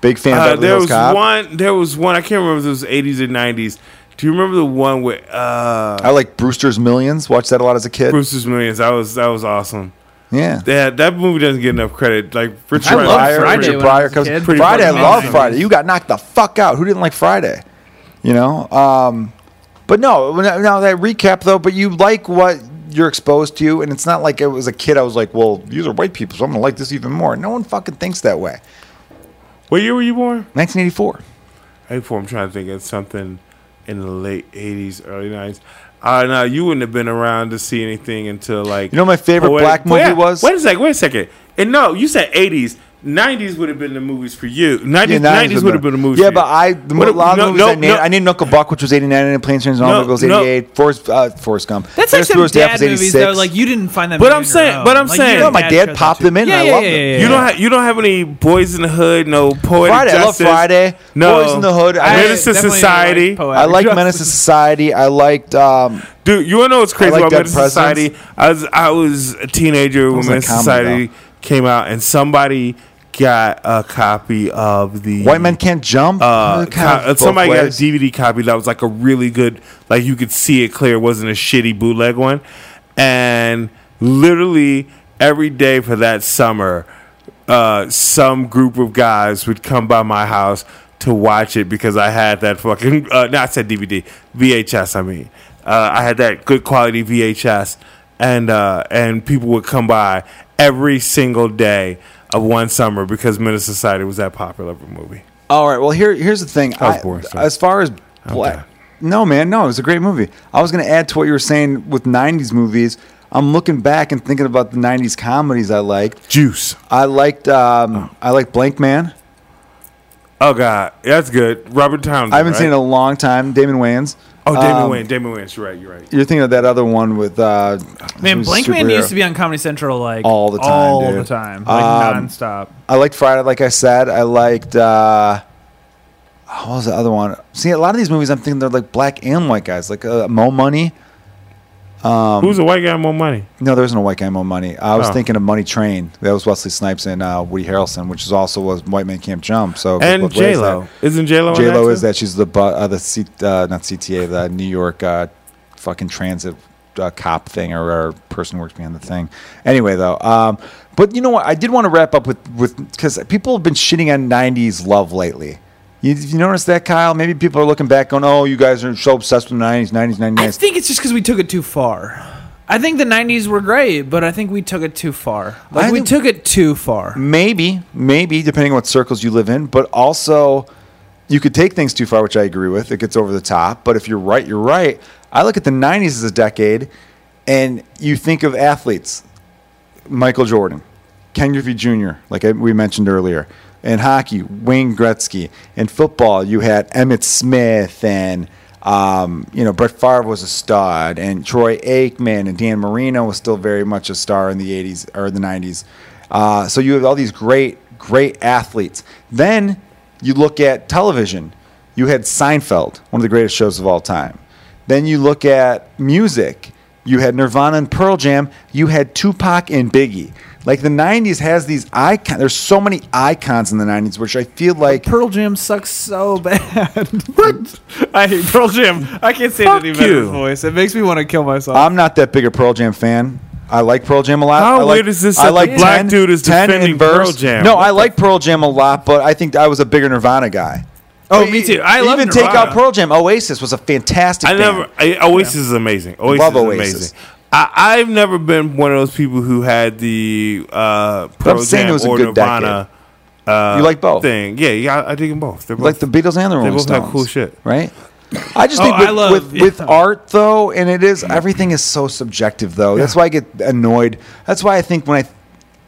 Big fan of
Uh,
Beverly
there
Hills
was
Cop.
one. There was one. I can't remember if it was 80s or 90s. Do you remember the one with uh,
I like Brewster's Millions. Watched that a lot as a kid.
Bruce's Millions? That was that was awesome.
Yeah.
Yeah, that movie doesn't get enough credit. Like Richard
I love
Pryor,
Friday
Richard
when I
Pryor
was a
comes.
kid.
Friday,
Pretty
I
fucking
love
amazing.
Friday. You got knocked the fuck out. Who didn't like Friday? You know. Um, but no, now now that recap though. But you like what you're exposed to, and it's not like it was a kid. I was like, well, these are white people, so I'm gonna like this even more. No one fucking thinks that way.
What year were you born?
1984.
April. I'm trying to think of something in the late 80s, early 90s. Uh, no, you wouldn't have been around to see anything until like.
You know what my favorite
Poetic-
black movie
Wait,
was?
Wait a second. Wait a second. And no, you said 80s. 90s would have been the movies for you. 90s,
Yeah,
90s, would have been the movies.
Yeah,
for
but
you.
I the,
What
a lot of
no,
movies
no,
I named.
no.
I named Uncle Buck, which was '89, and Planes, Trains, and
No,
Automobiles
no.
'88, Forrest, uh, Forrest Gump.
That's
Ferris
like some
Bueller Day Off
dad
was
movies though. Like you didn't find that.
But
movie
I'm
on your
saying-
own.
but I'm
Like, you
saying-
know,
No, my dad
shows
popped
that
them in,
too.
and I
Yeah,
loved
yeah,
them.
yeah, yeah,
You
yeah.
don't have you don't have any Boys in the Hood, no poetic
Friday, I love
Justice,
Friday.
No
Boys in the Hood, I-
Menace to
definitely
Society.
like poetic
I liked
justice.
Menace to Society. I liked um,
Dude, you wanna know what's crazy
like
about
Dead
Menace
Presidents.
Society? I was I was a teenager when
wasn't a
Menace
comedy,
Society came out, and somebody got a copy of the
White Men Can't Jump.
Uh,
They're kind
co-
of both
somebody got a
ways.
DVD copy that was like a really good, like you could see it clear. It wasn't a shitty bootleg one, and literally every day for that summer, uh, some group of guys would come by my house to watch it because I had that fucking <laughs> uh, no, I said DVD VHS. I mean, uh, I had that good quality VHS, and uh, and people would come by every single day of one summer because Menace Society was that popular of a movie.
All right. Well, here here's the thing.
was
I-
boring, sorry.
as far as black,
Okay.
no man, no, it was a great movie. I was going to add to what you were saying with '90s movies. I'm looking back and thinking about the '90s comedies I liked.
Juice.
I liked um, I liked Blank Man.
Oh God, that's good. Robert Townsend.
I haven't
right?
seen it in a long time. Damon Wayans.
Oh, Damon
Um,
Wayans. Damon Wayans. You're right. You're right.
You're thinking of that other one with uh,
Man,
who's
Blank Man
superhero.
used to be on Comedy Central like
All the time,
all
dude.
the time, like
Um,
nonstop.
I liked Friday, like I said. I liked uh, what was the other one? See, a lot of these movies, I'm thinking they're like black and white guys, like uh, Mo Money. um,
Who's a white guy with more money?
No, there isn't a white guy Mo Money. I was
Oh.
thinking of Money Train. That was Wesley Snipes and uh, Woody Harrelson, which is also was White Man Can't Jump. So it goes
And
both ways
J Lo. Isn't J Lo?
there. J Lo
<laughs>
is that she's the bu- uh, the C- uh, not CTA the New York uh, fucking transit uh, cop thing or, or person who works behind the thing. Anyway, though, um, but you know what? I did want to wrap up with with because people have been shitting on '90s love lately. You, you notice that, Kyle? Maybe people are looking back going, "Oh, you guys are so obsessed with the '90s, '90s,
I
'90s."
think it's just because we took it too far. I think the '90s were great, but I think we took it too far. Like
I
we
think-
took it too far.
Maybe, maybe, depending on what circles you live in, but also you could take things too far, which I agree with. It gets over the top. But if you're right, you're right. I look at the 90s as a decade, and you think of athletes Michael Jordan, Ken Griffey Jr., like I, we mentioned earlier. In hockey, Wayne Gretzky. In football, you had Emmett Smith and. Um, you know, Brett Favre was a stud, and Troy Aikman and Dan Marino was still very much a star in the 80s or the 90s. Uh, so you have all these great, great athletes. Then you look at television. You had Seinfeld, one of the greatest shows of all time. Then you look at music. You had Nirvana and Pearl Jam. You had Tupac and Biggie. Like the '90s has these icons. There's so many icons in the '90s, which I feel like
Pearl Jam sucks so <laughs> bad. what? I hate Pearl Jam. I can't say
Fuck
it in any better
you.
voice. It makes me want to kill myself.
I'm not that big a Pearl Jam fan. I like Pearl Jam a lot.
How
I like,
weird is this
I
that
like
the black
10
dude is
10
defending
and verse.
Pearl Jam?
No,
What
I like Pearl Jam a lot, but I think I was a bigger Nirvana guy. e
Oh, me too. I love
even take
Nirvana.
out Pearl Jam. Oasis was a fantastic.
I
band.
never. I, Oasis is amazing. Oasis
Love
is
Oasis.
amazing. I, I've never been one of those people who had the uh, Pearl
saying
Jam
it was a
or
good
Nirvana. Uh,
You like both.
thing? Yeah, yeah. I, I dig them both. They're both
like the Beatles and the Rolling
both
Stones.
have cool shit.
right? I just
Oh,
think with,
I love-
with, with art though, and it is everything is so subjective though. That's why I get annoyed. That's why I think when I,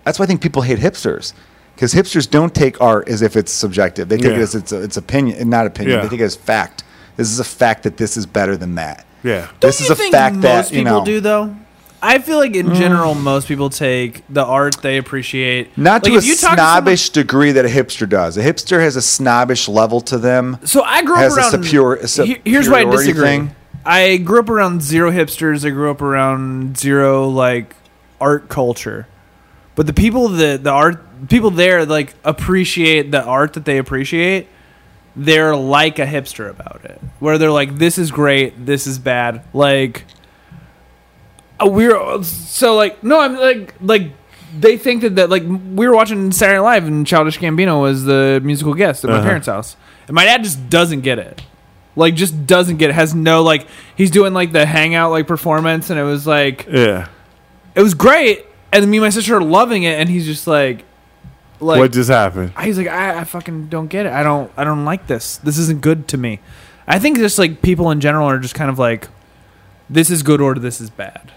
that's why I think people hate hipsters because hipsters don't take art as if it's subjective. They take it
Yeah.
as it's it's opinion, not opinion.
Yeah.
They take it as fact. This is a fact that this is better than that.
yeah.
Don't
this
you
is a
think
fact that,
most
you
people
know- Mm.
do though. I feel like in general, most people take the art they appreciate.
Not
like,
to a
if you talk someone-
snobbish degree that a hipster does. A hipster has a snobbish level to them.
So I grew up
has a
around.
superior- a
Here- here's why I
superiority
disagree.
thing.
I grew up around zero hipsters. I grew up around zero like art culture, but the people that the art people there like appreciate the art that they appreciate. They're like a hipster about it, where they're like, "This is great. This is bad." Like, uh, we we're so like no i'm like like they think that, that like we were watching saturday Night live and childish gambino was the musical guest at my
Uh-huh.
parents house and my dad just doesn't get it like just doesn't get it has no like he's doing like the hangout like performance and it was like
Yeah.
it was great and me and my sister are loving it and he's just like like
what just happened?
he's like I, I fucking don't get it i don't i don't like this this isn't good to me i think just like people in general are just kind of like this is good or this is bad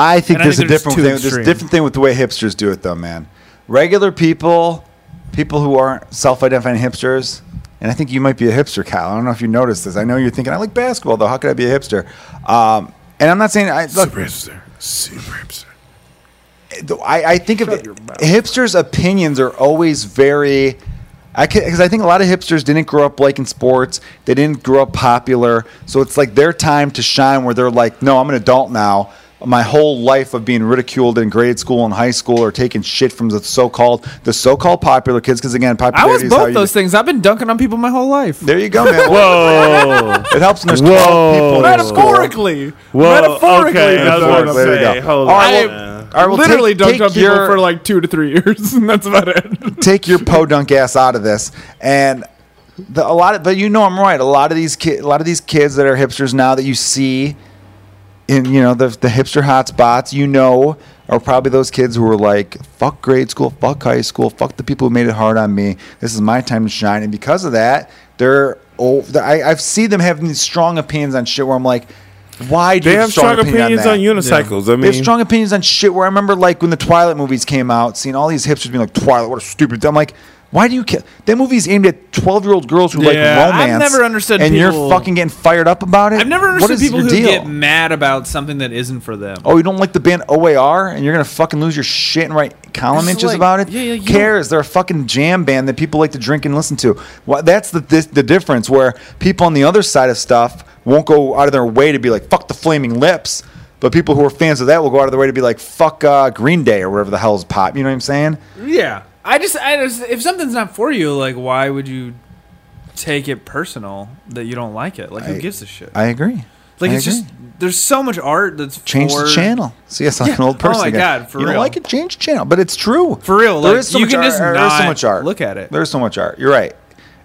I think
And I
there's
think
a
they're
different
just too
thing. There's a
extreme.
different thing with the way hipsters do it, though, man. Regular people, people who aren't self-identifying hipsters, and I think you might be a hipster, Kyle. I don't know if you noticed this. I know you're thinking, I like basketball, though. How could I be a hipster? Um, and I'm not saying I look.
Super hipster. Super hipster.
I, I think of hipsters' opinions are always very. I because I think a lot of hipsters didn't grow up liking sports. They didn't grow up popular, so it's like their time to shine. Where they're like, "No, I'm an adult now. My whole life of being ridiculed in grade school and high school, or taking shit from the so-called the so-called popular kids." Because again,
I was
popularity is how
both
you-
those things. I've been dunking on people my whole life.
There you go, man. <laughs>
Whoa.
it helps when there's
Whoa.
twelve people. in your school.
Metaphorically.
Whoa.
Metaphorically.
Okay.
Metaphorically,
That's what I'm
there you
saying.
go.
Hold
All
on.
right,
well-
All right, well,
literally
take-
dunked
take
on people
your-
for like two to three years, and that's about it.
take your podunk ass out of this and the, a lot of but you know I'm right a lot of these ki- a lot of these kids that are hipsters now that you see in you know the the hipster hotspots you know are probably those kids who were like fuck grade school fuck high school fuck the people who made it hard on me this is my time to shine and because of that they're oh they're- I, I've seen them having these strong opinions on shit where I'm like why do
They
you
have strong
opinion
opinions
that?
on, unicycles. I
They
mean,
have strong opinions on shit. Where I remember, like when the Twilight movies came out, seeing all these hipsters being like, "Twilight, what a stupid." I'm like, why do you care? That movie's aimed at twelve-year-old girls who like
Yeah, I've
romance.
never understood
And
people-
you're fucking getting fired up about it.
I've never
What
understood
is
people
your
who
deal?
get mad about something that isn't for them.
Oh, you don't like the band OAR, and you're gonna fucking lose your shit and write column
It's
inches
like-
about it.
yeah, yeah, you
cares? They're a fucking jam band that people like to drink and listen to. Well, that's the this, the difference. Where people on the other side of stuff won't go out of their way to be like fuck the Flaming Lips, but people who are fans of that will go out of their way to be like fuck uh, Green Day or whatever the hell's pop. You know what I'm saying?
Yeah, I just, I just, if something's not for you, like, why would you take it personal that you don't like it? Like, who
I-
gives a shit?
I agree.
like,
I
it's just there's so much art that's
Change
for,
the channel. See, it's like an old
Oh my
person. again.
God, for
you
real.
don't like it? Change the channel. But it's true.
For real,
There
like,
is so
you
much
can
art-
just
there is so
not
much art.
look at it.
There's so much art. You're right.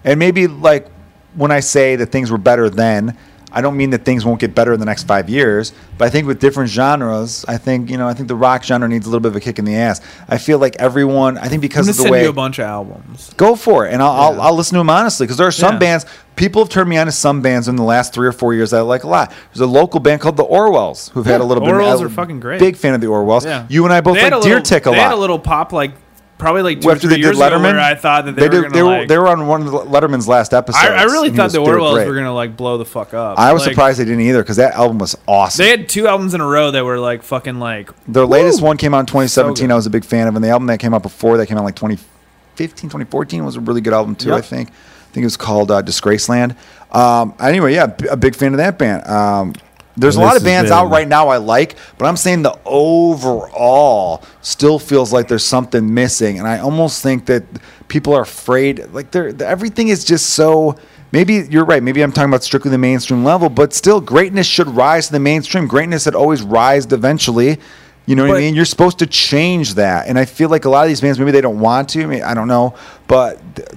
And maybe like when I say that things were better then, I don't mean that things won't get better in the next five years. But I think with different genres, I think you know, I think the rock genre needs a little bit of a kick in the ass. I feel like everyone. I think
I'm
because
gonna
of the
send
way
you a bunch of albums.
go for it and I'll, I'll, I'll listen to them honestly because there are some
Yeah.
bands people have turned me on to some bands in the last three or four years that I like a lot there's a local band called the Orwells who've had a little bit
Orwells
I'm a
are fucking great.
big fan of the Orwells
Yeah.
you and I both
They had
like
a
Deer
little-
Tick a
They
lot
had a little pop, like probably like two or
after
three
they did
years ago,
Letterman
where I thought that they,
did-
were gonna
they
like.
they were on one of the Letterman's last episodes
I, I really
and he
thought
was-
the
they were
Orwells
great.
were gonna like blow the fuck up.
I was
Like,
surprised they didn't either because that album was awesome
They had two albums in a row that were like fucking like
Their latest one came out in 2017.
So good.
I was a big fan of, and the album that came out before that came out in, like 2015, 2014 was a really good album too.
Yep.
I think. I think it was called uh, Disgraceland. Um, anyway, yeah, b- a big fan of that band. Um, there's a lot
this
of bands
has
out
been-
right now I like, but I'm saying the overall still feels like there's something missing, and I almost think that people are afraid. Like they're the- everything is just so. Maybe you're right. Maybe I'm talking about strictly the mainstream level, but still, greatness should rise to the mainstream. Greatness had always rised eventually. You know what I
But-
mean? You're supposed to change that, and I feel like a lot of these bands maybe they don't want to. I, mean, I don't know, but th-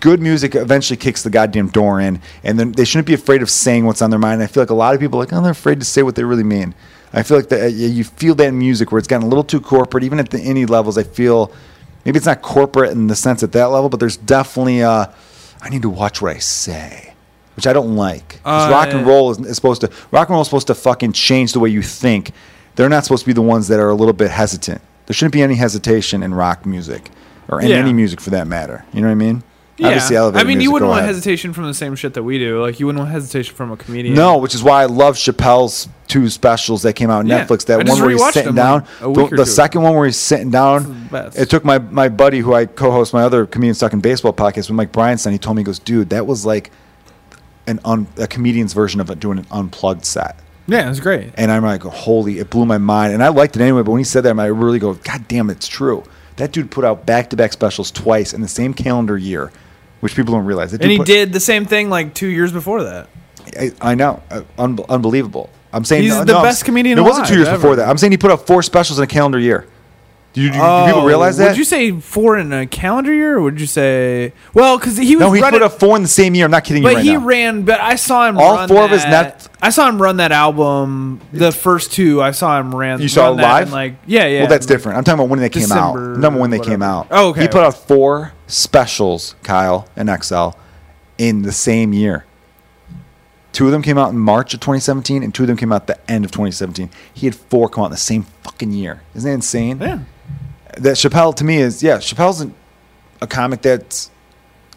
good music eventually kicks the goddamn door in, and then they shouldn't be afraid of saying what's on their mind. I feel like a lot of people are like, oh, they're afraid to say what they really mean. I feel like that uh, you feel that in music where it's gotten a little too corporate, even at the indie levels. I feel maybe it's not corporate in the sense at that level, but there's definitely uh, I need to watch what I say, which I don't like. 'Cause
Uh,
rock and
yeah.
roll roll is, is supposed to rock and roll is supposed to fucking change the way you think. They're not supposed to be the ones that are a little bit hesitant. There shouldn't be any hesitation in rock music or in
Yeah.
any music for that matter. You know what I mean?
yeah.
elevator
I mean,
music,
you wouldn't
go
want
ahead.
hesitation from the same shit that we do. Like you wouldn't want hesitation from a comedian.
No, which is why I love Chappelle's two specials that came out on
Yeah.
Netflix.
I
That
just
one where he's
rewatched
sitting
them,
down.
like, a week
the
or two
the
ago.
second one where he's sitting down.
It's the best.
It took my, my buddy who I co host my other comedian sucking baseball podcast with Mike Bryanson. He told me, he goes, dude, that was like an un, a comedian's version of doing an unplugged set.
Yeah, it was great.
And I'm like, holy, it blew my mind. And I liked it anyway, but when he said that, I'm like, I really go, God damn, it's true. That dude put out back to back specials twice in the same calendar year, which people don't realize. That
And he
dude
did the same thing like two years before that.
put- I, I know. Uh, un- unbelievable. I'm saying
He's
no,
the
no, I'm s-
best comedian
It wasn't
alive,
two years
ever.
before that. I'm saying he put out four specials in a calendar year. Do, you, do, you- do people realize that?
Oh, Would you say four in a calendar year? or Would you say well? Because he was
no, he
running,
put out four in the same year. I'm not kidding
but
you right
he
now.
ran. But I saw him.
All
run
four of his
that-
net-
I saw him run that album. The first two, I saw him ran.
You saw
run
it
that in,
live?
Like yeah, yeah.
Well, that's different. I'm talking about when they came
December,
out. Number when they came
whatever.
out.
Oh, okay.
He put out four specials, Kyle and XL, in the same year. Two of them came out in March of 2017, and two of them came out at the end of 2017. He had four come out in the same fucking year. Isn't that insane?
Yeah. Oh,
That Chappelle to me is yeah. Chappelle's an- a comic that's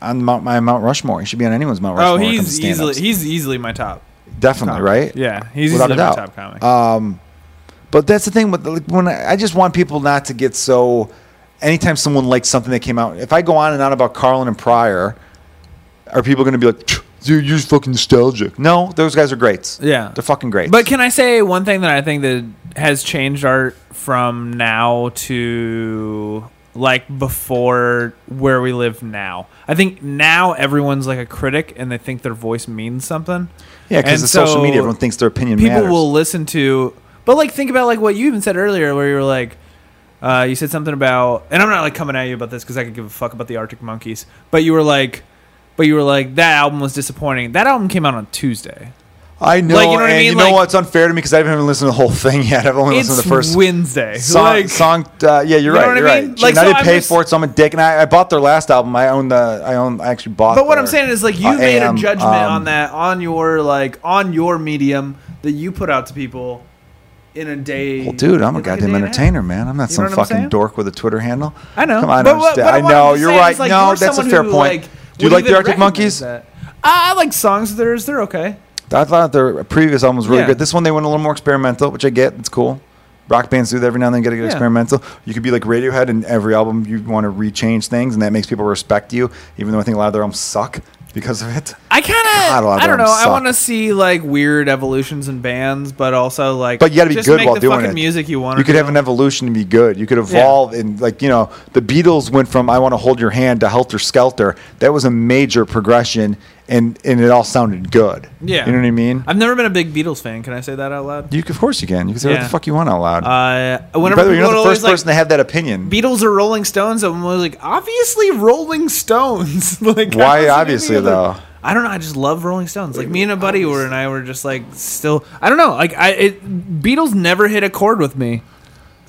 on Mount, my Mount Rushmore. He should be on anyone's Mount Rushmore.
Oh,
when it comes
he's
to
easily
stand-ups.
he's easily my top.
definitely right.
Yeah, he's
Without
easily
a
my
doubt. Uh,
top comic.
But that's the thing with like, when I, I just want people not to get so. Anytime someone likes something that came out, if I go on and on about Carlin and Pryor, are people going to be like, "Dude, you're just fucking nostalgic"? No, those guys are greats.
Yeah.
they're fucking greats.
But can I say one thing that I think that has changed art from now to like before where we live now? I think now everyone's like a critic and they think their voice means something.
yeah, because
and
it's social
so
media, everyone thinks their opinion
People
matters.
will listen to, but like think about like what you even said earlier, where you were like, Uh, you said something about, and I'm not like coming at you about this because I could give a fuck about the Arctic Monkeys, but you were like, but you were like that album was disappointing. That album came out on Tuesday.
I know,
Like, you know what I
and
mean?
you know
Like-
what? It's unfair to me because I haven't even listened to the whole thing yet. I've only
It's
listened to the first
Wednesday.
song.
like,
song uh, yeah, you're
know
right.
what I
You're
mean?
right.
Like,
and I
so
didn't
I'm
pay
just-
for it, so I'm a dick. And I, I bought their last album. I own the. I own. I actually bought.
But what
their,
I'm saying is, like, you
uh,
made
AM,
a judgment
um,
on that on your like on your medium that you put out to people in a day.
Well, dude, I'm a
like, day
goddamn
and half.
entertainer, man. I'm not
You
some
know what I'm
fucking
saying?
dork with a Twitter handle.
I know.
Come on,
but
I,
what-
understand.
but
I
what
know.
I'm
You're
saying
right.
is, like,
no,
you're
that's a
someone
fair
who,
point. Do you
would
like the
even
Arctic Monkeys?
recognize that. I like songs. Theirs, they're okay.
I thought their previous album was really
Yeah.
good. This one they went a little more experimental, which I get. It's cool. Rock bands do that every now and then. Get to get
Yeah.
experimental. You could be like Radiohead, and every album you want to rechange things, and that makes people respect you. Even though I think a lot of their albums suck because of it.
I kind
God, a lot
of,
of
I don't know.
them
I
suck.
want to see like weird evolutions in bands, but also like,
But you got to be
just
good
make
while
the
doing
fucking
it.
Music you want.
You could have an evolution and be good. You could evolve and like you know the Beatles went from I want to hold your hand to Helter Skelter. That was a major progression, and and it all sounded good.
Yeah.
you know what I mean.
I've never been a big Beatles fan. Can I say that out loud?
You can- of course you can. You can say what
Yeah.
the fuck you want out loud.
Uh,
By
whenever
the way, you're
people
not
would
the
always,
first
like,
person to have that opinion.
Beatles or Rolling Stones, and was like, obviously Rolling Stones. <laughs> like,
Why
how is it any
obviously,
other-
though?
I don't know. I just love Rolling Stones. Like me and a buddy were, and I were just like, still, I don't know. Like I, it, Beatles never hit a chord with me.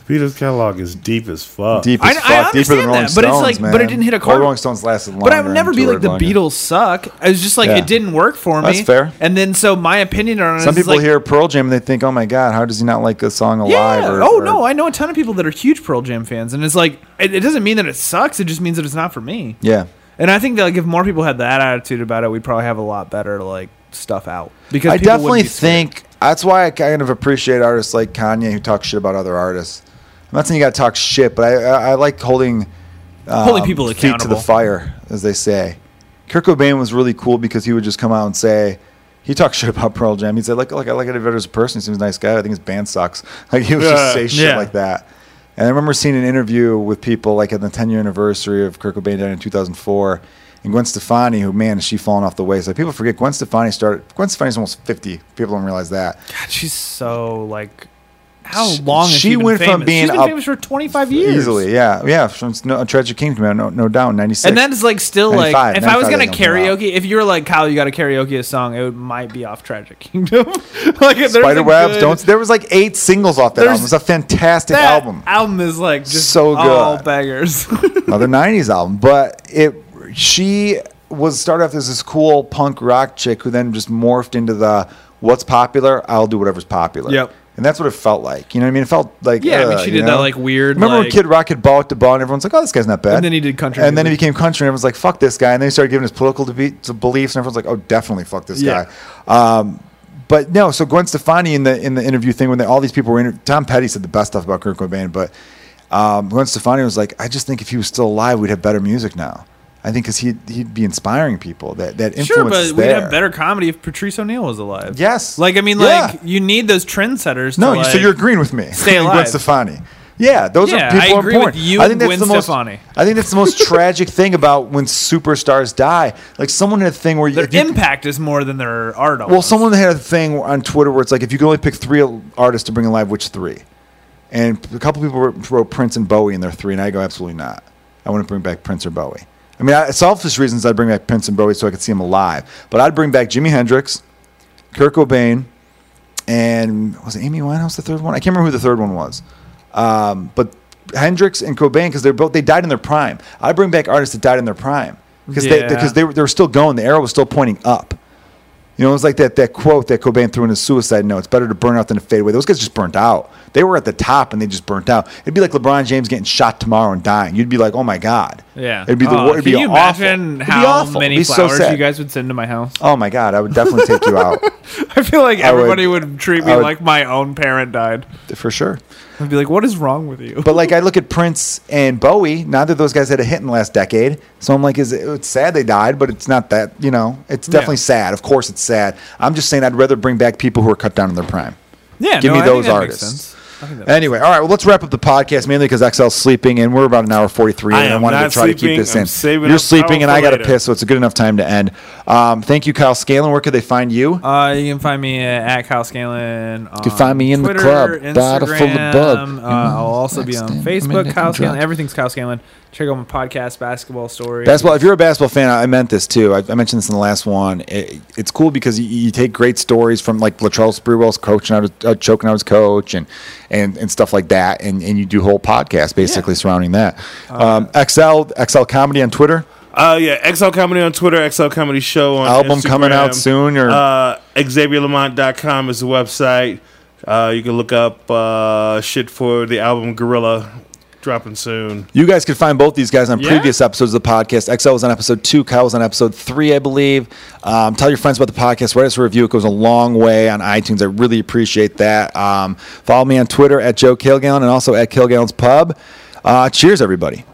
The Beatles catalog is deep as fuck.
Deep
I-
as
I
fuck, deeper than
understand
Rolling
that, but
Stones,
it's like-
man.
but it didn't hit a
Well,
chord.
Rolling Stones lasted longer.
But I would never
and
be like
toured
the
longer.
Beatles suck. I was just like,
Yeah.
it didn't work for me.
That's fair.
And then so my opinion on it
Some
is
people
like,
hear Pearl Jam and they think, "Oh my god, how does he not like the song Alive?"
Yeah.
Or,
oh
or-
no, I know a ton of people that are huge Pearl Jam fans, and it's like it, it doesn't mean that it sucks. It just means that it's not for me.
yeah.
And I think that like if more people had that attitude about it, we'd probably have a lot better like stuff out. Because
I
people
definitely
wouldn't be scared.
think that's why I kind of appreciate artists like Kanye who talk shit about other artists. I'm not saying you got to talk shit, but I, I, I like holding um,
Holding people
feet to the
accountable.
fire, as they say. Kurt Cobain was really cool because he would just come out and say. He talked shit about Pearl Jam. He'd say, "Look, look, I like Eddie Vedder as a person. He seems a nice guy. I think his band sucks." <laughs> Like he would just
Yeah.
say shit
Yeah.
like that. And I remember seeing an interview with people like at the 10 year anniversary of Kurt Cobain died in 2004, and Gwen Stefani, who man, is she falling off the wayside? People forget Gwen Stefani started. Gwen Stefani's almost 50. People don't realize that.
God, she's so like how
She-
long has
she
she been
went from
famous?
being
she's been
a-
famous for 25 years
Easily, yeah, yeah. From no, a tragic King came out, no, no doubt, in 96.
and that is like still like
95,
if I was
95,
gonna
they don't come
karaoke, if you were like Kyle, you got to karaoke a song, it would, might be off Tragic Kingdom. <laughs> like there's a
Spiderwebs,
good-
don't. There was like eight singles off that
There's-
album. It's a fantastic
that
album.
Album is like just
So
all
good.
bangers. <laughs>
another 90s album but it she was started off as this cool punk rock chick who then just morphed into the what's popular i'll do whatever's popular
Yep.
and that's what it felt like you know what i mean it felt like
Yeah, I mean,
uh,
she
you
did that,
know?
like, weird,
remember when
like-
kid rock had ball at the ball and everyone's like oh this guy's not bad
And then he did country
and then he
music.
became country and everyone's like fuck this guy and then he started giving his political debe- to beliefs and everyone's like oh definitely fuck this
Yeah.
guy um but no, so Gwen Stefani in the in the interview thing when they, all these people were inter- Tom Petty said the best stuff about Kurt Cobain, but um, Gwen Stefani was like, I just think if he was still alive, we'd have better music now. I think because he'd he'd be inspiring people. That that influence
sure,
is
but we'd
there.
have better comedy if Patrice O'Neill was alive.
Yes.
Like I mean,
Yeah.
like you need those trendsetters.
No,
to,
you
like,
so you're agreeing with me.
stay
<laughs> Gwen
alive.
Stefani. Yeah, those
Yeah,
are people
I agree
important.
with you
I
and
think that's
Gwen
the most.
Stefani.
I think that's the most <laughs> tragic thing about when superstars die. Like someone had a thing where you,
their
if you
impact is more than their art.
Well,
almost.
someone had a thing on Twitter where it's like if you could only pick three artists to bring alive, which three? And a couple people wrote, wrote Prince and Bowie in their three, and I go absolutely not. I wouldn't bring back Prince or Bowie. I mean, I, selfish reasons I'd bring back Prince and Bowie so I could see them alive, but I'd bring back Jimi Hendrix, Kurt Cobain, and was it Amy Winehouse the third one? I can't remember who the third one was. Um, but Hendrix and Cobain, because they're both they died in their prime. I bring back artists that died in their prime because
Yeah.
they because they were, they were still going. The arrow was still pointing up. You know, it was like that that quote that Cobain threw in his suicide note. It's better to burn out than to fade away. Those guys just burnt out. They were at the top and they just burnt out. It'd be like LeBron James getting shot tomorrow and dying. You'd be like, oh my god.
Yeah.
It'd be the.
Oh,
wor- it'd
can
be
you
awful.
imagine
It'd be
how
awful.
many
It'd be so
flowers
sad.
you guys would send to
<laughs>
my house?
Oh my god, I would definitely take you out <laughs>
I feel like
I would-
everybody would, treat me
I would-
like my own parent died.
for sure.
I'd be like, "What is wrong with you?"
But like I look at Prince and Bowie, neither of those guys had a hit in the last decade. So I'm like, is it, it's sad they died, but it's not that you know. It's definitely sad. Of course, it's sad. I'm just saying I'd rather bring back people who are cut down in their prime.
yeah,
give
no,
me
I think
those
that makes
artists.
sense.
Anyway, all right. Well, let's wrap up the podcast mainly because XL's sleeping, and we're about an hour forty-three,
I
and I
am
wanted to
not
try to keep
sleeping.
this
I'm
in.
saving
You're
up
sleeping,
power
and I
for
got to
later.
piss, so it's a good enough time to end. Um, thank you, Kyle Scanlon. Where could they find you?
Uh, you can find me at Kyle Scanlon. On
can find me in the
Twitter,
club, bottle full of
Instagram.
bug.
Uh, I'll also be
Next
on
time, I'm in
Facebook. Kyle
it,
Scanlon.
drugs.
Everything's Kyle Scanlon. Check out my podcast, Basketball Story.
Basketball. If you're a basketball fan, I I meant this too. I, I mentioned this in the last one. It, it's cool because you, you take great stories from like Latrell Sprewell's coaching out, his- uh, choking out his coach, and and and stuff like that, and and you do whole podcasts basically surrounding that. Um, XL XL comedy on Twitter.
Uh, yeah, XL Comedy on Twitter, XL Comedy Show on
Album
Instagram.
coming out soon, or-
uh, XavierLamont.com is the website. Uh, you can look up uh, shit for the album Gorilla dropping soon.
You guys could find both these guys on previous episodes of the podcast. XL was on episode two, Kyle was on episode three, I believe. Um, tell your friends about the podcast. Write us a review. It goes a long way on iTunes. I really appreciate that. Um, follow me on Twitter at Joe Kilgallen and also at Kilgallen's Pub. Uh, cheers, everybody.